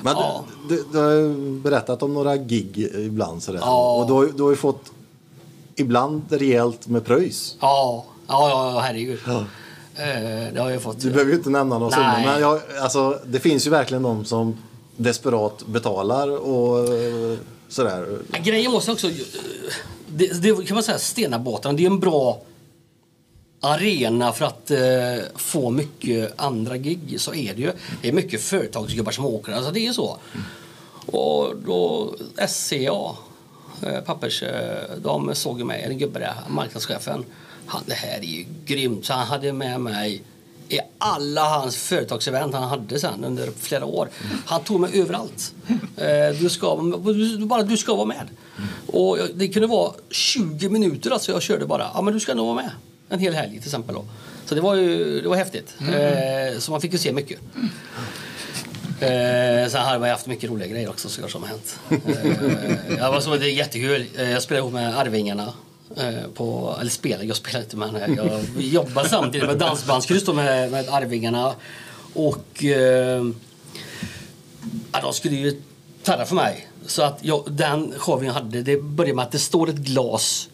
Speaker 2: Men
Speaker 3: Ja.
Speaker 2: du, du har ju berättat om några gig ibland sådär.
Speaker 3: Ja.
Speaker 2: Och du har, ju- du har ju fått ibland rejält med pröjs.
Speaker 3: Ja, ja, ja, ja herregud. Eh, det har jag fått.
Speaker 2: Du behöver ju inte nämna någon
Speaker 3: Nej.
Speaker 2: summa. Men jag, alltså, det finns ju verkligen de som desperat betalar och eh, sådär.
Speaker 3: Men Grejen måste också... eh, Det, det kan man säga, Stenabåtarna, det är en bra arena för att eh, få mycket andra gig. Så är det ju. Det är mycket företagsgubbar som åker. Alltså det är ju så. Och då SCA, eh, pappers, eh, de såg ju mig, en gubbe där, marknadschefen. Han, det här är ju grymt. Så han hade med mig i alla hans företagsevent han hade sen under flera år. Han tog mig överallt. Eh, Du ska, du, du- bara du ska vara med. Och jag- det kunde vara 20 minuter alltså jag körde bara. Ja men du ska nog vara med. En hel helg till exempel då. Så det var ju det var häftigt. Eh, Så man fick ju se mycket. Eh, sen har jag haft mycket roliga grejer också såklart som har hänt. Eh, jag var så, det är jättekul. Eh, jag spelade ihop med Arvingarna. Eh, på, eller spelade, jag spelade inte men eh, jag jobbar samtidigt med dansbandskryss då med, med Arvingarna. Och eh, ja, de skulle ju tarra för mig. Så att jag, den showen jag hade, det började med att det står ett glas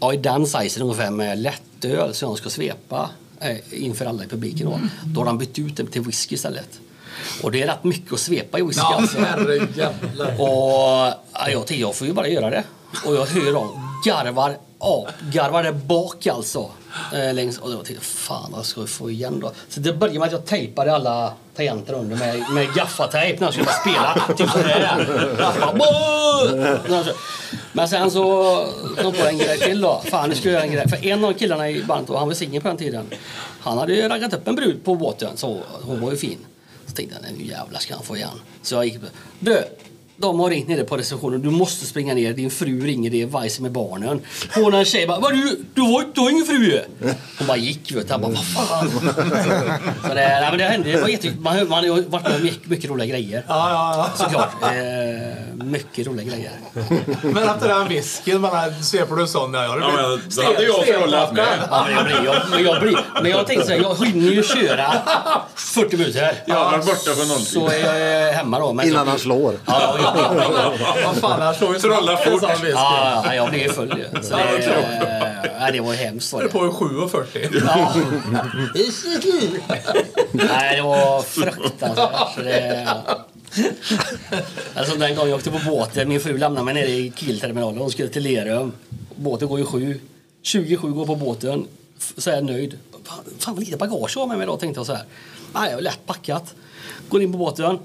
Speaker 3: ja, i den sizen ungefär med lättöl som de ska svepa eh, inför alla i publiken. Då, då har de bytt ut den till whisky istället. Och det är rätt mycket att svepa i whisky alltså.
Speaker 6: herrejävlar.
Speaker 3: Och ja, jag tänkte, jag får ju bara göra det. Och jag hör dem garvar, ja, garvar där bak alltså. Eh, längs, och jag tänkte, fan vad ska jag få igen då? Så det började med att jag tejpade alla tangenter under med, med gaffatejp när jag skulle spela. Typ sådär. Bara, "Boo!" Men sen så kom jag på en grej till då. Fan, nu ska jag göra en grej. För en av killarna i bandet, då, han var singel på den tiden. Han hade ju raggat upp en brud på båten, så hon var ju fin. Så tänkte jag, nu jävlar ska han få igen. Så jag gick Du! De har ringt nere på receptionen. Du måste springa ner. Din fru ringer. Det är Weise med barnen. Hon och en tjej bara, "Vad, du, du, har, du har ingen fru ju! Hon bara gick vet du. Han bara, vad fan! Så det, nej, men det hände. Det var jätte, man, man har ju varit med om mycket, mycket roliga grejer.
Speaker 6: Ja, ja, ja.
Speaker 3: Såklart. Eh, mycket roliga grejer.
Speaker 6: Men efter den whiskyn, man sveper du sån? Ja,
Speaker 10: Ja, men då hade jag frullat med.
Speaker 3: Ja, men, jag blir, jag, men, jag blir, men jag tänkte så här, jag hinner ju köra 40 minuter.
Speaker 10: Jag har varit borta från
Speaker 3: Så
Speaker 10: nolltid.
Speaker 3: är jag eh, hemma då. Men
Speaker 2: Innan han slår.
Speaker 3: Ja, jag,
Speaker 6: Vad fan, han slår ju
Speaker 10: Trolla fort.
Speaker 6: sån whisky.
Speaker 3: Ja, ja, jag blev ju full ju. Så det, ja, det var ju hemskt. Var det.
Speaker 6: På en 7.40.
Speaker 3: Ja. Nej, det var fruktansvärt. Så det, alltså, den gången jag åkte på båten, min fru lämnade mig nere i Kielterminalen. Hon skulle till Lerum. Båten går ju sju. 27 går på båten. F- Så är jag nöjd. Fan, fan vad lite bagage jag har med mig idag tänkte jag så här. Nej, jag har lätt packat. Går in på båten.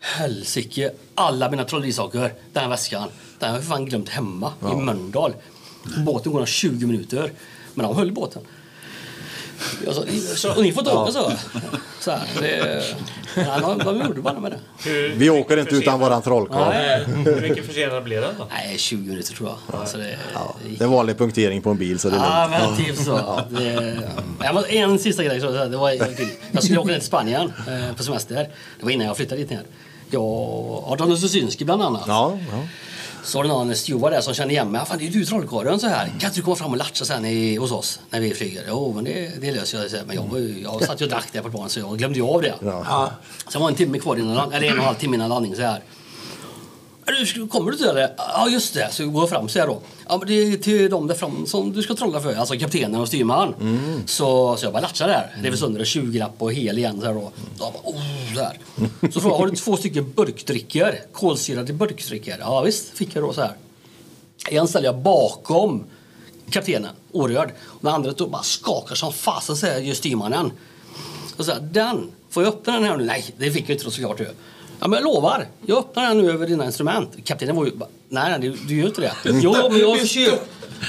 Speaker 3: Helsike, alla mina trollerisaker, den här väskan, den har jag för fan glömt hemma i Mölndal. Båten går om 20 minuter, men de höll båten. Jag sa, "Så- och ni får inte åka så. så här, det, nej, de, de gjorde bara med det.
Speaker 5: Hur
Speaker 2: Vi åker
Speaker 5: mycket
Speaker 2: inte utan
Speaker 5: försenad-
Speaker 2: våran trollkarl.
Speaker 5: Nej, Hur mycket försenad blev den då?
Speaker 3: Nej, 20 minuter tror jag. Alltså det,
Speaker 2: Ja, det är en vanlig punktering på en bil så det är lugnt.
Speaker 3: Ja, men typ så. Det, jag måste- en sista grej. Så, det var, jag skulle åka ner till Spanien eh, på semester. Det var innan jag flyttade dit ner. Jag och Adam Susinski bland annat.
Speaker 2: Ja, ja.
Speaker 3: Så var det någon steward där som kände igen mig. "Ah, Fan, det är ju du trollkarlen så här. Kan inte du komma fram och latcha sen i, hos oss när vi flyger? Jo, men det, det löser jag. Så här, Men jag, var ju- jag satt ju och drack där på planet så jag glömde ju av det.
Speaker 2: Ja.
Speaker 3: Sen var det en timme kvar innan, land- eller en och en halv timme innan landning så här. "Är du- ska- Kommer du till det eller? Ja just det, så vi går fram så här då. Ja men det är till dem där fram som du ska trolla för, alltså kaptenen och styrman. Så, så jag bara latchar där, det är väl sönder en 20-lapp och hel igen så här då. Så jag bara, oh, så, här. så frågade jag, har du två stycken burkdrycker? Kolsyrade burkdrycker? Ja visst, fick jag då så här. En ställer jag bakom kaptenen, orörd. Och den andra då bara skakar som fasen säger ju styrmannen. Och så här, den, får jag öppna den här nu? Nej, det fick jag inte då såklart ju. Ja, men jag lovar, jag öppnar den nu över dina instrument. Kaptenen var ju bara, nej, nej du, du gör inte det. Jo, men jag kör,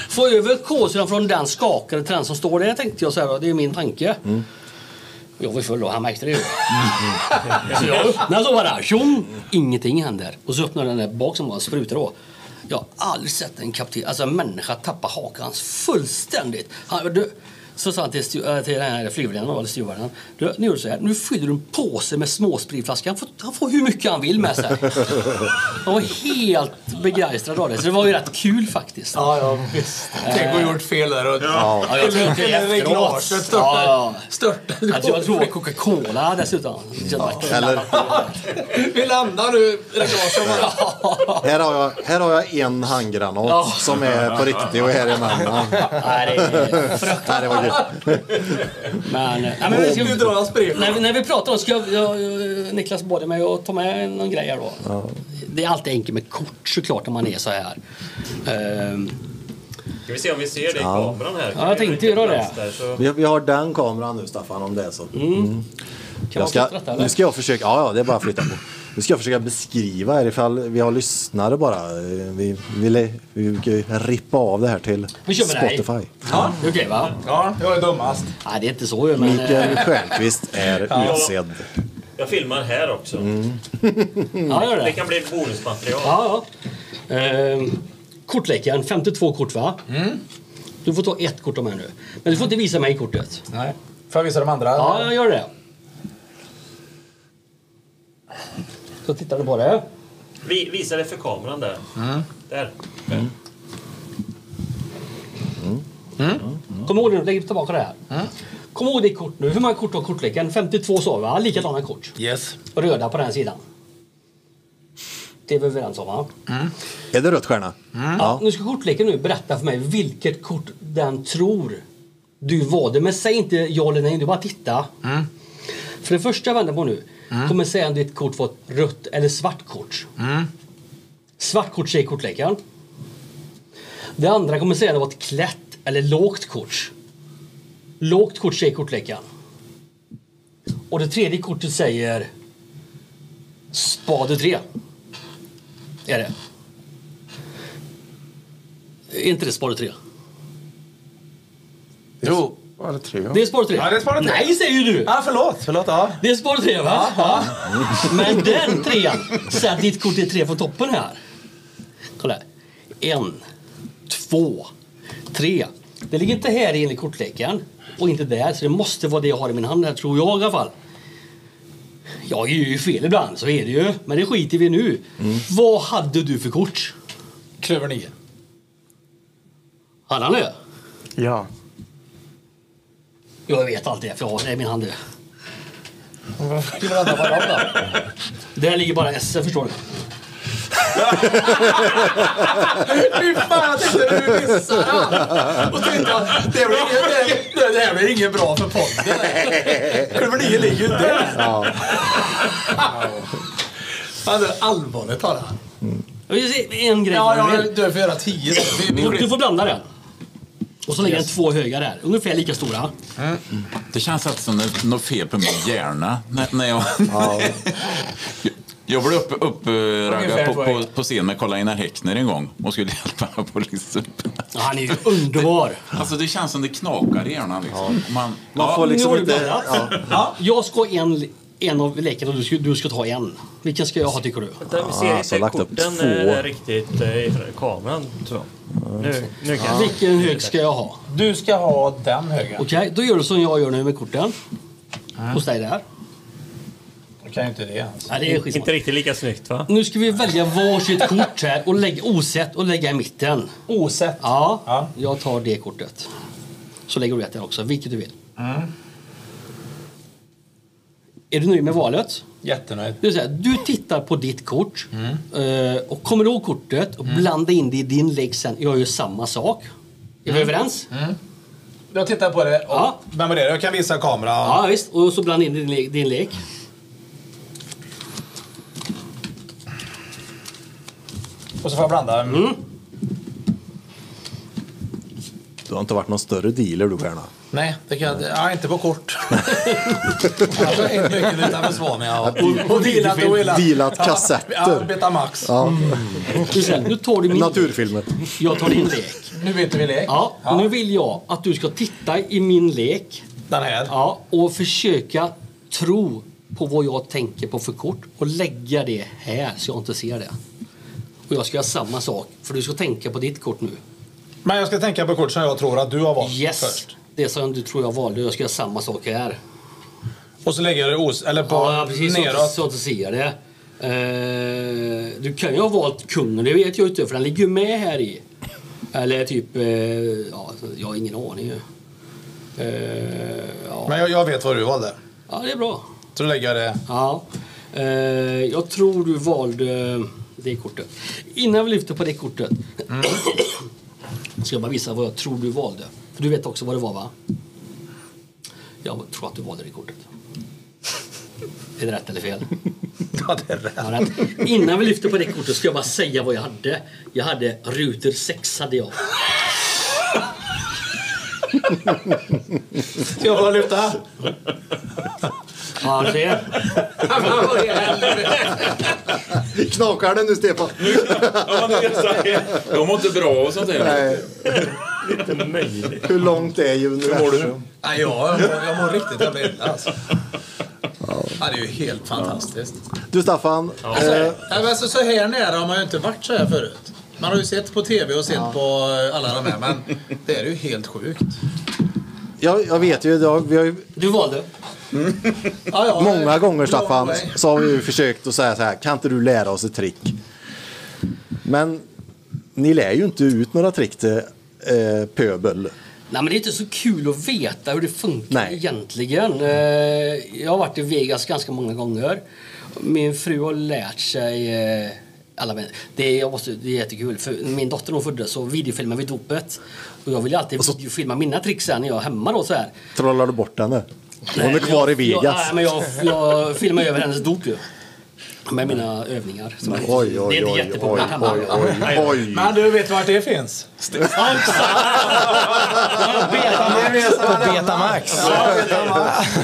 Speaker 3: får över kolsyran från den skakade till den som står där tänkte jag så här, då. det är min tanke. Jag var ju full då, han märkte det ju.
Speaker 6: Alltså,
Speaker 3: så jag öppnar så bara, tjong! Ingenting händer. Och så öppnar den där bak som bara sprutar då. Jag har aldrig sett en kapten, alltså en människa tappa hakan fullständigt. Han, du, så sa han till, stu- äh, till den här flygvärdinnan, då, eller styrvarden. Du, nu gör du så här, nu fyller du en påse med småspritflaskor. Han får, han får hur mycket han vill med sig. Han var helt begeistrad av det, så det var ju rätt kul faktiskt. Eh,
Speaker 6: Ja, ja, visst. Tänk och gjort fel där. Och...
Speaker 3: Ja, jag tänkte
Speaker 6: Eller- eller
Speaker 3: efteråt.
Speaker 6: glaset
Speaker 3: Ja, ja.
Speaker 6: störtade. Störtade.
Speaker 3: Alltså, jag tror det var Coca-Cola dessutom. Det känns bara knappt.
Speaker 2: Eller,
Speaker 6: Vi landar nu. Reglagen bara.
Speaker 2: här har jag, här har jag en handgranat
Speaker 3: Ja.
Speaker 2: som är på riktig och här är en annan.
Speaker 3: Nej, det är
Speaker 2: Nej, det var kul.
Speaker 3: Men, nej, men vi
Speaker 6: Nu drar han sprit.
Speaker 3: när, vi, när vi pratar om ska jag, jag, jag, Niklas bad mig att ta med någon grej här då. Det är alltid enkelt med kort såklart när man är så här. Ehm,
Speaker 5: Ska vi se om vi ser det i kameran här?
Speaker 3: Ja, jag tänkte göra det.
Speaker 5: Där, så...
Speaker 2: Vi, vi har den kameran nu Staffan om det är så.
Speaker 3: Mm.
Speaker 2: Mm.
Speaker 3: kan
Speaker 2: Jag
Speaker 3: man
Speaker 2: ska,
Speaker 3: flytta detta eller?
Speaker 2: nu ska jag försöka, ja, ja det är bara att flytta på. Nu ska jag försöka beskriva här ifall vi har lyssnare bara. Eh, Vi, vi, lä- vi brukar ju rippa av det här till
Speaker 3: Vi kör med dig.
Speaker 2: Spotify.
Speaker 3: Ja, det är okej va?
Speaker 6: Ja, jag är dummast.
Speaker 3: Nej, det är inte så ju. Men,
Speaker 2: Mikael
Speaker 3: eh,
Speaker 2: Stjernqvist är utsedd. Mm.
Speaker 5: Jag filmar här också.
Speaker 3: ja, gör
Speaker 5: Det
Speaker 3: det.
Speaker 5: kan bli bonusmaterial.
Speaker 3: Ja, ja. Ehm, kortleken, 52 kort
Speaker 6: Mm.
Speaker 3: va? Du får ta ett kort av mig nu. Men du får inte visa mig kortet.
Speaker 6: Nej. Får jag visa de andra?
Speaker 3: Ja, jag gör det. Så tittar du på det.
Speaker 5: Vi, visa det för kameran där.
Speaker 3: Mm.
Speaker 5: Där.
Speaker 3: Mm. Kom ihåg det nu, lägg tillbaka det här. Kom ihåg ditt kort nu. Hur många kort har kortleken? 52 sa vi va? Likadana kort.
Speaker 6: Yes.
Speaker 3: Röda på den sidan. Det är vi överens om va?
Speaker 2: Är det rött stjärna?
Speaker 3: Ja, nu ska kortleken nu berätta för mig vilket kort den tror du var det. Men säg inte ja eller nej, du bara titta. För det första jag vänder på nu kommer säga om ditt kort var ett rött eller svart kort. Svart kort säger kortleken. Det andra kommer säga det var ett klätt eller lågt kort. Lågt kort säger kortleken. Och det tredje kortet säger spade 3. Är det. Är inte det spade 3?
Speaker 6: Jo.
Speaker 4: Var det tre?
Speaker 3: Det är spade 3.
Speaker 6: Ja, det är spade tre.
Speaker 3: Nej, säger ju du!
Speaker 6: Ah, förlåt. Förlåt, ja.
Speaker 3: Det är spade 3, va? Men den trean, sätt ditt kort i tre från toppen här. Kolla. här. En, två, tre. Det ligger inte här enligt kortleken och inte där, så det måste vara det jag har i min hand här, tror jag i alla fall. Jag gör ju fel ibland, så är det ju. Men det skiter vi i nu.
Speaker 11: Mm.
Speaker 3: Vad hade du för kort?
Speaker 6: Klöver nio.
Speaker 3: Hade han det?
Speaker 4: Ja.
Speaker 3: Jag vet allt det, för jag har det i min hand. Där ligger bara S, E, förstår du.
Speaker 6: Fy fan, jag tänkte du missade allt. Och tänkte att det, blir inget- det, det här blir inget bra för podden. Klöver nio ligger ju där. Han är allvarligt talat.
Speaker 3: Jag vill se en grej.
Speaker 6: Ja, ja,
Speaker 3: till.
Speaker 6: du får göra tio. Vi- vi-
Speaker 3: Du, du får blanda den. Och så lägger den två högar där, ungefär lika stora.
Speaker 1: Det känns alltid som det är något fel på min hjärna. När, när jag, jag, jag blev uppraggad upp, uppraggad på,
Speaker 6: vad jag
Speaker 1: på, på scen med Karl-Einar Häckner en gång och skulle hjälpa honom på listan.
Speaker 3: Ja, han är ju underbar.
Speaker 1: Alltså det känns som det knakar i hjärnan liksom. Man,
Speaker 2: Man får
Speaker 1: ja,
Speaker 2: liksom
Speaker 3: nu har du
Speaker 2: inte...
Speaker 3: blandat.
Speaker 2: Ja.
Speaker 3: Jag ska ha en, en av leken och du ska, du ska ta en. Vilken ska jag ha tycker du?
Speaker 5: Där, vi ser
Speaker 2: Ah,
Speaker 5: inte
Speaker 2: så lagt upp
Speaker 5: korten
Speaker 2: två.
Speaker 5: eh, riktigt eh, i kameran. tror jag. Nu, nu kan jag.
Speaker 3: Vilken hög ska jag ha?
Speaker 6: Du ska ha den högen.
Speaker 3: Okej, då gör du som jag gör nu med korten. Hos dig där.
Speaker 6: kan ju inte det ens.
Speaker 3: Ja, det är skitsamma.
Speaker 5: Inte riktigt lika snyggt va?
Speaker 3: Nu ska vi välja varsitt kort här och lägga osett och lägga i mitten.
Speaker 6: Osett.
Speaker 3: Ja,
Speaker 6: Ja.
Speaker 3: jag tar det kortet. Så lägger du rätt där också, vilket du vill.
Speaker 6: Mm.
Speaker 3: Är du nöjd med valet?
Speaker 6: Jättenöjd. Mm.
Speaker 3: Det vill säga, du tittar på ditt kort eh, och kommer ihåg kortet och blandar in det i din lek sen. Jag gör samma sak. Är vi överens?
Speaker 6: Mm. Jag tittar på det. Och,
Speaker 3: Ja.
Speaker 6: Vem var det? Jag kan visa kameran.
Speaker 3: Ja, visst. Och så blanda in din, le- din lek.
Speaker 6: Och så får jag blanda.
Speaker 3: Mm.
Speaker 2: Du har inte varit någon större dealer du Stjärna.
Speaker 6: Nej, det kan jag inte. Ja, inte på kort. alltså en nyckel utanför Svania. Och, och, och dealat och wheelat.
Speaker 2: Dealat
Speaker 6: Ja,
Speaker 2: kassetter.
Speaker 6: Ja, Betamax. Mm.
Speaker 3: Du säger, Mm. nu tar du min lek.
Speaker 2: Naturfilmer.
Speaker 3: Jag tar din lek.
Speaker 6: Nu vet vi lek.
Speaker 3: Ja, nu vill jag att du ska titta i min lek
Speaker 6: Den här.
Speaker 3: ja, och försöka tro på vad jag tänker på för kort och lägga det här så jag inte ser det. Och jag ska göra samma sak, för du ska tänka på ditt kort nu.
Speaker 6: Men jag ska tänka på kort som jag tror att du har valt
Speaker 3: Yes!
Speaker 6: först.
Speaker 3: Det som du tror jag valde, jag ska göra samma sak här.
Speaker 6: Och så lägger jag det os- eller på
Speaker 3: Ja, precis. Så att-
Speaker 6: neråt.
Speaker 3: Så att du ser det. Eh, du kan ju ha valt kungen, det vet jag inte, för den ligger ju med här i. Eller typ, eh, ja, jag har ingen aning ju. Eh, ja.
Speaker 6: Men jag, jag vet vad du valde.
Speaker 3: ja, det är bra.
Speaker 6: Så då lägger jag det.
Speaker 3: Ja. Eh, jag tror du valde det kortet. Innan vi lyfter på det kortet
Speaker 6: Mm.
Speaker 3: ska jag bara visa vad jag tror du valde. För du vet också vad det var, va? Jag tror att du valde det kortet. Är det rätt eller fel?
Speaker 6: Ja, det är rätt.
Speaker 3: Ja, rätt. Innan vi lyfter på det kortet ska jag bara säga vad jag hade. Jag hade ruter 6 hade jag.
Speaker 6: Ska jag bara lyfta?
Speaker 3: Ja, ser.
Speaker 2: Knakar det nu Stefan?
Speaker 10: Ja, det är så här. De mår inte bra och sånt där.
Speaker 2: Nej. Hur långt är ju
Speaker 10: Mår du?
Speaker 2: universum?
Speaker 6: Nej, jag, jag, mår, jag mår riktigt jävla illa alltså. Ja, det är ju helt fantastiskt.
Speaker 2: Du Staffan, eh,
Speaker 6: Nej, men alltså, så här nära har man ju inte varit så här förut. Man har ju sett på tv och sett på eh, alla de här, men det är ju helt sjukt.
Speaker 2: jag, jag vet ju idag, vi har ju Mm.
Speaker 3: Du valde.
Speaker 6: Ja, ja,
Speaker 2: många gånger Staffan
Speaker 6: lång väg.
Speaker 2: så har vi ju försökt att säga så här, kan inte du lära oss ett trick? Men ni lär ju inte ut några trick till eh, pöbel.
Speaker 3: Nej, men det är inte så kul att veta hur det funkar
Speaker 2: Nej.
Speaker 3: egentligen. Eh, Jag har varit i Vegas ganska många gånger. Min fru har lärt sig eh, alla men- det, är- jag måste, det är jättekul. För min dotter när hon föddes så videofilmade vi dopet. Och jag vill ju alltid videofilma mina tricks sen när jag är hemma då så här. Eh,
Speaker 2: Trollar du bort henne? Hon är kvar i
Speaker 3: Jag,
Speaker 2: Vegas.
Speaker 3: nej, men jag, jag filmar över hennes dop ju. Med mina övningar. Så
Speaker 2: Oj,
Speaker 3: det är
Speaker 2: oj,
Speaker 3: inte
Speaker 2: oj, oj,
Speaker 3: jättepopulärt hemma.
Speaker 2: oj, oj, oj.
Speaker 6: Men du vet vart det finns? Betamax.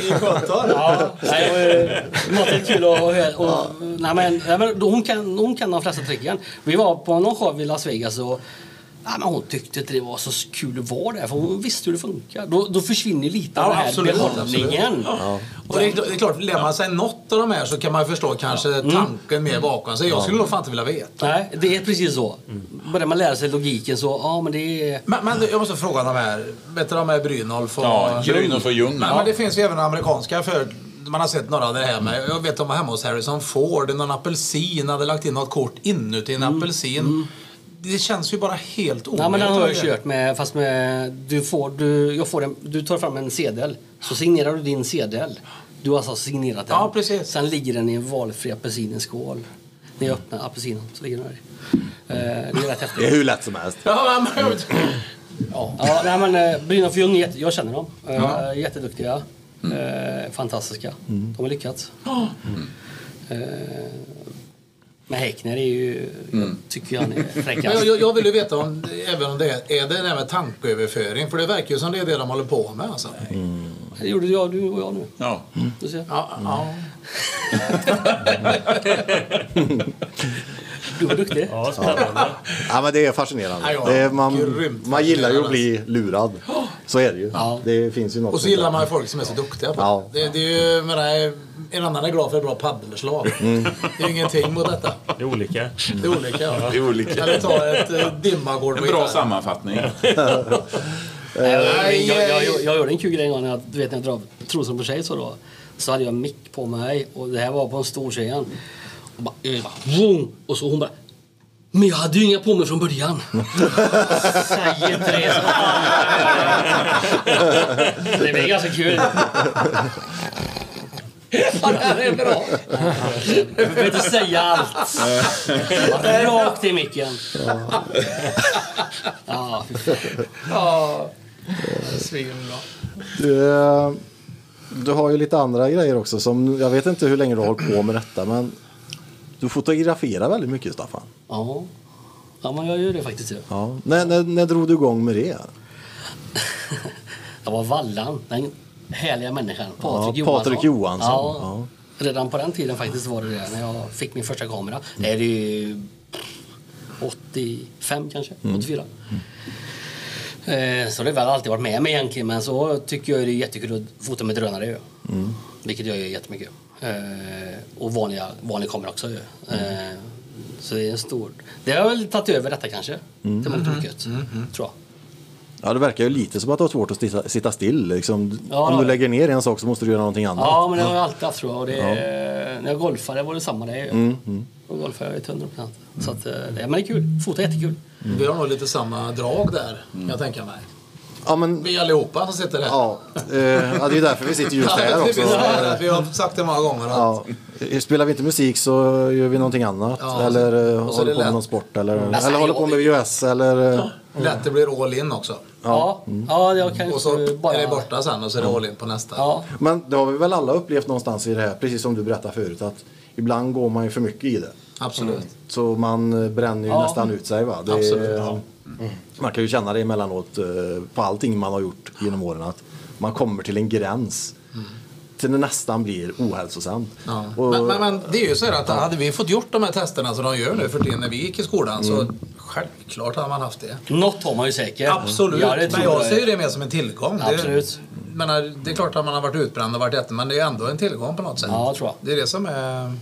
Speaker 6: I Kottorp.
Speaker 3: Ja, nej, och, eh, det är kul att höra. Och, nej, men, nej, men, hon, kan, hon kan de flesta tricken. Vi var på någon show i Las Vegas och nej, men hon tyckte inte det var så kul att vara där för hon visste hur det funkar. Då, då försvinner lite av
Speaker 6: Ja,
Speaker 3: den här
Speaker 6: absolut,
Speaker 3: behållningen.
Speaker 7: Och det, är, klart- det är klart, lär man sig något av de här så kan man ju förstå kanske tanken mer bakom sig. Jag skulle nog fan inte vilja veta.
Speaker 3: Mm. Nej, det är precis så.
Speaker 6: Mm.
Speaker 3: Börjar man lära sig logiken så, ja men det är...
Speaker 7: Men, men jag måste fråga de här, vet du de här Brynolf och...
Speaker 10: Ja, Grynolf och Ljung.
Speaker 7: Men, men det finns ju även amerikanska för man har sett några av det här med. Jag vet de var hemma hos Harrison Ford, någon apelsin hade lagt in något kort inuti en apelsin. Det känns ju bara helt omöjligt.
Speaker 3: Nej Mm. men den har jag kört med, fast med... Du, får, du, jag får en, du tar fram en sedel, så signerar du din sedel. Du har alltså signerat den.
Speaker 7: Ja, precis.
Speaker 3: Sen ligger den i en valfri apelsinenskål. När jag öppnar apelsinen så ligger den där. Eh, det är rätt häftigt.
Speaker 2: Det är hur lätt som helst.
Speaker 7: Ja, men, men,
Speaker 3: Ja, nej, men eh, Brynolf och Ljung, är jätte- jag känner dem. Eh, Jätteduktiga.
Speaker 7: Mm.
Speaker 3: Eh, fantastiska. De har lyckats. Eh, men Häckner är ju... Jag tycker ju han är
Speaker 7: Mm. men jag,
Speaker 3: fräckast.
Speaker 7: jag, jag vill ju veta om, även om det är, är det det här med tankeöverföring. För det verkar ju som det är det de håller på med alltså.
Speaker 2: Mm.
Speaker 3: Det gjorde jag, du och jag nu.
Speaker 10: Ja.
Speaker 3: Du ser.
Speaker 7: Ja, ja.
Speaker 2: Mm.
Speaker 3: Du var duktig.
Speaker 5: Ja, spännande.
Speaker 2: Ja, men det är
Speaker 7: Ja,
Speaker 2: fascinerande.
Speaker 7: ja.
Speaker 2: Det är, man,
Speaker 7: Grymt
Speaker 2: man gillar ju att
Speaker 7: fascinerande.
Speaker 2: bli lurad. Så är det ju. Det finns ju något
Speaker 7: Och så
Speaker 2: sånt där.
Speaker 7: gillar man ju folk som är så duktiga på
Speaker 2: Ja.
Speaker 7: det. Det, det är ju, menar, en annan är glad för ett bra paddelslag.
Speaker 2: Mm.
Speaker 7: Det är ju ingenting mot detta.
Speaker 5: Det är olika.
Speaker 7: Det är olika. Ja.
Speaker 10: Det är olika.
Speaker 7: eh, Eller ta ett eh, dimmagolv.
Speaker 10: En bra sammanfattning.
Speaker 3: Nej, jag, jag, jag, jag gjorde en kul grej en gång när jag, du vet, när jag drar trosor på tjej så då. Så hade jag en mick på mig och det här var på en stor tjej. Och, bara, jag bara, vroom, och så hon bara men jag hade ju inga på mig från början. Säg inte det. så. Det blir ganska kul. Ja, det här är bra. Jag behöver inte säga allt. Rakt i micken. Ja, fy fan.
Speaker 12: Ja, svinbra.
Speaker 2: Du, eh, du har ju lite andra grejer också. Som, jag vet inte hur länge du har hållit på med detta, men du fotograferar väldigt mycket, Staffan.
Speaker 3: Ja. ja, men jag gör det faktiskt. ju.
Speaker 2: Ja. När, när, när drog du igång med det?
Speaker 3: Jag var Vallan, den härliga människan. Patrik
Speaker 2: Ja,
Speaker 3: Johansson.
Speaker 2: Patrik Johansson,
Speaker 3: Ja. Redan på den tiden faktiskt var det det, när jag fick min första kamera. Det är ju 85 kanske,
Speaker 2: Mm.
Speaker 3: 84. Eh, Så det har väl alltid varit med mig egentligen, men så tycker jag det är jättekul att fota med drönare ju.
Speaker 5: Mm.
Speaker 3: Vilket jag gör jättemycket. Eh, Och vanliga, vanlig kamera också ju. Eh, Så det är en stor... Det har väl tagit över detta kanske, till mångt och mycket, tror jag.
Speaker 2: Ja, det verkar ju lite som att du har svårt att sitta, sitta still. Liksom,
Speaker 3: Ja.
Speaker 2: Om du lägger ner en sak så måste du göra någonting annat.
Speaker 3: Ja, men det har jag alltid haft tror jag. Och det, När jag golfade var det samma där.
Speaker 2: Mm.
Speaker 3: Då golfade jag till 100 procent. Så att, eh, det, men det är kul. Fota är jättekul.
Speaker 6: Vi har nog lite samma drag där, kan jag tänka mig.
Speaker 2: Ja, men,
Speaker 6: Vi allihopa som sitter här.
Speaker 2: ja, eh, ja, det är därför vi sitter just
Speaker 6: Ja,
Speaker 2: här
Speaker 6: det
Speaker 2: också.
Speaker 6: finns det här. Vi har sagt det många gånger. att-
Speaker 2: Ja. Eh, Spelar vi inte musik så gör vi någonting annat.
Speaker 6: Ja,
Speaker 2: eller eh,
Speaker 6: och så
Speaker 2: håller på
Speaker 6: är det
Speaker 2: med
Speaker 6: lätt.
Speaker 2: någon sport. Eller,
Speaker 6: Alltså,
Speaker 2: eller håller
Speaker 6: jag-
Speaker 2: på med VHS. Eller, eh,
Speaker 6: Lätt det blir all in också.
Speaker 3: Ja, ja jag kan ju
Speaker 6: Och så
Speaker 3: inte bara...
Speaker 6: är det borta sen och så är det all in på nästa.
Speaker 3: Ja,
Speaker 2: Men det har vi väl alla upplevt någonstans i det här, precis som du berättade förut, att ibland går man ju för mycket i det. Mm.
Speaker 6: Absolut.
Speaker 2: Så man eh, bränner ju
Speaker 3: Ja.
Speaker 2: nästan ut sig. Va? Det är,
Speaker 6: Absolut, ja.
Speaker 2: Man kan ju känna det emellanåt eh, på allting man har gjort genom åren, att man kommer till en gräns. Till det nästan blir ohälsosamt.
Speaker 6: Mm. Ja.
Speaker 2: Och-
Speaker 6: Men, men, men det är ju så här att hade vi fått gjort de här testerna som de gör nu för tiden när vi gick i skolan så självklart hade man haft det.
Speaker 3: något har man ju säkert.
Speaker 6: Absolut,
Speaker 3: Ja, det
Speaker 6: men
Speaker 3: tror
Speaker 6: jag ser ju
Speaker 3: jag.
Speaker 6: det mer som en tillgång.
Speaker 3: Absolut.
Speaker 6: Det, menar, det är klart att man har varit utbränd och varit ätten, men det är ändå en tillgång på något sätt.
Speaker 3: Ja, tror jag.
Speaker 6: Det är det som är...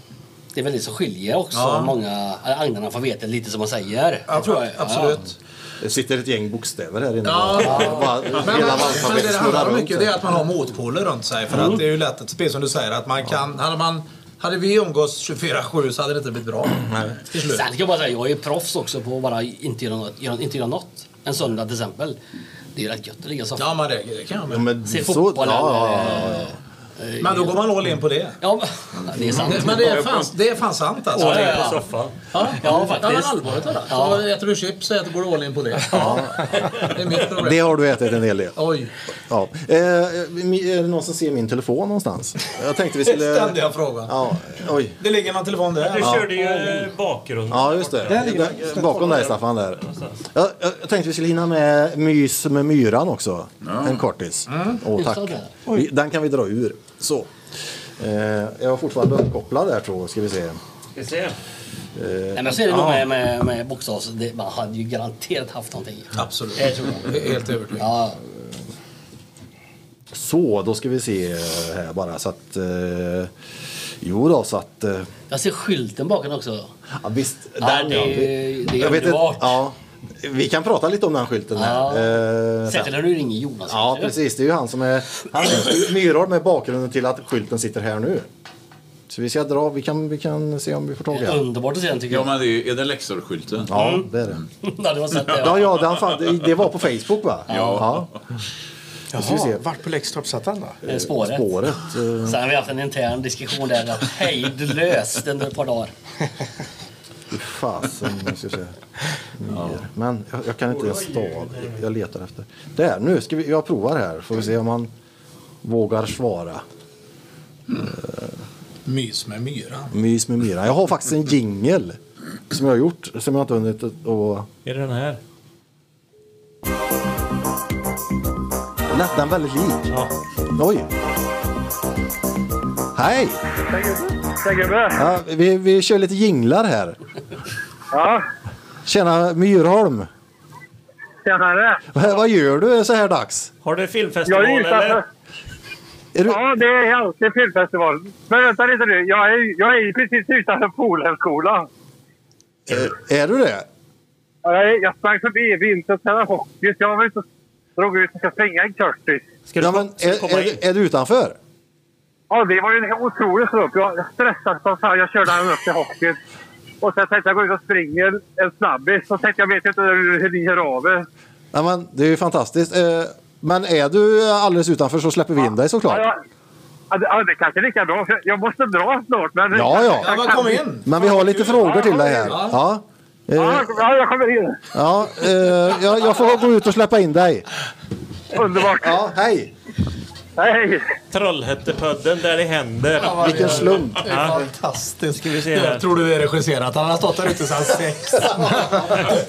Speaker 3: Det är väl det som skiljer också.
Speaker 6: Ja.
Speaker 3: Många... eller Agnarna får veta lite som man säger. Det
Speaker 6: Ja,
Speaker 3: tror jag.
Speaker 6: Absolut.
Speaker 2: Det sitter ett gäng bokstäver här inne.
Speaker 6: Ja.
Speaker 2: Bara-
Speaker 6: Men, men,
Speaker 2: Hela
Speaker 6: men det
Speaker 2: alfabetet
Speaker 6: det
Speaker 2: snurrar
Speaker 6: handlar om
Speaker 2: runt
Speaker 6: mycket
Speaker 2: här.
Speaker 6: det är att man har motpoler runt sig. För
Speaker 3: Mm.
Speaker 6: att det är ju lätt, att, precis som du säger, att man kan... Hade, man, hade vi umgås 24-7 så hade det inte blivit bra. Till
Speaker 3: Sen
Speaker 6: slut.
Speaker 3: kan jag bara säga, jag är ju proffs också på att bara inte göra något. göra- Inte göra något. En söndag till exempel. Det är ju rätt gött att ligga i soffan.
Speaker 6: Ja, man reagerar. Det kan jag
Speaker 2: Ja,
Speaker 6: med.
Speaker 2: men
Speaker 3: Se
Speaker 2: så-
Speaker 3: fotbollen.
Speaker 2: ja, ja, ja.
Speaker 3: eh,
Speaker 6: Men då går man all in på det.
Speaker 3: Ja, men- det är sant.
Speaker 6: Men det är fan, det är fan sant alltså.
Speaker 5: Ligger på soffan.
Speaker 6: Ja,
Speaker 3: Ja,
Speaker 6: Ja, men
Speaker 3: faktiskt.
Speaker 6: allvarligt talat.
Speaker 3: Ja.
Speaker 6: Så Äter du chips så äter, går du all in på det. Det är mitt problem.
Speaker 2: Det har du ätit en hel del.
Speaker 6: Oj.
Speaker 2: Ja. Eh, mi- är det någon som ser min telefon någonstans? Jag tänkte vi skulle...
Speaker 6: Ständiga frågan.
Speaker 2: Ja, oj.
Speaker 6: Det ligger någon telefon där.
Speaker 5: Du körde ju eh, bakgrund.
Speaker 2: Ja, just det. Där- Bakom dig, Staffan. Där. Jag, jag jag tänkte vi skulle hinna med Mys med myran också. En kortis. Åh,
Speaker 3: Mm. Just
Speaker 2: tack.
Speaker 3: det.
Speaker 2: Vi- Den kan vi dra ur. Så. Eh, jag var fortfarande uppkopplad där, tror jag. Ska vi se. Eh,
Speaker 5: Ska se.
Speaker 3: Nej, men så är det nog med, med, med bokstavs... det- Man hade ju garanterat haft någonting.
Speaker 6: Absolut.
Speaker 3: Det tror jag.
Speaker 6: Helt övertygad.
Speaker 3: Ja,
Speaker 2: Så, då ska vi se här bara så att... Eh, jo då, så att... Eh,
Speaker 3: jag ser skylten bakom också.
Speaker 2: Ja, visst.
Speaker 3: Ja, det är-
Speaker 2: vi-
Speaker 3: det är
Speaker 2: jag vet inte-
Speaker 3: underbart.
Speaker 2: ja, vi kan prata lite om den skylten.
Speaker 3: Ja.
Speaker 2: Här. Eh, sen.
Speaker 3: Särskilt när du ringer Jonas.
Speaker 2: ja,
Speaker 3: kanske.
Speaker 2: precis. Det är ju han som är... Han är Myrholm med bakgrunden till att skylten sitter här nu. Så vi ska dra. Vi kan, vi kan se om vi får tag i den.
Speaker 3: Underbart att se den tycker
Speaker 1: Ja,
Speaker 3: jag.
Speaker 1: men det är, ju- är det Leksandskylten?
Speaker 2: Ja, det är det.
Speaker 3: Ja, det var sett det. Ja.
Speaker 2: Ja, ja det, han fan, det- det var på Facebook, va? Ja. Nu ska vi
Speaker 13: Jaha,
Speaker 2: se.
Speaker 13: vart på Läxtorp satt han då?
Speaker 3: Eh, Spåret.
Speaker 2: Spåret. eh,
Speaker 3: Sen har vi haft en intern diskussion där. att Hejdlöst under ett par dagar.
Speaker 2: Fasen, nu ska vi se. Mer. Men jag, jag kan inte ens stav. Jag letar efter. Där, nu ska vi, jag provar här. Får vi se om han vågar svara. Eh,
Speaker 6: Mys med myran.
Speaker 2: Mys med myran. Jag har faktiskt en jingel som jag har gjort som jag inte hunnit att- att...
Speaker 5: Är det den här?
Speaker 2: Nästan väldigt lik. Oj! Hej!
Speaker 14: Tja gubbe!
Speaker 2: Ja, vi, vi kör lite jinglar här.
Speaker 14: Ja,
Speaker 2: Tjena Myrholm!
Speaker 14: tjenare!
Speaker 2: Vad vad gör du så här dags?
Speaker 5: Har du filmfestival
Speaker 14: Jag är
Speaker 5: eller?
Speaker 14: utanför.
Speaker 2: Är du...
Speaker 14: Ja, det är alltid filmfestival. Men vänta lite nu. Jag är, jag är precis utanför Polhemskolan.
Speaker 2: Är du det?
Speaker 14: Ja, Jag, är- jag sprang förbi Vinter och spelade hockey. så Jag var inte Drog ut och ska springa en kurtis.
Speaker 2: Ja, men är, är, är du utanför?
Speaker 14: Ja, det var ju en otrolig slump. Jag stressade som fan. Jag körde den upp till hockeyn. Och sen tänkte jag gå ut och springa en snabbis. Så tänkte jag, vet inte hur ni hör av er.
Speaker 2: Ja, men det är ju fantastiskt. Eh, Men är du alldeles utanför så släpper vi in dig såklart.
Speaker 14: Ja, ja, det- ja, det kanske är lika bra. för Jag måste dra snart. Men
Speaker 2: Ja, ja. Ja, men kom
Speaker 6: in.
Speaker 2: Men vi har lite frågor till dig här. Ja. Eh,
Speaker 14: Ja, ja, jag kommer in.
Speaker 2: Ja, eh, jag, jag får gå ut och släppa in dig.
Speaker 14: Underbart.
Speaker 2: Ja, hej.
Speaker 14: Hej.
Speaker 5: Trollhättepodden där det händer.
Speaker 2: Vilken slump.
Speaker 5: Det är
Speaker 6: fantastiskt.
Speaker 5: Ska vi se här.
Speaker 6: Jag tror du är regisserat. Han har stått där ute sedan sex.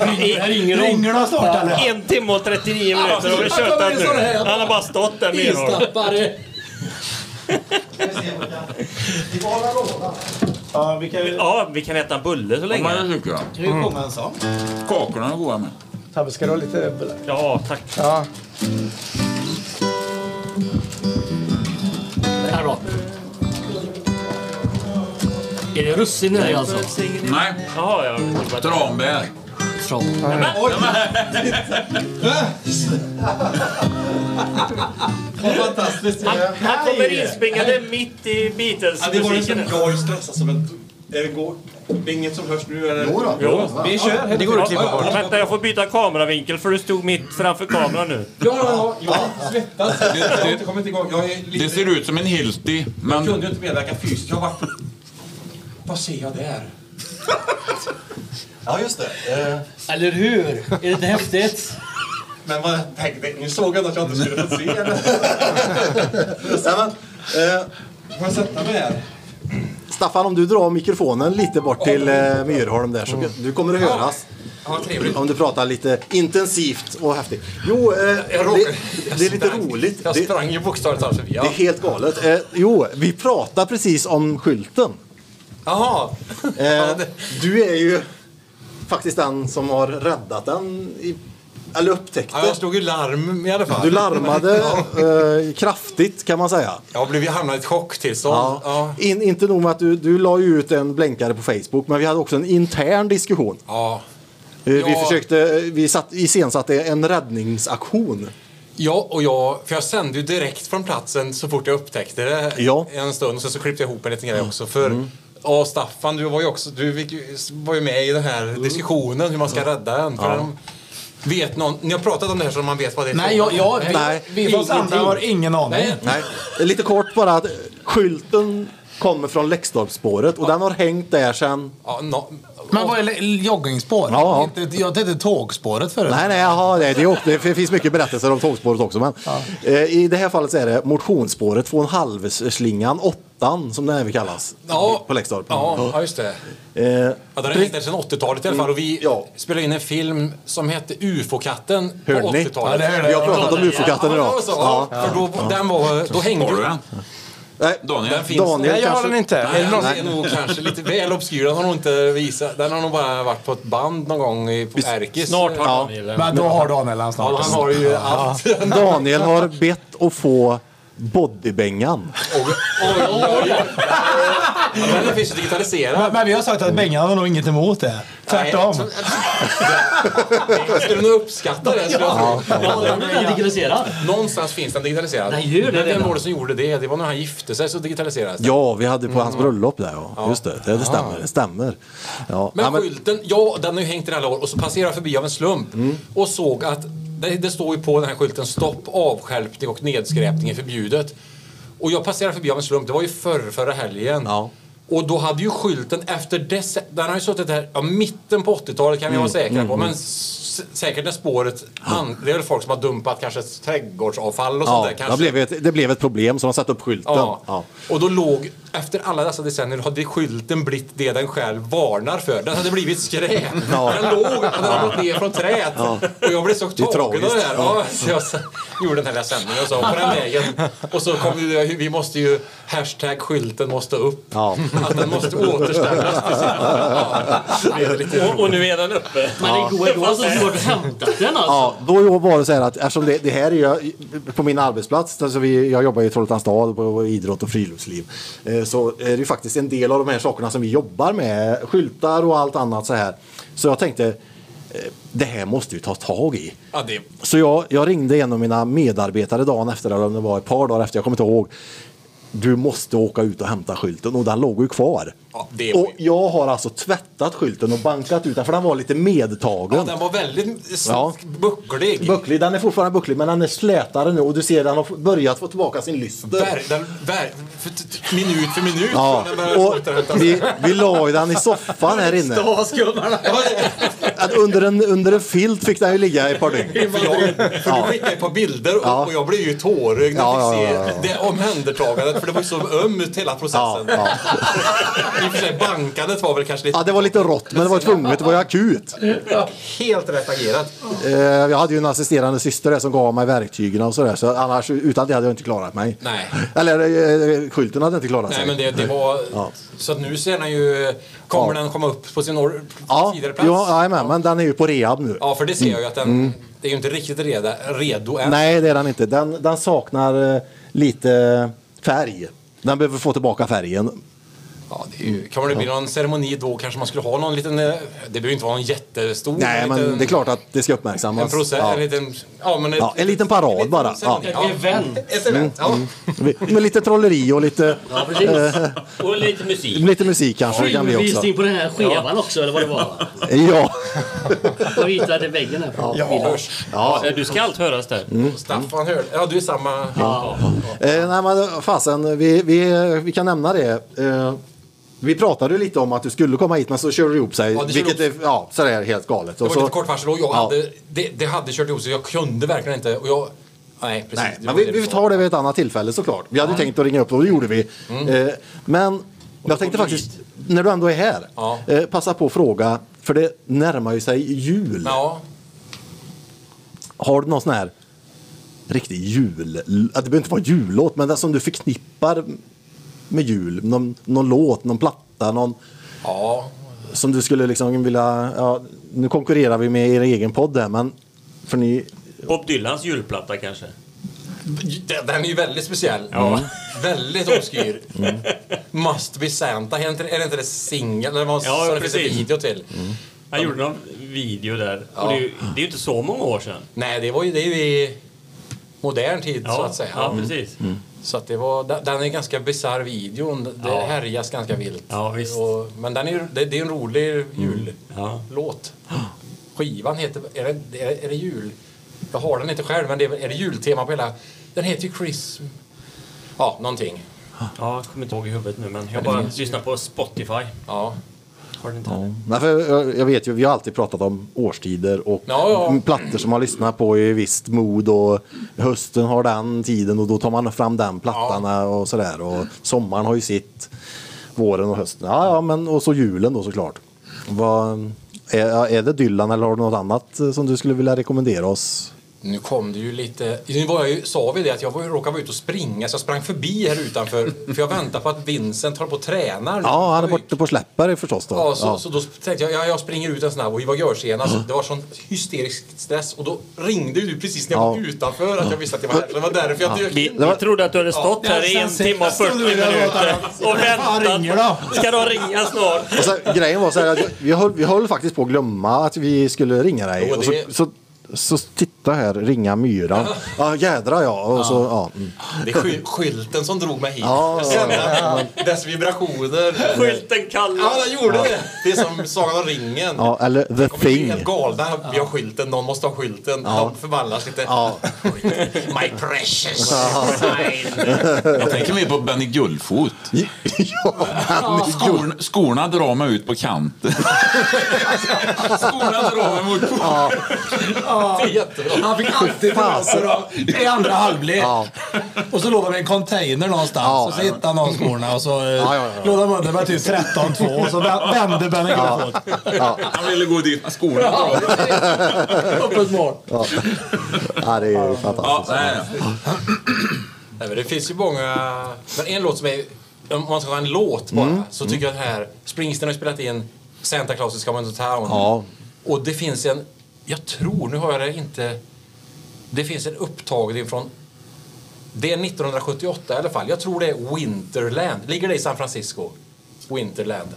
Speaker 5: ringer
Speaker 6: Ringer de snart eller?
Speaker 5: En timme och 39 minuter har vi
Speaker 6: Ja,
Speaker 5: kört
Speaker 6: men det är så det
Speaker 5: nu.
Speaker 6: är.
Speaker 5: Han har bara stått där nere.
Speaker 3: Istappare.
Speaker 6: Ja, vi kan ju...
Speaker 5: Ja, vi kan äta en bulle så
Speaker 1: Ja,
Speaker 5: länge.
Speaker 1: men det tycker jag. Mm.
Speaker 6: Kan ju sjunga en sång.
Speaker 1: Kakorna är goda med.
Speaker 6: Tabbe, ska du ha lite bulle?
Speaker 5: Ja, tack.
Speaker 6: Ja.
Speaker 3: Det här är bra. Är det russin i dig alltså?
Speaker 1: Nej,
Speaker 5: Jaha, ja.
Speaker 1: tranbär.
Speaker 3: Trång.
Speaker 7: Fantastiskt.
Speaker 5: Han, han kommer inspringande mitt i Beatles-musiken.
Speaker 7: jag är stressad som en... Är det går? Det är inget som hörs nu eller? Jo då.
Speaker 5: Jo.
Speaker 6: Vi kör. Det går att klippa bort.
Speaker 5: Vänta, jag får byta kameravinkel för du stod mitt framför kameran nu.
Speaker 7: Ja, ja, ja. Jag svettas. Jag har inte kommit igång. Jag är
Speaker 1: Det
Speaker 7: lite...
Speaker 1: ser ut som en Hilti,
Speaker 7: Jag
Speaker 1: men
Speaker 7: kunde ju inte medverka fysiskt. Jag bara... Vad ser jag där? Ja, just det. Eh,
Speaker 3: Eller hur? Är det inte häftigt?
Speaker 7: Men vad tänkte ni? såg ändå att jag inte skulle få se eller? Nej, men, eh, Får jag sätta mig här?
Speaker 2: Staffan, om du drar mikrofonen lite bort till eh, Myrholm där så du kommer att höras.
Speaker 7: Mm. Ja, trevligt.
Speaker 2: Om du pratar lite intensivt och häftigt. Jo, eh, det, det är lite roligt.
Speaker 7: Jag
Speaker 2: Det,
Speaker 7: sprang ju bokstavligt talat förbi.
Speaker 2: det är
Speaker 7: Ja.
Speaker 2: helt galet. Eh, jo, vi pratar precis om skylten.
Speaker 7: Jaha!
Speaker 2: Eh, du är ju faktiskt den som har räddat den. I, eller upptäckt
Speaker 7: Ja, jag
Speaker 2: det.
Speaker 7: slog ju larm i alla fall.
Speaker 2: Du larmade eh, kraftigt kan man säga.
Speaker 7: Jag blev ju hamnat i ett chocktillstånd.
Speaker 2: Ja.
Speaker 7: Ja.
Speaker 2: In, inte nog med att du, du la ju ut en blänkare på Facebook, men vi hade också en intern diskussion.
Speaker 7: Ja.
Speaker 2: Eh, Vi
Speaker 7: Ja.
Speaker 2: försökte, vi satt, iscensatte en räddningsaktion.
Speaker 7: ja, och jag, för jag sände ju direkt från platsen så fort jag upptäckte det
Speaker 2: Ja.
Speaker 7: en stund. Och sen så klippte jag ihop en liten grej också. För, Ja, Staffan, du var ju också du fick ju- var ju med i den här diskussionen hur man ska rädda en. För de, vet någon, ni har pratat om det här så man vet vad det är.
Speaker 6: Nej, jag... jag vi,
Speaker 2: Nej.
Speaker 6: vi från Sandra har ingen aning.
Speaker 7: Nej.
Speaker 2: Nej. Lite kort bara, att skylten kommer från Läxtorpsspåret och den har hängt där sedan...
Speaker 7: Ja, no,
Speaker 6: Men vad är le- joggingspår?
Speaker 2: Ja.
Speaker 6: Inte, jag tänkte tågspåret förut.
Speaker 2: Nej, nej, jaha, nej det, är också, det finns mycket berättelser om tågspåret också. Men, eh, I det här fallet så är det motionsspåret, två och en halv slingan, åttan som den även kallas
Speaker 7: Ja.
Speaker 2: på Läxtorp.
Speaker 7: Ja, ja, just det.
Speaker 2: Eh,
Speaker 7: Ja, den har hängt där sedan 80-talet i alla fall. Och vi
Speaker 2: Mm, Ja.
Speaker 7: spelade in en film som hette UFO-katten på
Speaker 2: Hörde ni?
Speaker 7: 80-talet.
Speaker 6: Ja, det hörde jag.
Speaker 2: vi har pratat om ufo-katten
Speaker 7: Ja, det
Speaker 2: idag.
Speaker 7: var så. Ja, för då, den var, då hängde
Speaker 1: har du den?
Speaker 2: Nej,
Speaker 1: Daniel?
Speaker 7: finns den.
Speaker 2: Daniel
Speaker 15: Nej, jag har
Speaker 2: kanske...
Speaker 15: den inte.
Speaker 7: Nej,
Speaker 15: Eller
Speaker 7: den
Speaker 15: någon-
Speaker 7: är nog kanske lite väl obskyr. Den har nog inte visat. Den har nog bara varit på ett band någon gång i, på Erkis.
Speaker 5: Snart har
Speaker 2: Ja.
Speaker 5: han ja.
Speaker 6: Men då har Daniel han
Speaker 7: Ja,
Speaker 6: snart.
Speaker 7: han har ju allt.
Speaker 2: Daniel har bett att få bodybängan.
Speaker 7: Ja, men Den finns ju digitaliserad.
Speaker 6: Men, men vi har sagt att Bengan har nog inget emot det. Tvärtom.
Speaker 7: Nej, Jag skulle nog uppskatta det. skulle jag tro. Ja,
Speaker 3: Ja,
Speaker 7: den-
Speaker 3: nu är den digitaliserad.
Speaker 7: Någonstans finns den digitaliserad.
Speaker 3: Den gör det
Speaker 7: Men vem
Speaker 3: redan.
Speaker 7: var det som gjorde det? Det var när han gifte sig så digitaliserades den.
Speaker 2: Ja, vi hade
Speaker 6: Mm.
Speaker 2: på hans bröllop där ja. Just det, det, det stämmer. Det stämmer. Ja.
Speaker 7: Men
Speaker 2: ja, men,
Speaker 7: skylten, ja den har ju hängt i alla år och så passerade jag förbi av en slump
Speaker 2: Mm.
Speaker 7: och såg att det, det står ju på den här skylten stopp, avstjälpning och nedskräpning är förbjudet. Och jag passerade förbi av en slump, det var ju förr, förra helgen.
Speaker 2: Ja.
Speaker 7: Och då hade ju skylten efter det, den har ju suttit där, ja mitten på 80-talet kan vi
Speaker 2: Mm,
Speaker 7: vara säkra på, men s- säkert när spåret, an, det är väl folk som har dumpat kanske trädgårdsavfall och sånt
Speaker 2: ja,
Speaker 7: där kanske.
Speaker 2: det, blev ett, det blev ett problem så de satte upp skylten.
Speaker 7: Ja.
Speaker 2: Ja.
Speaker 7: Och då låg, efter alla dessa decennier, hade skylten blivit det den själv varnar för. Den hade blivit skräp.
Speaker 2: Ja.
Speaker 7: Den låg och den hade gått ner från träet. Och jag blev så
Speaker 2: är
Speaker 7: tagen av det
Speaker 2: tragiskt.
Speaker 7: där. Ja, så jag sa- gjorde den här lilla sändningen och sa på den vägen. Och så kom vi, vi måste ju, hashtag skylten måste upp.
Speaker 2: Ja.
Speaker 7: Att den måste återställas. till sin- Ja. Det är lite
Speaker 5: Och, och nu är den uppe.
Speaker 3: Men igår, igår så har du hämtat den alltså.
Speaker 2: Ja, då var det så här att eftersom det, det här är ju på min arbetsplats, alltså vi, jag jobbar i Trollhättan stad på idrott och friluftsliv, eh, så är det ju faktiskt en del av de här sakerna som vi jobbar med, skyltar och allt annat så här. Så jag tänkte, eh, det här måste vi ta tag i.
Speaker 7: Ja, det...
Speaker 2: Så jag, jag ringde en av mina medarbetare dagen efter, eller om det var ett par dagar efter, jag kommer inte ihåg. Du måste åka ut och hämta skylten och den låg ju kvar.
Speaker 7: det var
Speaker 2: och jag har alltså tvättat skylten och bankat ut den för den var lite medtagen.
Speaker 7: Ja, den var väldigt
Speaker 2: Ja.
Speaker 7: ja. bucklig.
Speaker 2: Bucklig, den är fortfarande bucklig men den är slätare nu och du ser den har f- börjat få tillbaka sin lyster.
Speaker 7: Ver, den, ver, för, t- t- minut för minut.
Speaker 2: Ja,
Speaker 7: från den började
Speaker 2: och
Speaker 7: återhämta sig.
Speaker 2: vi, vi la ju den i soffan här inne.
Speaker 7: Stavskummarna.
Speaker 2: Att under, en, under en filt fick den ju ligga i ett par dygn.
Speaker 7: För, jag, för du skickade ett par bilder och, och jag blev ju tårögd när
Speaker 2: Ja,
Speaker 7: jag fick se
Speaker 2: ja, ja, ja.
Speaker 7: det omhändertagandet för det var ju så ömt hela processen.
Speaker 2: Ja,
Speaker 7: I och för sig bankandet var väl kanske lite...
Speaker 2: Ja, det var lite rått men det var tvunget, det var ju akut.
Speaker 7: Helt rätt agerat.
Speaker 2: Eh, Jag hade ju en assisterande syster där som gav mig verktygen och sådär. Så annars, utan det hade jag inte klarat mig.
Speaker 7: Nej.
Speaker 2: Eller eh, skylten hade inte klarat sig.
Speaker 7: Nej, men det, det var...
Speaker 2: Ja.
Speaker 7: Så att nu ser den ju... Kommer den komma upp på sin or-
Speaker 2: Ja,
Speaker 7: tidigare plats?
Speaker 2: ja, jajamän, men den är ju på rehab nu.
Speaker 7: Ja, för det ser jag ju att den...
Speaker 2: Mm.
Speaker 7: Det är ju inte riktigt reda, redo än.
Speaker 2: Nej, det är den inte. Den, den saknar eh, lite färg. Den behöver få tillbaka färgen.
Speaker 7: Ja, det är ju, kan det bli någon ceremoni då kanske man skulle ha någon liten... eh, Det behöver ju inte vara någon jättestor.
Speaker 2: Nej,
Speaker 7: en
Speaker 2: men
Speaker 7: liten-
Speaker 2: det är klart att det ska
Speaker 7: En
Speaker 2: uppmärksammas.
Speaker 7: process,
Speaker 2: ja.
Speaker 7: en liten... Ja, men ett,
Speaker 2: Ja, en liten parad bara. Ja.
Speaker 3: event.
Speaker 7: Ett event, ja.
Speaker 2: Mm. Med lite trolleri och lite...
Speaker 3: Ja, precis.
Speaker 2: eh,
Speaker 5: Och lite musik.
Speaker 2: lite musik kanske det kan bli också.
Speaker 3: Filmvisning på den här skevan också, eller vad det var.
Speaker 2: Ja.
Speaker 3: De ritade väggen här på
Speaker 7: Ja.
Speaker 3: bilden.
Speaker 5: Du ska allt höras där.
Speaker 2: Mm.
Speaker 7: Staffan hörde... Ja, du är samma... Ja.
Speaker 2: Eh, nej, men fasen, vi, vi, vi kan nämna det. Eh, vi pratade ju lite om att du skulle komma hit, men så körde du ihop sig.
Speaker 7: Ja, det körde
Speaker 2: vilket är ja, sådär helt galet.
Speaker 7: Det
Speaker 2: Och
Speaker 7: var
Speaker 2: så,
Speaker 7: lite kort varsel och jag
Speaker 2: Ja.
Speaker 7: hade... Det, det hade kört ihop sig. Jag kunde verkligen inte. Och jag... Nej, precis.
Speaker 2: nej,
Speaker 7: Det
Speaker 2: men
Speaker 7: var
Speaker 2: vi,
Speaker 7: det
Speaker 2: vi tar det vid ett annat tillfälle såklart. Vi hade ju tänkt att ringa upp och det gjorde vi.
Speaker 7: Mm.
Speaker 2: Eh, men jag tänkte faktiskt, när du ändå är här,
Speaker 7: Ja.
Speaker 2: eh, passa på att fråga, för det närmar ju sig jul.
Speaker 7: Ja.
Speaker 2: Har du någon sån här riktig jul... att Det behöver inte vara jullåt, men den som du förknippar med jul. Någon, någon låt, någon platta, någon...
Speaker 7: Ja.
Speaker 2: Som du skulle liksom vilja... Ja, nu konkurrerar vi med er egen podd där, men... För ni...
Speaker 5: Bob Dylans julplatta kanske?
Speaker 7: Den, den är ju väldigt speciell. Mm.
Speaker 5: Ja.
Speaker 7: Väldigt obskyr.
Speaker 2: Mm.
Speaker 7: Must be Santa. Är det inte, är det, inte det singel? Eller vad
Speaker 5: Ja,
Speaker 7: som det finns en
Speaker 5: precis.
Speaker 7: video till?
Speaker 5: Han gjorde någon video där.
Speaker 7: Ja.
Speaker 5: Och det, är ju, det är ju inte så många år sedan.
Speaker 7: Nej, det var ju det är ju i modern tid
Speaker 5: Ja,
Speaker 7: så att säga. Mm.
Speaker 5: ja precis.
Speaker 7: Så att det var, den- den är ganska bisarr videon. Det
Speaker 5: Ja.
Speaker 7: härjas ganska vilt.
Speaker 5: Ja, visst.
Speaker 7: Och, men den är, ju- det, det är en rolig jullåt. Skivan heter... Är det, är, det- är det jul? Jag har den inte själv, men det är, är det jultema på hela... Den heter ju Chris... Ja, någonting.
Speaker 5: Ja, jag kommer inte ihåg i huvudet nu, men jag bara lyssnar på Spotify.
Speaker 7: Ja.
Speaker 5: Har den inte här?
Speaker 2: Nej, för jag- jag vet ju, vi har alltid pratat om årstider och
Speaker 7: Ja, ja.
Speaker 2: plattor som man lyssnar på i visst mod och hösten har den tiden och då tar man fram den plattan och sådär och sommaren har ju sitt, våren och hösten. Ja, ja, men och så julen då såklart. Vad, är, är det Dylan eller har du något annat eh, som du skulle vilja rekommendera oss?
Speaker 7: Nu kom det ju lite... Nu var jag ju, sa vi det att jag var, råkade vara ute och springa så jag sprang förbi här utanför för jag väntar på att Vincent håller på och tränar.
Speaker 2: Ja, han är borta på släppare förstås då.
Speaker 7: Ja, så,
Speaker 2: Ja. Mm.
Speaker 7: så då tänkte jag, ja, jag springer ut en snabb och vi var görsenas. Alltså, Det var sån hysterisk stress och då ringde du precis när jag
Speaker 2: Ja.
Speaker 7: var utanför att jag visste att jag var här. Så Det var därför jag dök
Speaker 5: Vi,
Speaker 7: in.
Speaker 5: vi trodde att du hade stått
Speaker 7: Ja.
Speaker 5: här i en
Speaker 7: Sen-
Speaker 5: timme och 40 minuter och väntat. Ska de ringa snart?
Speaker 2: Och sen, grejen var så här att vi höll, vi höll faktiskt på att glömma att vi skulle ringa dig.
Speaker 7: Jo,
Speaker 2: Och så,
Speaker 7: det-
Speaker 2: så, så titta här, ringa myran. Ja, jädra ja. Och så, ja. mm.
Speaker 7: Det är sky- skylten som drog mig hit.
Speaker 2: Ja, ja,
Speaker 7: Känna Dess vibrationer.
Speaker 5: Skylten kallar.
Speaker 7: Ja, den gjorde det. Det är som Sagan om ringen.
Speaker 2: ja eller the
Speaker 7: De är ju
Speaker 2: thing.
Speaker 7: helt galna. Vi har skylten, någon måste ha skylten. De förvandlas lite.
Speaker 2: Ja.
Speaker 7: My precious.
Speaker 1: Jag tänker mer på Benny Gullfot.
Speaker 2: ja,
Speaker 1: Skorna, skorna drar mig ut på kanten.
Speaker 10: Skolan drar mig mot ja.
Speaker 7: Det är jättebra.
Speaker 6: Han fick alltid
Speaker 2: Fasen.
Speaker 6: chanser av- i andra halvlek.
Speaker 2: Ja.
Speaker 6: Och så låg de i en container någonstans
Speaker 2: Ja.
Speaker 6: och så hittade han någon skorna och så eh,
Speaker 2: Ja, ja, ja.
Speaker 6: låg de under med typ 13-2 och så vä- vände Benny Gullfot.
Speaker 10: Han ville gå dit. Skolan drar mig.
Speaker 6: Upp ett mål.
Speaker 2: ja, det är ju fantastiskt.
Speaker 10: Ja, nej, nej.
Speaker 7: Nej, men det finns ju många... Men en låt som är... Om man ska ta en låt
Speaker 2: Mm.
Speaker 7: bara, så tycker jag att den här... Springsteen har ju spelat in Santa Claus is coming to town.
Speaker 2: Ja.
Speaker 7: Och det finns en... Jag tror, nu har jag det inte... Det finns en upptagning från... Det är 1978 i alla fall. Jag tror det är Winterland. Ligger det i San Francisco? Winterland.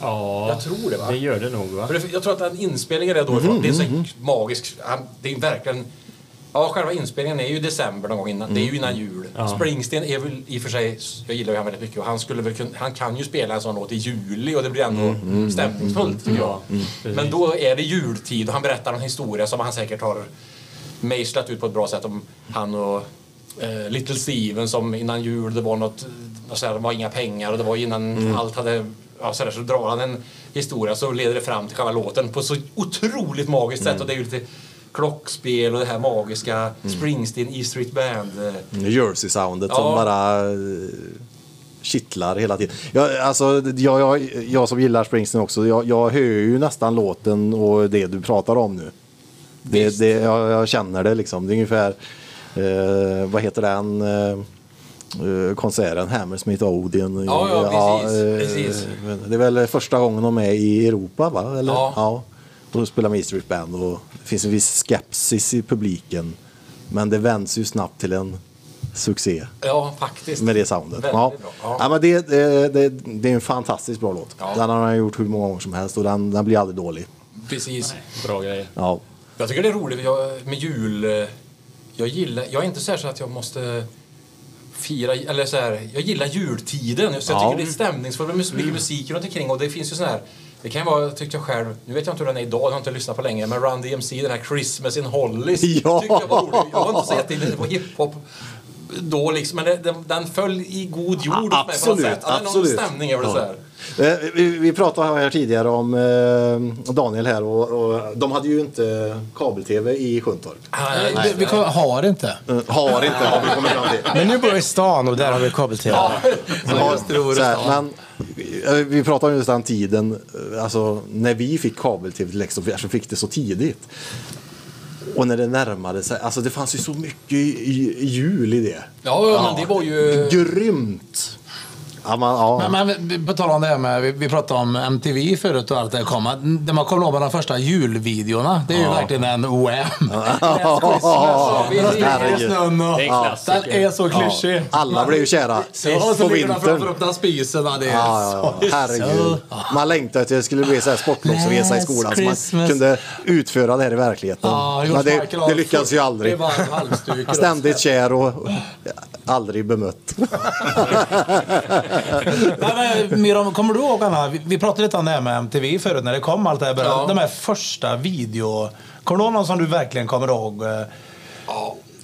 Speaker 5: Ja,
Speaker 7: Jag tror det va?
Speaker 5: det gör det nog va?
Speaker 7: För det- Jag tror att den inspelningen är då ifrån.
Speaker 5: Mhm,
Speaker 7: det är så magisk. han- Det är verkligen... Ja, själva inspelningen är ju i december någon gång innan. Det är ju innan jul.
Speaker 5: Mm-hmm. Ja.
Speaker 7: Springsteen är väl i och för sig... Jag gillar ju han väldigt mycket och han, skulle väl kunna, han kan ju spela en sån låt i juli och det blir ändå
Speaker 5: Mm-hmm.
Speaker 7: stämningsfullt tycker jag. Mm. Men då är det jultid och han berättar en historia som han säkert har mejslat ut på ett bra sätt om han och eh, Little Steven som innan jul det var något, och så här, det var inga pengar och det var innan
Speaker 11: Mm.
Speaker 7: allt hade, ja, så, där, så drar han en historia så leder det fram till själva låten på så otroligt magiskt sätt och det är ju lite klockspel och det här magiska Springsteen E Street Band. eh,
Speaker 2: Jersey-soundet
Speaker 7: Ja.
Speaker 2: som bara eh, kittlar hela tiden. Jag, alltså, jag, jag, jag som gillar Springsteen också, jag, jag hör ju nästan låten och det du pratar om nu. Det, det, jag, jag känner det liksom. Det är ungefär, eh, vad heter den eh, eh, konserten, Hammersmith Odeon.
Speaker 7: Ja, ja, precis,
Speaker 2: eh,
Speaker 7: precis.
Speaker 2: men Det är väl första gången de är i Europa va? Eller?
Speaker 7: Ja.
Speaker 2: Och de spelar med E Street Band och det finns en viss skepsis i publiken. Men det vänds ju snabbt till en succé
Speaker 7: Ja, faktiskt.
Speaker 2: med det soundet.
Speaker 7: Väldigt
Speaker 2: Ja.
Speaker 7: bra.
Speaker 2: Ja.
Speaker 7: Ja.
Speaker 2: men det, det, det, det är en fantastiskt bra låt.
Speaker 7: Ja.
Speaker 2: Den har han gjort hur många gånger som helst och den, den blir aldrig dålig.
Speaker 7: Precis. Bra grejer.
Speaker 2: Ja.
Speaker 7: Jag tycker det är roligt jag, med jul. eh, Jag gillar, jag är inte så här så att jag måste fira, eller så här, jag gillar jultiden. Så jag
Speaker 2: Ja. Mm.
Speaker 7: tycker det är stämningsfullt med mus- mycket musik runt omkring och det finns ju sån här det kan ju vara, tyckte jag själv, nu vet jag inte hur den är idag, jag har inte lyssnat på länge, men Run DMC, den här Christmas in Hollies,
Speaker 2: Ja.
Speaker 7: tyckte jag var rolig. Jag var inte så jätteinne på hiphop då liksom, men det, den, den föll i god jord hos mig på något
Speaker 2: Absolut,
Speaker 7: sätt. Ja, det är någon
Speaker 2: absolut.
Speaker 7: stämning över det
Speaker 2: Ja.
Speaker 7: så här.
Speaker 2: Eh, Vi, vi pratade här tidigare om eh, Daniel här och, och de hade ju inte kabel-tv i Sjuntorp.
Speaker 11: Vi, vi kommer, har inte.
Speaker 2: Eh, Har inte, har vi kommit fram till.
Speaker 11: Men nu bor jag i stan och där har vi kabel-tv.
Speaker 2: Ja, så här, men, eh, vi pratar om just den tiden, eh, alltså när vi fick kabel-tv till Leksand, eftersom vi fick det så tidigt. Och när det närmade sig, alltså det fanns ju så mycket i- i- i jul i det.
Speaker 7: Ja, ja, men det var
Speaker 6: Eh.
Speaker 7: ju...
Speaker 2: Grymt! Ja, man, ja.
Speaker 6: Men, men vi- på tal om det här med, vi, vi pratade om MTV förut och allt det där kom. att När man kommer ihåg med de första julvideorna, det är ju
Speaker 11: Ja.
Speaker 6: verkligen en Wham!
Speaker 2: Ja.
Speaker 6: Christmas,
Speaker 2: Herregud.
Speaker 6: snön och-
Speaker 2: Det är en klassiker.
Speaker 6: Den är så klyschig.
Speaker 2: Ja. Alla blir ju kära
Speaker 6: Ja, och
Speaker 2: på
Speaker 6: så ligger de
Speaker 2: vintern.
Speaker 6: framför öppna spisen. och Det är
Speaker 2: Ah, Ja, ja,
Speaker 6: så-
Speaker 2: ja. Herregud. Man längtade att det skulle bli så här sportlovsresa i
Speaker 6: Last
Speaker 2: skolan så man
Speaker 6: Christmas.
Speaker 2: kunde utföra det här i verkligheten.
Speaker 6: Ja, George
Speaker 2: Men det,
Speaker 6: Michael har-
Speaker 2: det lyckades ju
Speaker 6: Det
Speaker 2: aldrig.
Speaker 6: var en halvstycke.
Speaker 2: Ständigt kär och och aldrig bemött.
Speaker 6: Nej, men, Miram, kommer du ihåg Anna? Vi, vi pratade lite om det här med MTV förut när det kom allt det här. började. De här första video... Kommer du ihåg någon som du verkligen kommer ihåg? eh?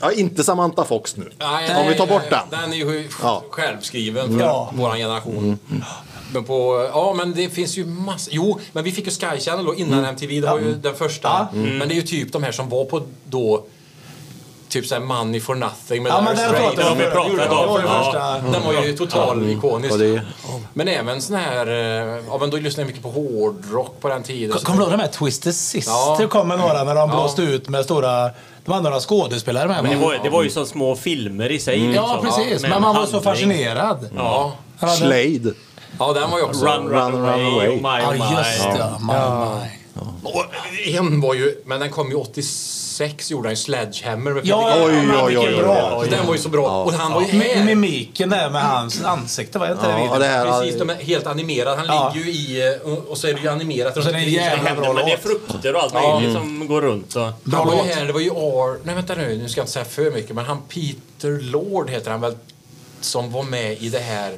Speaker 2: Ja, inte Samantha Fox nu.
Speaker 7: Nej,
Speaker 2: Om vi tar bort den.
Speaker 7: Den är ju
Speaker 2: Ja.
Speaker 7: självskriven för
Speaker 2: Ja.
Speaker 7: vår generation.
Speaker 5: Mm.
Speaker 7: Men på, ja men det finns ju massor. Jo, men vi fick ju Sky Channel då innan MTV. Det var ju den första.
Speaker 6: Mm.
Speaker 7: Men det är ju typ de här som var på då Typ såhär Money for nothing med
Speaker 6: Ja, men
Speaker 7: Dire
Speaker 6: den
Speaker 7: Straits.
Speaker 6: pratade vi om.
Speaker 7: Jo,
Speaker 6: Det var ju
Speaker 7: ja.
Speaker 6: första.
Speaker 7: Den var ju total
Speaker 2: Mm.
Speaker 7: ikonisk.
Speaker 2: Och det-
Speaker 7: Men även sån här, eh, ja men då lyssnade jag mycket på hårdrock på den tiden.
Speaker 6: Kommer du ihåg de här Twisted Sister?
Speaker 7: Ja.
Speaker 6: Det kom några när de
Speaker 7: Ja.
Speaker 6: blåste ut med stora... De hade några skådespelare med.
Speaker 5: Men det,
Speaker 6: va?
Speaker 5: var, det var ju som små filmer i sig.
Speaker 6: Mm.
Speaker 5: Liksom.
Speaker 6: Ja, precis.
Speaker 5: Med
Speaker 6: Men
Speaker 5: en
Speaker 6: man var så
Speaker 5: handling.
Speaker 6: fascinerad.
Speaker 5: Ja.
Speaker 6: Ja, den-
Speaker 2: Slade.
Speaker 7: Ja, den var ju också...
Speaker 5: Run, run, away. Oh my,
Speaker 7: Ja,
Speaker 5: my.
Speaker 7: just det.
Speaker 6: Ja, my, my.
Speaker 7: Och en var ju, men den kom ju 86 gjorde han ju, Sledgehammer med
Speaker 6: Ja,
Speaker 7: Peter
Speaker 6: ja,
Speaker 7: Gabriel.
Speaker 6: ja, Oj, ja, oj, oj,
Speaker 7: Bra.
Speaker 6: oj.
Speaker 7: Så Den var ju så bra. Och han var ju
Speaker 6: Mi-
Speaker 7: här.
Speaker 6: Mimiken där med hans ansikte, var det inte det?
Speaker 7: Ja,
Speaker 6: videon?
Speaker 7: Precis, de är helt animerade. Han ligger ju i... eh, och- Och så är det ju animerat.
Speaker 6: Och så är det en
Speaker 7: Det finns
Speaker 6: jävla
Speaker 7: inga händer,
Speaker 6: bra
Speaker 7: men det är
Speaker 6: låt. Mm.
Speaker 5: Frukter och allt
Speaker 7: Ja.
Speaker 5: möjligt som går runt. Och...
Speaker 7: han var ju här, liksom. det var ju Ar... Nej vänta nu, nu ska jag inte säga för mycket, men han Peter Lord heter han väl, som var med i det här.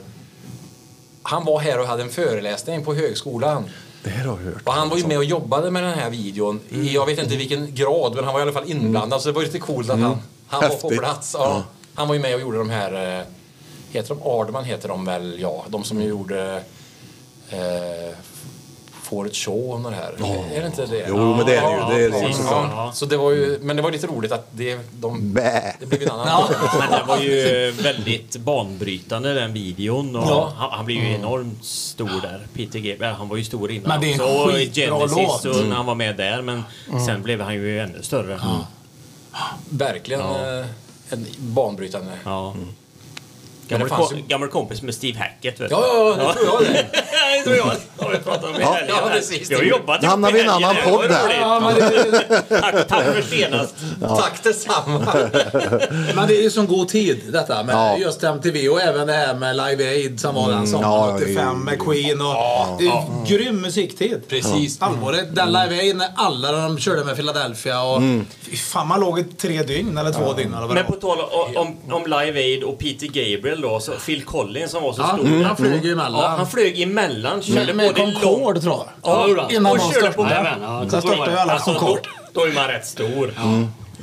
Speaker 7: Han var här och hade en föreläsning på högskolan.
Speaker 2: Det här har jag hört.
Speaker 7: Och han var ju med och jobbade med den här videon.
Speaker 2: Mm.
Speaker 7: I, jag vet inte i vilken grad, men han var i alla fall inblandad. Så det var ju lite coolt att han, han var på
Speaker 2: Mm. Häftigt.
Speaker 7: plats. Ja. Han var ju med och gjorde de här... eh, Heter de Ardman heter de väl, ja. De som gjorde... Eh, Får ett show om det här. Är det inte det?
Speaker 2: Jo, men det är det ju. Det är liksom det ju.
Speaker 7: precis. Ja. Så det var ju, men det var lite roligt att det, de,
Speaker 2: Bä.
Speaker 7: det blev en annan...
Speaker 6: Ja.
Speaker 5: Men den var ju väldigt banbrytande den videon. Och
Speaker 6: Ja.
Speaker 5: han, han blev ju enormt stor där. Peter Gabriel, han var ju stor innan
Speaker 6: Men det är en
Speaker 5: också, och i
Speaker 6: skitbra
Speaker 5: Genesis
Speaker 6: låt.
Speaker 5: och när han var med där. Men sen blev han ju ännu större.
Speaker 7: Verkligen
Speaker 5: Ja.
Speaker 7: eh, en banbrytande.
Speaker 5: Ja.
Speaker 7: Men det
Speaker 5: Gammal,
Speaker 7: fanns
Speaker 5: ko-
Speaker 7: ju-
Speaker 5: gammal kompis med Steve Hackett. Vet
Speaker 7: Ja,
Speaker 5: du.
Speaker 7: ja, ja, det tror jag det.
Speaker 5: du och jag har ju pratat om i
Speaker 2: Ja.
Speaker 5: helgen.
Speaker 2: Ja, precis.
Speaker 5: Vi har jobbat
Speaker 2: Då hamnar
Speaker 5: ihop
Speaker 2: vi i en
Speaker 5: helgen.
Speaker 2: annan
Speaker 5: Det var
Speaker 2: podd där.
Speaker 5: roligt.
Speaker 2: Ja, men det-
Speaker 5: Tack, tack för senast.
Speaker 2: Ja.
Speaker 5: Tack detsamma.
Speaker 6: Men det är ju som god tid detta med
Speaker 2: Ja.
Speaker 6: just MTV och även det här med Live Aid som var den
Speaker 2: Mm,
Speaker 6: sommaren
Speaker 2: ja,
Speaker 6: 85 med Queen och det är
Speaker 7: ja.
Speaker 6: grym musiktid.
Speaker 7: Precis.
Speaker 6: Ja. Allvarligt. Den Live Aid när alla de körde med Philadelphia och
Speaker 7: Mm.
Speaker 6: fy fan man låg i tre dygn eller två dygn eller vad det
Speaker 5: Men på tal om, om, om Live Aid och Peter Gabriel då, så Phil Collins som var så
Speaker 6: Ja,
Speaker 5: stor.
Speaker 6: mm, han flög ju emellan.
Speaker 5: Ja, han flög emellan. Körde
Speaker 6: Med- Mm. med
Speaker 5: både
Speaker 6: Concorde, tror jag.
Speaker 5: Ja,
Speaker 6: Ja, innan
Speaker 5: och
Speaker 6: de
Speaker 5: körde på
Speaker 6: störtade.
Speaker 5: Concorde.
Speaker 6: Jajamän, ja, Concorde störtade ju alla
Speaker 5: alltså, då,
Speaker 6: Concorde.
Speaker 5: då är man rätt stor.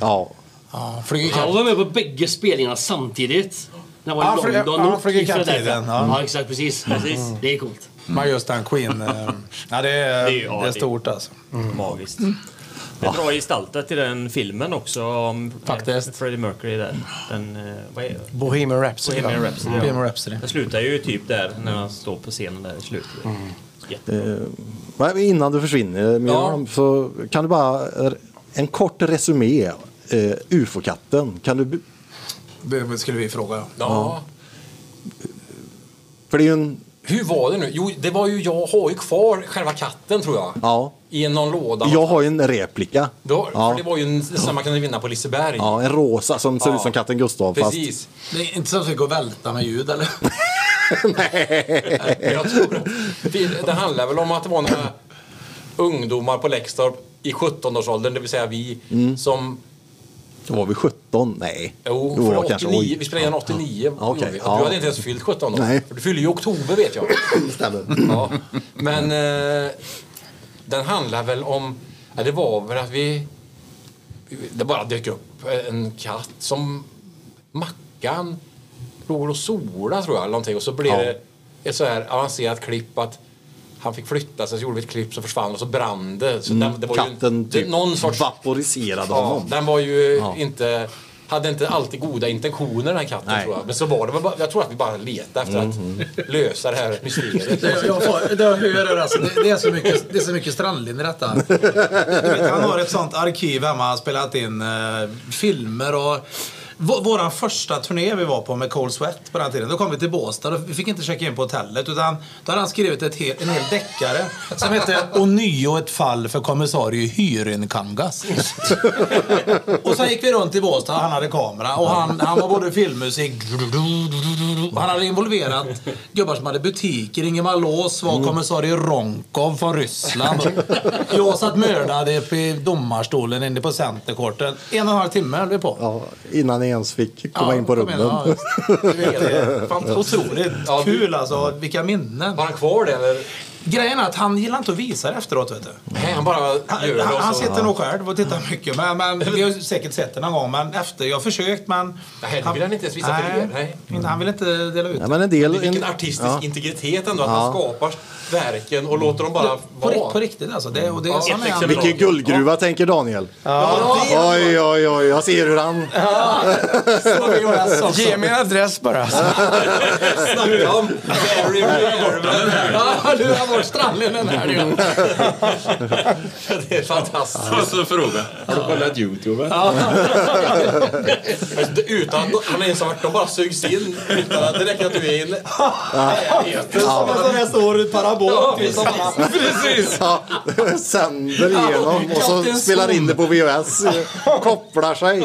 Speaker 2: Ja.
Speaker 6: Ja,
Speaker 3: Han var med på bägge spelningarna samtidigt. När han
Speaker 6: Ja,
Speaker 3: var i
Speaker 6: flyger-
Speaker 3: London
Speaker 6: ja, han
Speaker 3: och
Speaker 6: flyger
Speaker 3: i
Speaker 6: ikapp
Speaker 3: Philadelphia.
Speaker 6: tiden, ja.
Speaker 3: Ja, exakt. Precis.
Speaker 7: Mm.
Speaker 3: precis. Det är coolt.
Speaker 6: Men just den Queen. eh, ja, det är, det
Speaker 5: ju- ja,
Speaker 6: är
Speaker 5: det-
Speaker 6: stort alltså.
Speaker 5: Magiskt. Det är bra gestaltat i den filmen också om Faktiskt. Freddie Mercury där. Den, eh, vad är det?
Speaker 4: Bohemian Rhapsody.
Speaker 5: Bohemian Rhapsody. ja.
Speaker 6: Bohemian Rhapsody.
Speaker 5: Det slutar ju typ där när han står på scenen där i slutet.
Speaker 6: Mm.
Speaker 2: Eh, vad- innan du försvinner, Miriam, så kan du bara eh, en kort resumé. Eh, UFO-katten, kan du... bu-
Speaker 6: Det skulle vi fråga. Ja.
Speaker 2: Ja. För det är ju en...
Speaker 7: Hur var det nu? Jo, det var ju, jag har ju kvar själva katten tror jag.
Speaker 2: Ja.
Speaker 7: I någon låda.
Speaker 2: Jag har ju en replika.
Speaker 7: Då,
Speaker 2: Ja.
Speaker 7: För det var ju en, samma man kunde vinna på Liseberg.
Speaker 2: Ja, en rosa som ser
Speaker 7: Ja.
Speaker 2: ut som katten Gustav. Fast...
Speaker 7: Precis.
Speaker 6: Det är inte så att det går att välta med ljud eller?
Speaker 7: Men jag tror det. det handlar väl om att det var några ungdomar på Läxtorp i 17-årsåldern, det vill säga vi,
Speaker 2: Mm.
Speaker 7: som...
Speaker 2: Då var vi 17? Nej.
Speaker 7: Jo,
Speaker 2: Jo,
Speaker 7: för
Speaker 2: kanske.
Speaker 7: 89,
Speaker 2: Oj.
Speaker 7: vi spelade in 89.
Speaker 2: Ja, okej.
Speaker 7: gjorde vi.
Speaker 2: Ja.
Speaker 7: Du hade inte ens fyllt 17 då.
Speaker 2: Nej.
Speaker 7: För du fyllde ju i oktober vet jag.
Speaker 2: Stämmer.
Speaker 7: Ja. Men eh, den handlar väl om... Ja, det var väl att vi... Det bara dök upp en katt som Mackan låg och sola tror jag. Eller någonting. Och så blev
Speaker 2: Ja.
Speaker 7: det ett så här avancerat klipp att han fick flytta sig. Så gjorde vi ett klipp som försvann och så brann det. Så
Speaker 2: Mm,
Speaker 7: den, det var ju,
Speaker 2: katten
Speaker 7: det,
Speaker 2: typ
Speaker 7: någon sorts...
Speaker 2: vaporiserade
Speaker 7: Ja,
Speaker 2: honom.
Speaker 7: den var ju
Speaker 2: Ja.
Speaker 7: inte... Hade inte alltid goda intentioner den här katten
Speaker 2: Nej. Mm,
Speaker 7: tror jag. Men så var det väl bara, jag tror att vi bara letade efter att lösa det här mysteriet.
Speaker 6: Det, jag, får, det jag hör är alltså, det, det, är så mycket, det är så mycket strandlinjer i detta. Du vet, han har ett sånt arkiv hemma. Han har spelat in eh, filmer och vå- våran första turné vi var på med Cold Sweat på den här tiden, då kom vi till Båstad och vi fick inte checka in på hotellet utan då hade han skrivit ett hel, en hel deckare som hette Ånyo ett fall för kommissarie Hyrynkangas. och sen gick vi runt i Båstad och han hade kamera och han, han var både filmmusik och han hade involverat gubbar som hade butiker. Ingemar Lås var kommissarie Ronkov från Ryssland. Jag satt mördad uppe i domarstolen inne på Centerkorten. En och en halv timme höll vi på.
Speaker 2: Ja, innan ni ens fick komma
Speaker 6: Ja,
Speaker 2: in på
Speaker 6: kom
Speaker 2: rummen.
Speaker 6: in, ja, just Du vet, det är fan otroligt
Speaker 7: Ja, du-
Speaker 6: kul alltså. Vilka minnen.
Speaker 7: Var han kvar det eller?
Speaker 6: Grejen är att han gillar inte att visa det efteråt vet du.
Speaker 7: Nej, han bara gör
Speaker 6: Han,
Speaker 7: det
Speaker 6: han,
Speaker 7: och
Speaker 6: han
Speaker 7: så-
Speaker 6: sitter nog själv och tittar mycket. Men, men, vi har säkert sett det någon gång. Men efter, jag har försökt men...
Speaker 7: Nej, det vill han inte ens visa för er. Nej.
Speaker 6: inte- Han vill inte dela ut.
Speaker 2: Ja, men en del,
Speaker 7: Vilken
Speaker 2: en-
Speaker 7: artistisk
Speaker 2: ja.
Speaker 7: integritet ändå, att
Speaker 2: Ja.
Speaker 7: han skapar verken och låter dem bara
Speaker 6: På,
Speaker 7: vara.
Speaker 6: rikt, på riktigt alltså. Det, och det,
Speaker 7: liksom Ja,
Speaker 6: sån är han.
Speaker 2: Vilken guldgruva tänker Daniel.
Speaker 7: Ja.
Speaker 2: Oj, oj, oj, jag ser hur han...
Speaker 4: Ge mig en adress bara.
Speaker 7: Snacka om Barry Rare.
Speaker 6: Ja, du har varit strandlinnen här nu.
Speaker 7: Det är fantastiskt.
Speaker 10: Och så fråga. Har du kollat Youtube?
Speaker 7: Alltså, det- Utan att han ens har varit, de bara sugs in. Utan att det räcker att du är inne.
Speaker 6: Som en sån här stor parabol. Som han-
Speaker 7: Precis!
Speaker 2: Ja, sänder igenom och så spelar in det på VHS. Kopplar sig.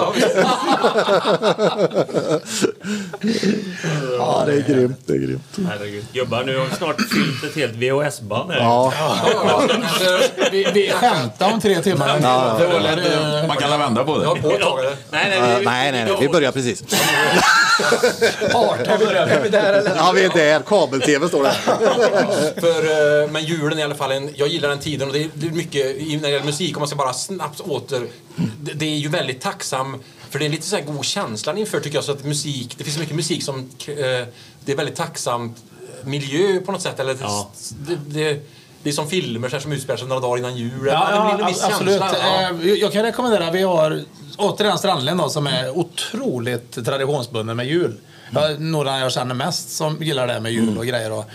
Speaker 2: Ja, det är grymt. Det är grymt.
Speaker 5: Herregud. Jobbar nu har vi snart fyllt ett helt VHS-band här.
Speaker 2: Ja.
Speaker 6: Vi, vi skämtar om tre timmar.
Speaker 2: Ja,
Speaker 7: Det var lätt.
Speaker 1: Man kan vända på
Speaker 7: Jag
Speaker 1: det.
Speaker 7: har påtagare.
Speaker 5: Nej, nej,
Speaker 2: Eh,
Speaker 5: vi-
Speaker 2: nej, nej, nej, vi börjar precis.
Speaker 6: 18 börjar vi.
Speaker 2: Ja, vi är där. Kabel-tv står det.
Speaker 7: För, eh, men julen i alla fall, en, jag gillar den tiden och det är, det är mycket, i- när det gäller musik, om man ska bara snabbt åter, det, det är ju väldigt tacksam, för det är lite så här god känsla inför tycker jag, så att musik, det finns så mycket musik som, eh, det är väldigt tacksam miljö på något sätt, eller
Speaker 5: Ja.
Speaker 7: det, det, det är som filmer så här, som utspelar sig några dagar innan jul.
Speaker 6: Ja,
Speaker 7: det blir en
Speaker 6: ja,
Speaker 7: viss
Speaker 6: absolut.
Speaker 7: känsla. Ja.
Speaker 6: Eh, Jag kan rekommendera, vi har återigen Strandlen då, som är otroligt traditionsbunden med jul. Jag, några jag känner mest som gillar det här med
Speaker 7: Mm.
Speaker 6: jul och grejer. Och,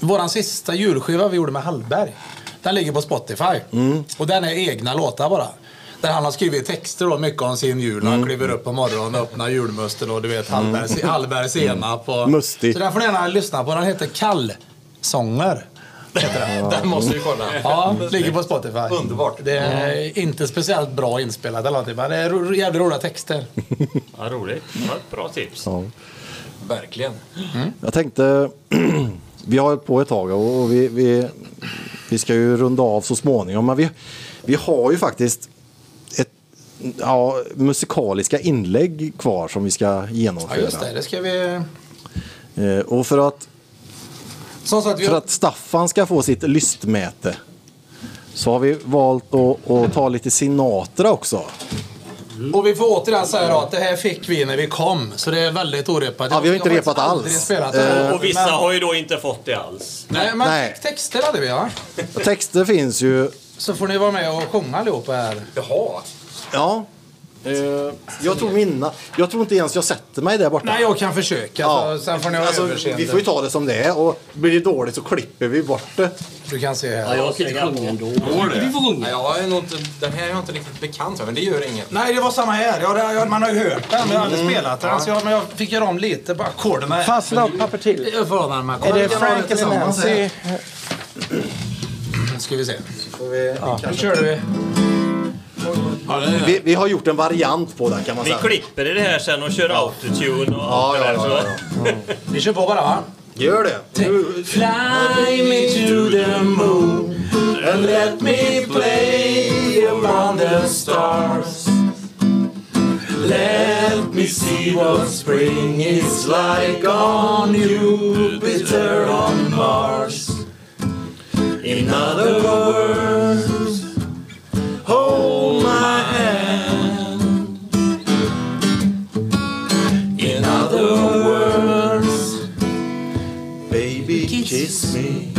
Speaker 6: våran sista julskiva vi gjorde med Hallberg, den ligger på Spotify.
Speaker 7: Mm.
Speaker 6: Och den är egna låtar bara. Där han har skrivit texter då, mycket om sin jul.
Speaker 7: Mm.
Speaker 6: Han kliver upp på morgonen och öppnar julmusten och du vet Hallberg,
Speaker 7: Mm.
Speaker 6: Hallberg senap. Och,
Speaker 2: Mustig.
Speaker 6: Så den får ni gärna lyssna på. Den heter Kallsånger. heter
Speaker 7: Den måste vi kolla.
Speaker 6: Ja, ligger på Spotify.
Speaker 7: Underbart.
Speaker 6: Det är inte speciellt bra inspelat eller någonting, men det är ro- jävligt roliga texter.
Speaker 5: Ja, roligt. Det var ett bra tips.
Speaker 2: Ja.
Speaker 7: Verkligen.
Speaker 2: Jag tänkte, vi har hållit på ett tag och och vi, vi, vi ska ju runda av så småningom. Men vi, vi har ju faktiskt ett, ja, musikaliska inlägg kvar som vi ska
Speaker 6: Ja,
Speaker 2: genomföra.
Speaker 6: just det. Det ska vi...
Speaker 2: Eh, Och för att,
Speaker 6: Som sagt, vi
Speaker 2: för att Staffan ska få sitt lystmäte så har vi valt att, att ta lite Sinatra också.
Speaker 6: Och vi får återigen säga då att det här fick vi när vi kom, så det är väldigt orepat.
Speaker 2: Ja, vi har inte
Speaker 6: faktiskt
Speaker 2: repat alls.
Speaker 6: aldrig Spelat
Speaker 2: Eh,
Speaker 5: Och vissa
Speaker 6: men,
Speaker 5: har ju då inte fått det alls.
Speaker 6: Nej, men
Speaker 2: Nej.
Speaker 6: texter hade vi ja.
Speaker 2: Texter finns ju.
Speaker 6: Så får ni vara med och sjunga allihopa här.
Speaker 7: Jaha.
Speaker 2: Ja. Eh, Jag tror, mina, jag tror inte ens jag sätter mig där borta.
Speaker 6: Nej, jag kan försöka.
Speaker 2: Ja.
Speaker 6: Så, sen får ni ha
Speaker 2: Alltså,
Speaker 6: överseende.
Speaker 2: vi får ju ta det som det är och blir det dåligt så klipper vi bort det.
Speaker 6: Du kan se här.
Speaker 3: Ja, jag ska inte sjunga ändå. Vi får sjunga.
Speaker 7: Nej, jag är nog inte, den här är jag inte riktigt bekant med, men det gör inget.
Speaker 6: Nej, det var samma här. Jag, jag, man har ju hört den, men jag har aldrig spelat den. Så jag, men jag fick göra om lite, bara ackorderna.
Speaker 11: Mm. Fast papper till.
Speaker 6: Jag förvånar mig.
Speaker 11: Är det Frank eller Nancy?
Speaker 6: Nu ska vi se. Ja, nu kör vi.
Speaker 2: Vi, vi har gjort en variant på den kan man
Speaker 5: Vi
Speaker 2: säga.
Speaker 5: klipper i det här sen och kör autotune och allt det
Speaker 2: Ja,
Speaker 5: där.
Speaker 2: ja, ja,
Speaker 5: så.
Speaker 6: Vi kör på bara va?
Speaker 2: Gör det. Nu-
Speaker 9: Fly me to the moon and let me play among the stars. Let me see what spring is like on Jupiter on Mars. In other words, hold my hand. In other words, Baby kiss me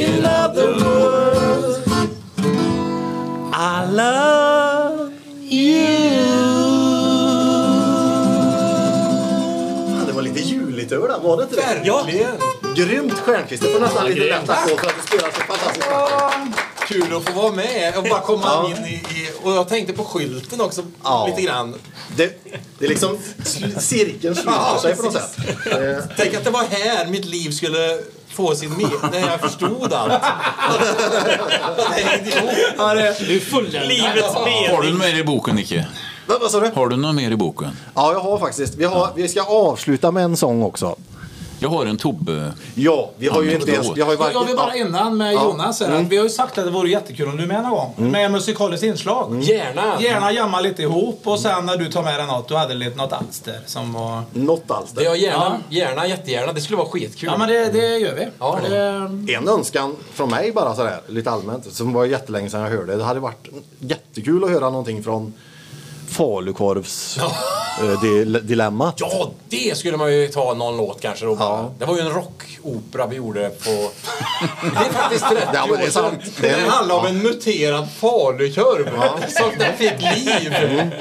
Speaker 9: In other words I love you.
Speaker 2: Fan, det var lite juligt över den, var det inte det?
Speaker 7: Verkligen.
Speaker 2: Grymt Stjernqvist. Det får nästan lite
Speaker 5: grymt.
Speaker 2: lätt applåd för att du spelar så fantastiskt.
Speaker 7: Kul att få vara med och bara komma in i, i... Och jag tänkte på skylten också
Speaker 2: Ja.
Speaker 7: lite grann.
Speaker 2: Det, det är liksom sl- cirkeln sluter
Speaker 7: Ja,
Speaker 2: sig på något
Speaker 7: precis.
Speaker 2: sätt. Eh,
Speaker 7: Tänk att det var här mitt liv skulle få sin mening, när jag förstod allt. Det hängde ihop.
Speaker 3: Du är fulländat.
Speaker 5: Livets
Speaker 1: Har du
Speaker 5: mening.
Speaker 1: mer i boken, Nicke?
Speaker 2: Vad vad sa du?
Speaker 1: Har du något mer i boken?
Speaker 2: Ja, jag har faktiskt. Vi, har, vi ska avsluta med en sång också.
Speaker 1: Jag har en Tobbe.
Speaker 2: Ja, vi har
Speaker 1: Ja,
Speaker 2: ju
Speaker 1: men
Speaker 2: inte ens...
Speaker 1: vadå?
Speaker 2: Vi har ju
Speaker 6: Jag vill bara
Speaker 2: ja.
Speaker 6: innan med
Speaker 2: Ja. Mm.
Speaker 6: Jonas här, att vi har ju sagt att det vore jättekul om du är med någon gång. Med musikaliskt inslag.
Speaker 2: Mm.
Speaker 7: Gärna.
Speaker 6: Gärna jamma lite ihop och sen när du tar med dig något, du hade lite något alster som var...
Speaker 2: Något alls.
Speaker 7: Det
Speaker 2: Där.
Speaker 7: jag gärna, gärna, jättegärna. Det skulle vara skitkul.
Speaker 6: Ja men det, det gör vi.
Speaker 7: Ja.
Speaker 6: För det,
Speaker 7: eh,
Speaker 2: En önskan från mig bara sådär, lite allmänt, som var jättelänge sedan jag hörde. Det hade varit jättekul att höra någonting från Falukorvs eh, di- dilemma.
Speaker 7: Ja, det skulle man ju ta någon låt kanske då bara.
Speaker 2: Ja.
Speaker 7: Det var ju en rockopera vi gjorde på... Det är faktiskt 30
Speaker 2: Ja, men det är
Speaker 7: år
Speaker 2: sant.
Speaker 7: sedan.
Speaker 2: Det är-
Speaker 7: Den handlar om en muterad falukorv som den fick liv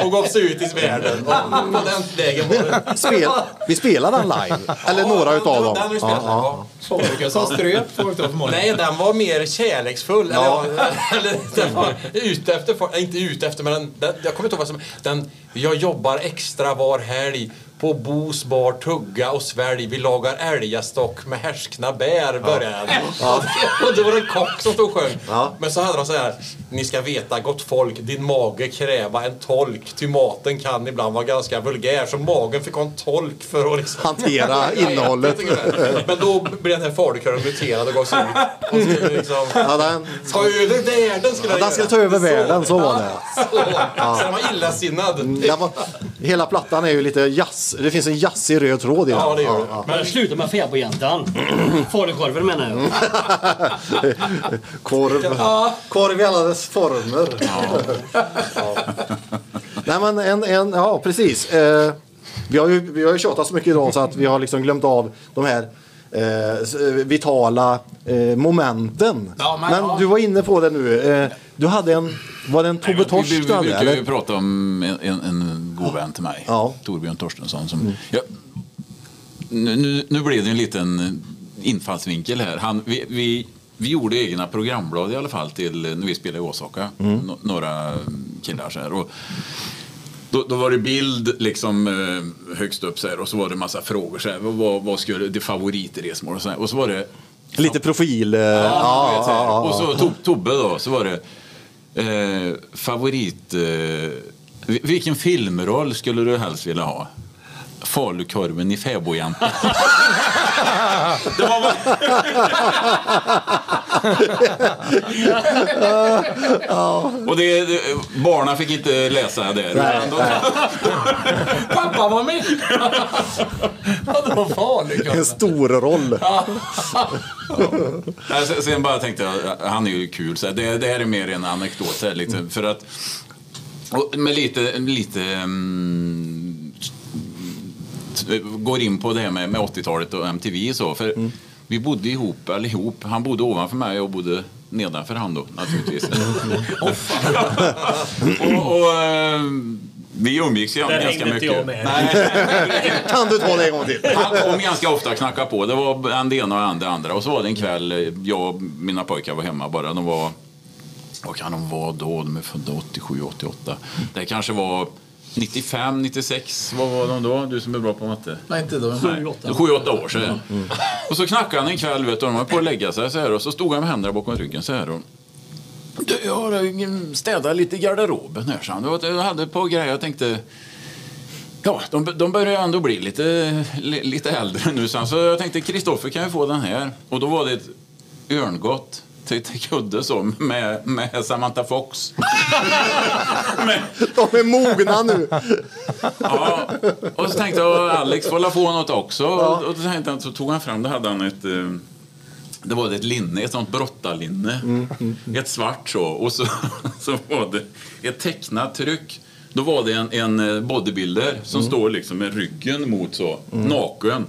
Speaker 7: och gav sig ut i världen. Och på den vägen var det.
Speaker 2: Spel, vi spelar den live, eller några
Speaker 7: den-
Speaker 2: utav dem.
Speaker 7: Den har vi
Speaker 2: Ja,
Speaker 7: spelat,
Speaker 2: ja.
Speaker 7: ja.
Speaker 6: Folk som ströp folk då förmodligen.
Speaker 7: Nej, den var mer kärleksfull.
Speaker 2: Ja.
Speaker 7: Eller, eller den var ute efter folk. Nej, Inte ute efter, men den, den, jag kommer inte ihåg vad som... Den, jag jobbar extra var helg på Bos bar, tugga och svälj. Vi lagar älgastock med härskna bär, började den. Och det- Och det var en kock som stod och sjöng.
Speaker 2: Ja.
Speaker 7: Men så hade de så här. Ni ska veta, gott folk, din mage kräva en tolk. Ty maten kan ibland vara ganska vulgär. Så magen fick ha en tolk för att liksom...
Speaker 2: Hantera innehållet.
Speaker 7: Men då blev den här falukorven muterad och gav sig ut. Och skulle liksom...
Speaker 2: Ja, den,
Speaker 7: Ta över världen skulle
Speaker 2: ja, den ska ta över världen, så var det.
Speaker 7: Så, så den var illasinnad.
Speaker 1: Mm.
Speaker 2: Den var, hela plattan är ju lite jazz. Det finns en jazzig röd tråd i den.
Speaker 7: Ja, det gör det.
Speaker 3: Men sluta med fjärbojäntan. Falukorven menar jag.
Speaker 2: Korv. Korv i alla dess former. Ja. Nej men en, en ja precis. Eh, vi, har ju, vi har ju tjatat så mycket idag så att vi har liksom glömt av de här eh, s- eh, vitala eh, momenten.
Speaker 6: Ja,
Speaker 2: men
Speaker 6: men- ja.
Speaker 2: du var inne på det nu. Eh, du hade en, var det en Tobbe Torsk
Speaker 1: vi, vi,
Speaker 2: du
Speaker 1: vi
Speaker 2: hade,
Speaker 1: brukar
Speaker 2: eller?
Speaker 1: ju prata om en, en, en god vän till mig, Torbjörn Torstensson. Som,
Speaker 2: Mm.
Speaker 1: ja, nu, nu, nu blev det ju en liten infallsvinkel här. Han, vi, vi, vi gjorde egna programblad i alla fall till eh, när vi spelade i Åsaka.
Speaker 9: Mm.
Speaker 1: Nå- några killar så här. Och, då, då var det bild liksom, eh, högst upp så här, och så var det massa frågor. Så här, vad, vad skulle det favoritresmål? Och så, här, och så var det
Speaker 2: Lite profil. eh,
Speaker 1: Ja, du vet, så här.
Speaker 2: ja,
Speaker 1: Och
Speaker 2: ja.
Speaker 1: så to- Tobbe då, så var det eh, favorit... Eh, vi- vilken filmroll skulle du helst vilja ha? Falukorven i fäbodjäntan. det var Och det, det, barna fick inte läsa det.
Speaker 9: Nej,
Speaker 1: Utan de-
Speaker 6: Pappa var med! Ja, det var farligt.
Speaker 2: En stor roll.
Speaker 1: Nej, sen- Sen bara tänkte jag, han är ju kul. Så här, det, det här är mer en anekdot. Här, lite, För att, och, men lite, lite mm, t- går in på det här med, med 80-talet och MTV. Så, för Vi bodde ihop allihop. Han bodde ovanför mig och jag bodde nedanför han då naturligtvis. och, och, eh, vi umgicks ju
Speaker 5: Där hängde
Speaker 1: ganska
Speaker 5: inte
Speaker 1: mycket.
Speaker 5: jag med.
Speaker 2: Kan du ta det en gång till?
Speaker 1: Han kom ganska ofta och knackade på. Det var en det ena och en det andra. Och så var det en kväll, eh, jag och mina pojkar var hemma bara. De var, vad kan de vara då? De är födda 87, 88. Det kanske var 95, 96. Vad var de då? Du som är bra på matte.
Speaker 6: Nej, Mm. inte då.
Speaker 1: Nej, det är Sju, åtta år sedan. Och så knackade han en kväll vet du, och de var på att lägga sig så här och så stod han med händerna bakom ryggen så här. Och, du, jag har eh, städat lite i garderoben här, sa han. Det var- Jag hade ett par grejer jag tänkte Ja, de, de börjar ju ändå bli lite, li, lite äldre nu. Så han- så jag tänkte Kristoffer kan ju få den här. Och då var det ett örngott till, till kudde så, med, med Samantha Fox.
Speaker 2: De är mogna nu.
Speaker 1: Ja, och så tänkte jag Alex får la få något också. Och, och då tänkte han, så tog han fram, då hade han ett eh, det var ett linne, ett sånt brottarlinne. Ett svart så. Och så, så var det ett tecknat tryck. Då var det en, en eh, bodybuilder som står liksom med ryggen mot så, naken.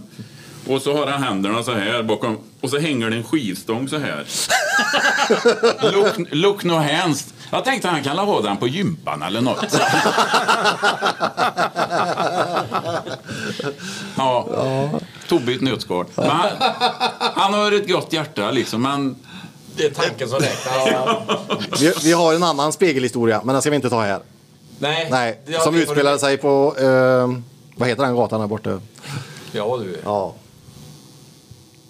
Speaker 1: Och så har han händerna så här bakom. Och så hänger det en skivstång så här. look, look no hands. Jag tänkte han kan ha den på gympan eller något. Ja. Tobbe i ett nötskal. Men han, han har ett gott hjärta liksom, men...
Speaker 7: Det är tanken som räknas.
Speaker 2: Vi, vi har en annan spegelhistoria, men den ska vi inte ta här.
Speaker 7: Nej,
Speaker 2: Nej,
Speaker 7: det-
Speaker 2: som
Speaker 7: det får
Speaker 2: utspelade
Speaker 7: du-
Speaker 2: sig på, eh, vad heter den gatan där borta?
Speaker 7: Ja, du.
Speaker 2: Ja.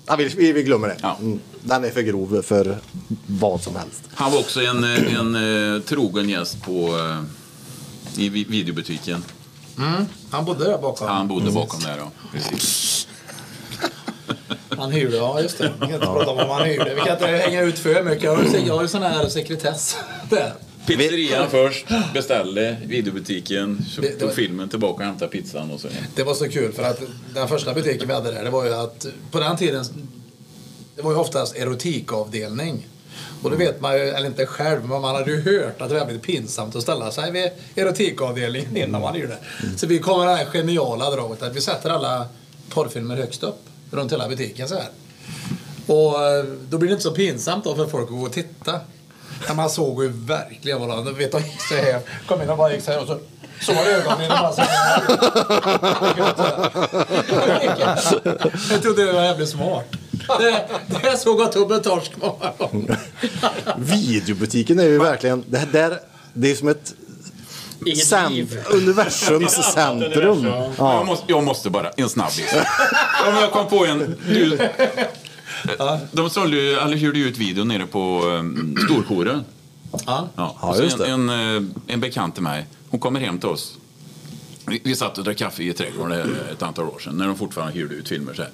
Speaker 2: Ja, vi, vi, vi glömmer det. Mm. Den är för grov för vad som helst.
Speaker 1: Han var också en, eh, en, eh, trogen gäst på, eh, i vi- videobutiken.
Speaker 6: Mm, han bodde där bakom.
Speaker 1: Han bodde bakom där. Ja. Precis.
Speaker 6: Han hyrde, ja just det. Vi kan inte prata om vad han hyrde. Vi kan inte hänga ut för mycket. Jag har ju- Jag har ju sån här sekretess. Där.
Speaker 1: Pizzerian först, beställde videobutiken,
Speaker 6: Det- det
Speaker 1: tog
Speaker 6: var-
Speaker 1: filmen tillbaka och hämtade pizzan och så.
Speaker 6: Det var så kul för att den första butiken vi hade där, det var ju att på den tiden, det var ju oftast erotikavdelning. Och det vet man ju, eller inte själv, men man hade ju hört att det var väldigt pinsamt att ställa sig vid erotikavdelningen innan man gjorde det. Så vi kom med det här geniala draget att vi sätter alla porrfilmer högst upp runt hela butiken så här. Och eh, då blir det inte så pinsamt då för folk att gå och titta. Ja, man såg ju verkligen vad de... Vet, de gick så här, kom in och bara gick så här och så såg jag ögonen i de här så här. Jag trodde det var jävligt smart. Det, det såg jag Tobbe Torsk många gånger.
Speaker 2: Mm. Videobutiken är ju verkligen, det, här, där, det är som ett
Speaker 1: Inget
Speaker 2: cent-
Speaker 1: liv.
Speaker 2: universums centrum.
Speaker 1: Ja. Jag,
Speaker 2: Ja.
Speaker 1: måste, jag måste bara, en snabbis. Ja, men jag kom på en. Du, de sålde ju, eller hyrde ju ut videon nere på um, Storjouren.
Speaker 6: Ja.
Speaker 1: Ja,
Speaker 2: Ja,
Speaker 1: och så
Speaker 2: just det.
Speaker 1: en, en, eh, en bekant till mig, hon kommer hem till oss. Vi, vi satt och drack kaffe i trädgården eh, ett antal år sedan när de fortfarande hyrde ut filmer. Så här.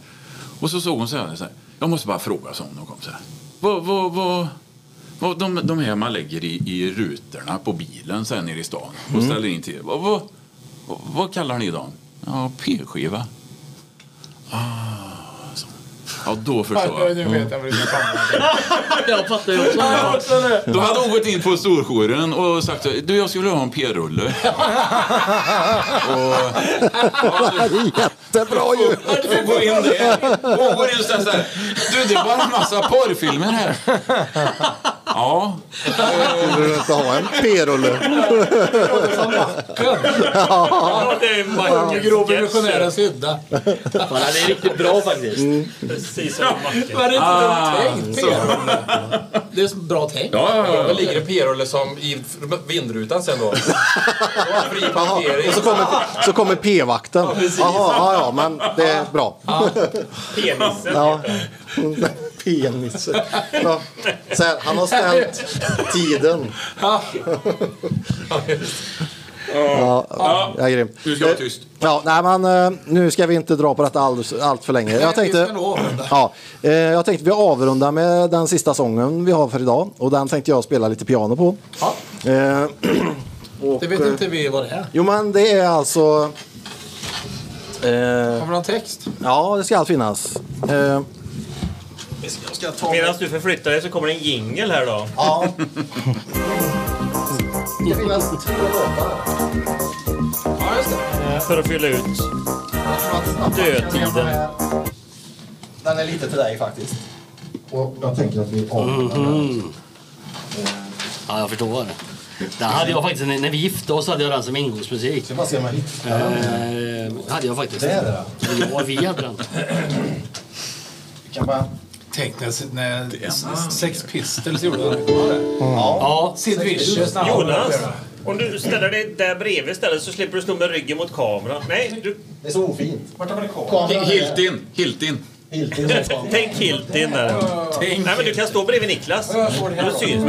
Speaker 1: Och så såg hon så här, så här jag måste bara fråga så om de kom så här. Vad, vad, vad, vad, de, de här man lägger i, i rutorna på bilen så här nere i stan och
Speaker 9: Mm.
Speaker 1: ställer in till. Vad, vad, vad, vad kallar ni dem? Ja, p-skiva. Ah, så. Ja, då förstår jag.
Speaker 6: Nu vet jag vad du ska
Speaker 3: Jag fattar ju också.
Speaker 1: Då hade hon gått in på storjouren och sagt så här, du jag skulle vilja ha en p-rulle. och...
Speaker 2: Jättebra ju!
Speaker 1: Hon går in där och hon går in och säger så här, du det är bara en massa porrfilmer här. Ja.
Speaker 2: Vill du inte ha en p-rulle?
Speaker 5: Ja, det är Mackens
Speaker 6: Grårevolutionära sydda.
Speaker 3: Fan, det är riktigt bra faktiskt.
Speaker 6: Mm.
Speaker 5: Precis som Macken.
Speaker 6: Var det inte
Speaker 1: Ah,
Speaker 6: dumt tänkt? P-rulle. Det är så bra tänkt.
Speaker 1: Ja, ja, ja.
Speaker 7: Då ligger det p-rulle som liksom i vindrutan sen då. Då har fri parkering.
Speaker 2: Och så kommer, så kommer p-vakten. Jaha, ja, ja, men det är bra.
Speaker 5: Penisen.
Speaker 2: Ja. Penis. Ja. Så här, han har ställt tiden.
Speaker 6: Ja.
Speaker 2: Ja, ja, grym.
Speaker 1: Du ska vara tyst.
Speaker 2: Ja, nej, men, eh, nu ska vi inte dra på detta allt, allt för länge. Jag
Speaker 6: vi
Speaker 2: tänkte,
Speaker 6: ska nog avrunda.
Speaker 2: ja, eh, jag tänkte vi avrundar med den sista sången vi har för idag. Och den tänkte jag spela lite piano på.
Speaker 6: Ja,
Speaker 2: Eh,
Speaker 6: det vet inte vi vad det är.
Speaker 2: jo, men det är alltså... Eh,
Speaker 6: Kommer det någon text?
Speaker 2: ja, det ska allt finnas. Eh,
Speaker 5: Medan du förflyttar dig så kommer det en jingel här då.
Speaker 2: ja.
Speaker 6: Ja, just det.
Speaker 5: För att fylla ut. Dödtiden.
Speaker 2: Den är lite till dig faktiskt. Och jag tänker att vi avrundar mm
Speaker 6: Mm-hmm.
Speaker 3: Ja, jag förstår. Det hade jag faktiskt, när när vi gifte oss hade jag den som ingångsmusik.
Speaker 2: Ska bara se om jag hittar
Speaker 3: Eh,
Speaker 2: den.
Speaker 3: hade jag faktiskt.
Speaker 2: Där är den.
Speaker 3: Ja, vi hade den.
Speaker 2: Vi kan bara...
Speaker 6: Tänk när, när s- Sex Pistols gjorde det.
Speaker 3: Ja,
Speaker 6: Sid Vicious. när han
Speaker 5: Jonas,
Speaker 6: var där.
Speaker 5: om du ställer dig där bredvid istället så slipper du stå med ryggen mot kameran. Nej, du,
Speaker 2: Det är så ofint.
Speaker 6: Vart har vi kvar?
Speaker 2: Kameran är
Speaker 1: Hiltin, Hiltin.
Speaker 2: Hiltin som kameran.
Speaker 5: tänk Hiltin där.
Speaker 6: Tänk.
Speaker 5: Nej, men du kan stå bredvid Niklas.
Speaker 7: Jag får det här
Speaker 5: Då
Speaker 7: då.
Speaker 5: syns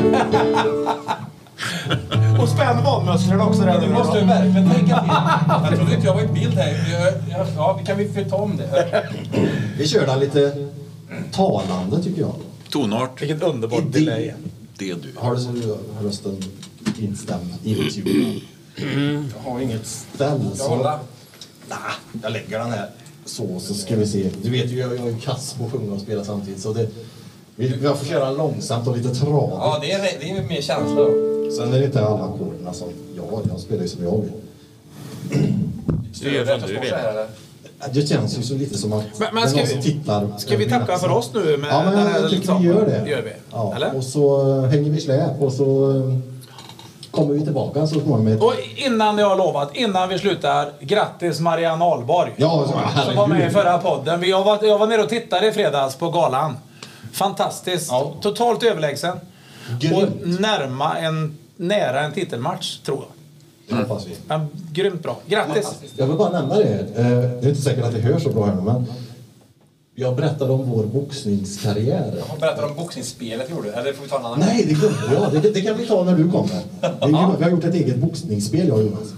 Speaker 11: Och spänn badmusslorna också där
Speaker 7: Du
Speaker 11: nu.
Speaker 7: måste ju verkligen tänka till. Jag trodde inte jag var i bild här. Jag- jag- Ja, vi kan vi ta om det?
Speaker 2: Vi kör den lite talande tycker jag.
Speaker 1: Tonart.
Speaker 7: Vilket underbart delay.
Speaker 1: Det är du.
Speaker 2: Har du så du rösten instämd, intunad? Jag har inget ställ.
Speaker 7: Jag håller.
Speaker 2: Nah, jag lägger den här. Så, så ska vi se. Du vet ju, jag, jag är kass på att sjunga och spela samtidigt. Så det, vi, jag får köra långsamt och lite tradigt.
Speaker 7: Ja, det är, det är mer känsla.
Speaker 2: Sen är det inte alla ackorden som jag Jag spelar ju som jag vill.
Speaker 7: Du gör som du vill.
Speaker 2: Det känns ju så lite som att
Speaker 6: Men- men
Speaker 2: det
Speaker 6: ska
Speaker 2: är någon som
Speaker 6: vi-
Speaker 2: tittar.
Speaker 6: Ska vi tacka för oss nu? Med
Speaker 2: Ja, men
Speaker 6: den här
Speaker 2: jag tycker
Speaker 6: sången?
Speaker 2: vi gör det.
Speaker 6: gör vi.
Speaker 2: alltså- Ja,
Speaker 6: Eller?
Speaker 2: Och så eh, hänger vi släp och så eh, kommer vi tillbaka så småningom med...
Speaker 6: Och innan jag har lovat, innan vi slutar, grattis Marianne Ahlborg.
Speaker 2: Ja, så-
Speaker 6: Som var med i
Speaker 2: herregud.
Speaker 6: förra podden. Vi- Jag var, jag var nere och tittade i fredags på galan. Fantastiskt.
Speaker 2: Ja.
Speaker 6: Totalt överlägsen.
Speaker 2: Grymt.
Speaker 6: Och närma en, nära en titelmatch, tror jag.
Speaker 2: Det hoppas vi.
Speaker 6: Men grymt bra. Grattis!
Speaker 2: Jag vill bara nämna det. eh, Det är inte säkert att det hörs så bra här nu, men jag berättade om vår boxningskarriär.
Speaker 7: Berätta om boxningsspelet gjorde. Eller får vi ta en annan?
Speaker 2: Nej, det glömde jag. Det, det kan vi ta när du kommer. Det är ju- Vi har gjort ett eget boxningsspel, jag och Jonas.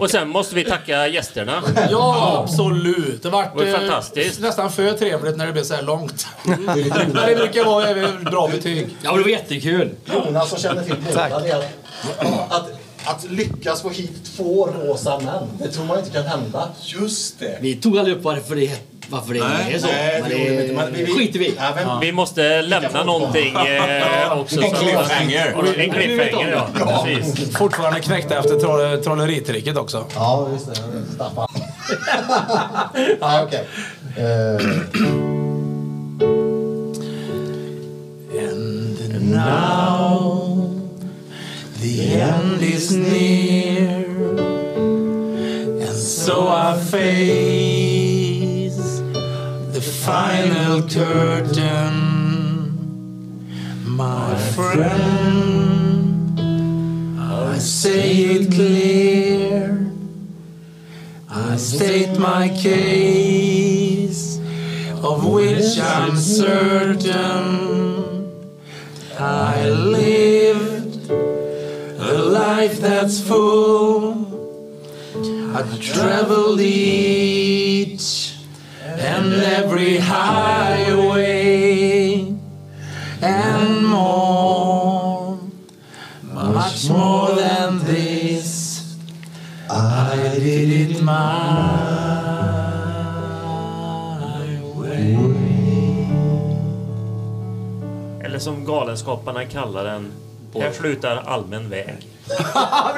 Speaker 5: Och sen måste vi tacka gästerna.
Speaker 6: Ja, absolut. Det vart
Speaker 5: Det var
Speaker 6: eh,
Speaker 5: fantastiskt.
Speaker 6: nästan för trevligt när det blev så här långt.
Speaker 2: Det är lite
Speaker 6: Men det
Speaker 2: roligt.
Speaker 6: brukar vara även bra betyg.
Speaker 3: ja men det var jättekul.
Speaker 2: Jonas som känner till båda det är att, att, att lyckas få hit två rosa män, det tror man inte kan hända.
Speaker 7: Just det.
Speaker 3: Vi tog aldrig upp varför det, varför det är så.
Speaker 7: nej,
Speaker 3: men
Speaker 7: det gjorde vi inte. Men vi-
Speaker 3: det
Speaker 7: vi-
Speaker 3: skiter vi i.
Speaker 7: Ja, men-
Speaker 5: Vi måste lämna någonting eh, också.
Speaker 1: En
Speaker 5: så-
Speaker 1: cliffhanger.
Speaker 5: Ja, En cliffhanger, ja. Precis.
Speaker 6: Fortfarande knäckta efter troll, trolleritricket också.
Speaker 2: Ja, just det. Staffan. ja, okej. Eh,
Speaker 6: And now the end is near, and so I face the final curtain, my friend. I say it clear, I state my case, of which I'm certain. I lived a life that's full. I traveled each and every highway and more, much more than this. I did it my way.
Speaker 5: som Galenskaparna kallar den, här slutar allmän väg.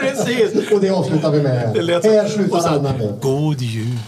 Speaker 16: Precis!
Speaker 2: Och det avslutar vi med.
Speaker 5: Det lät
Speaker 2: Här slutar annan
Speaker 6: God jul.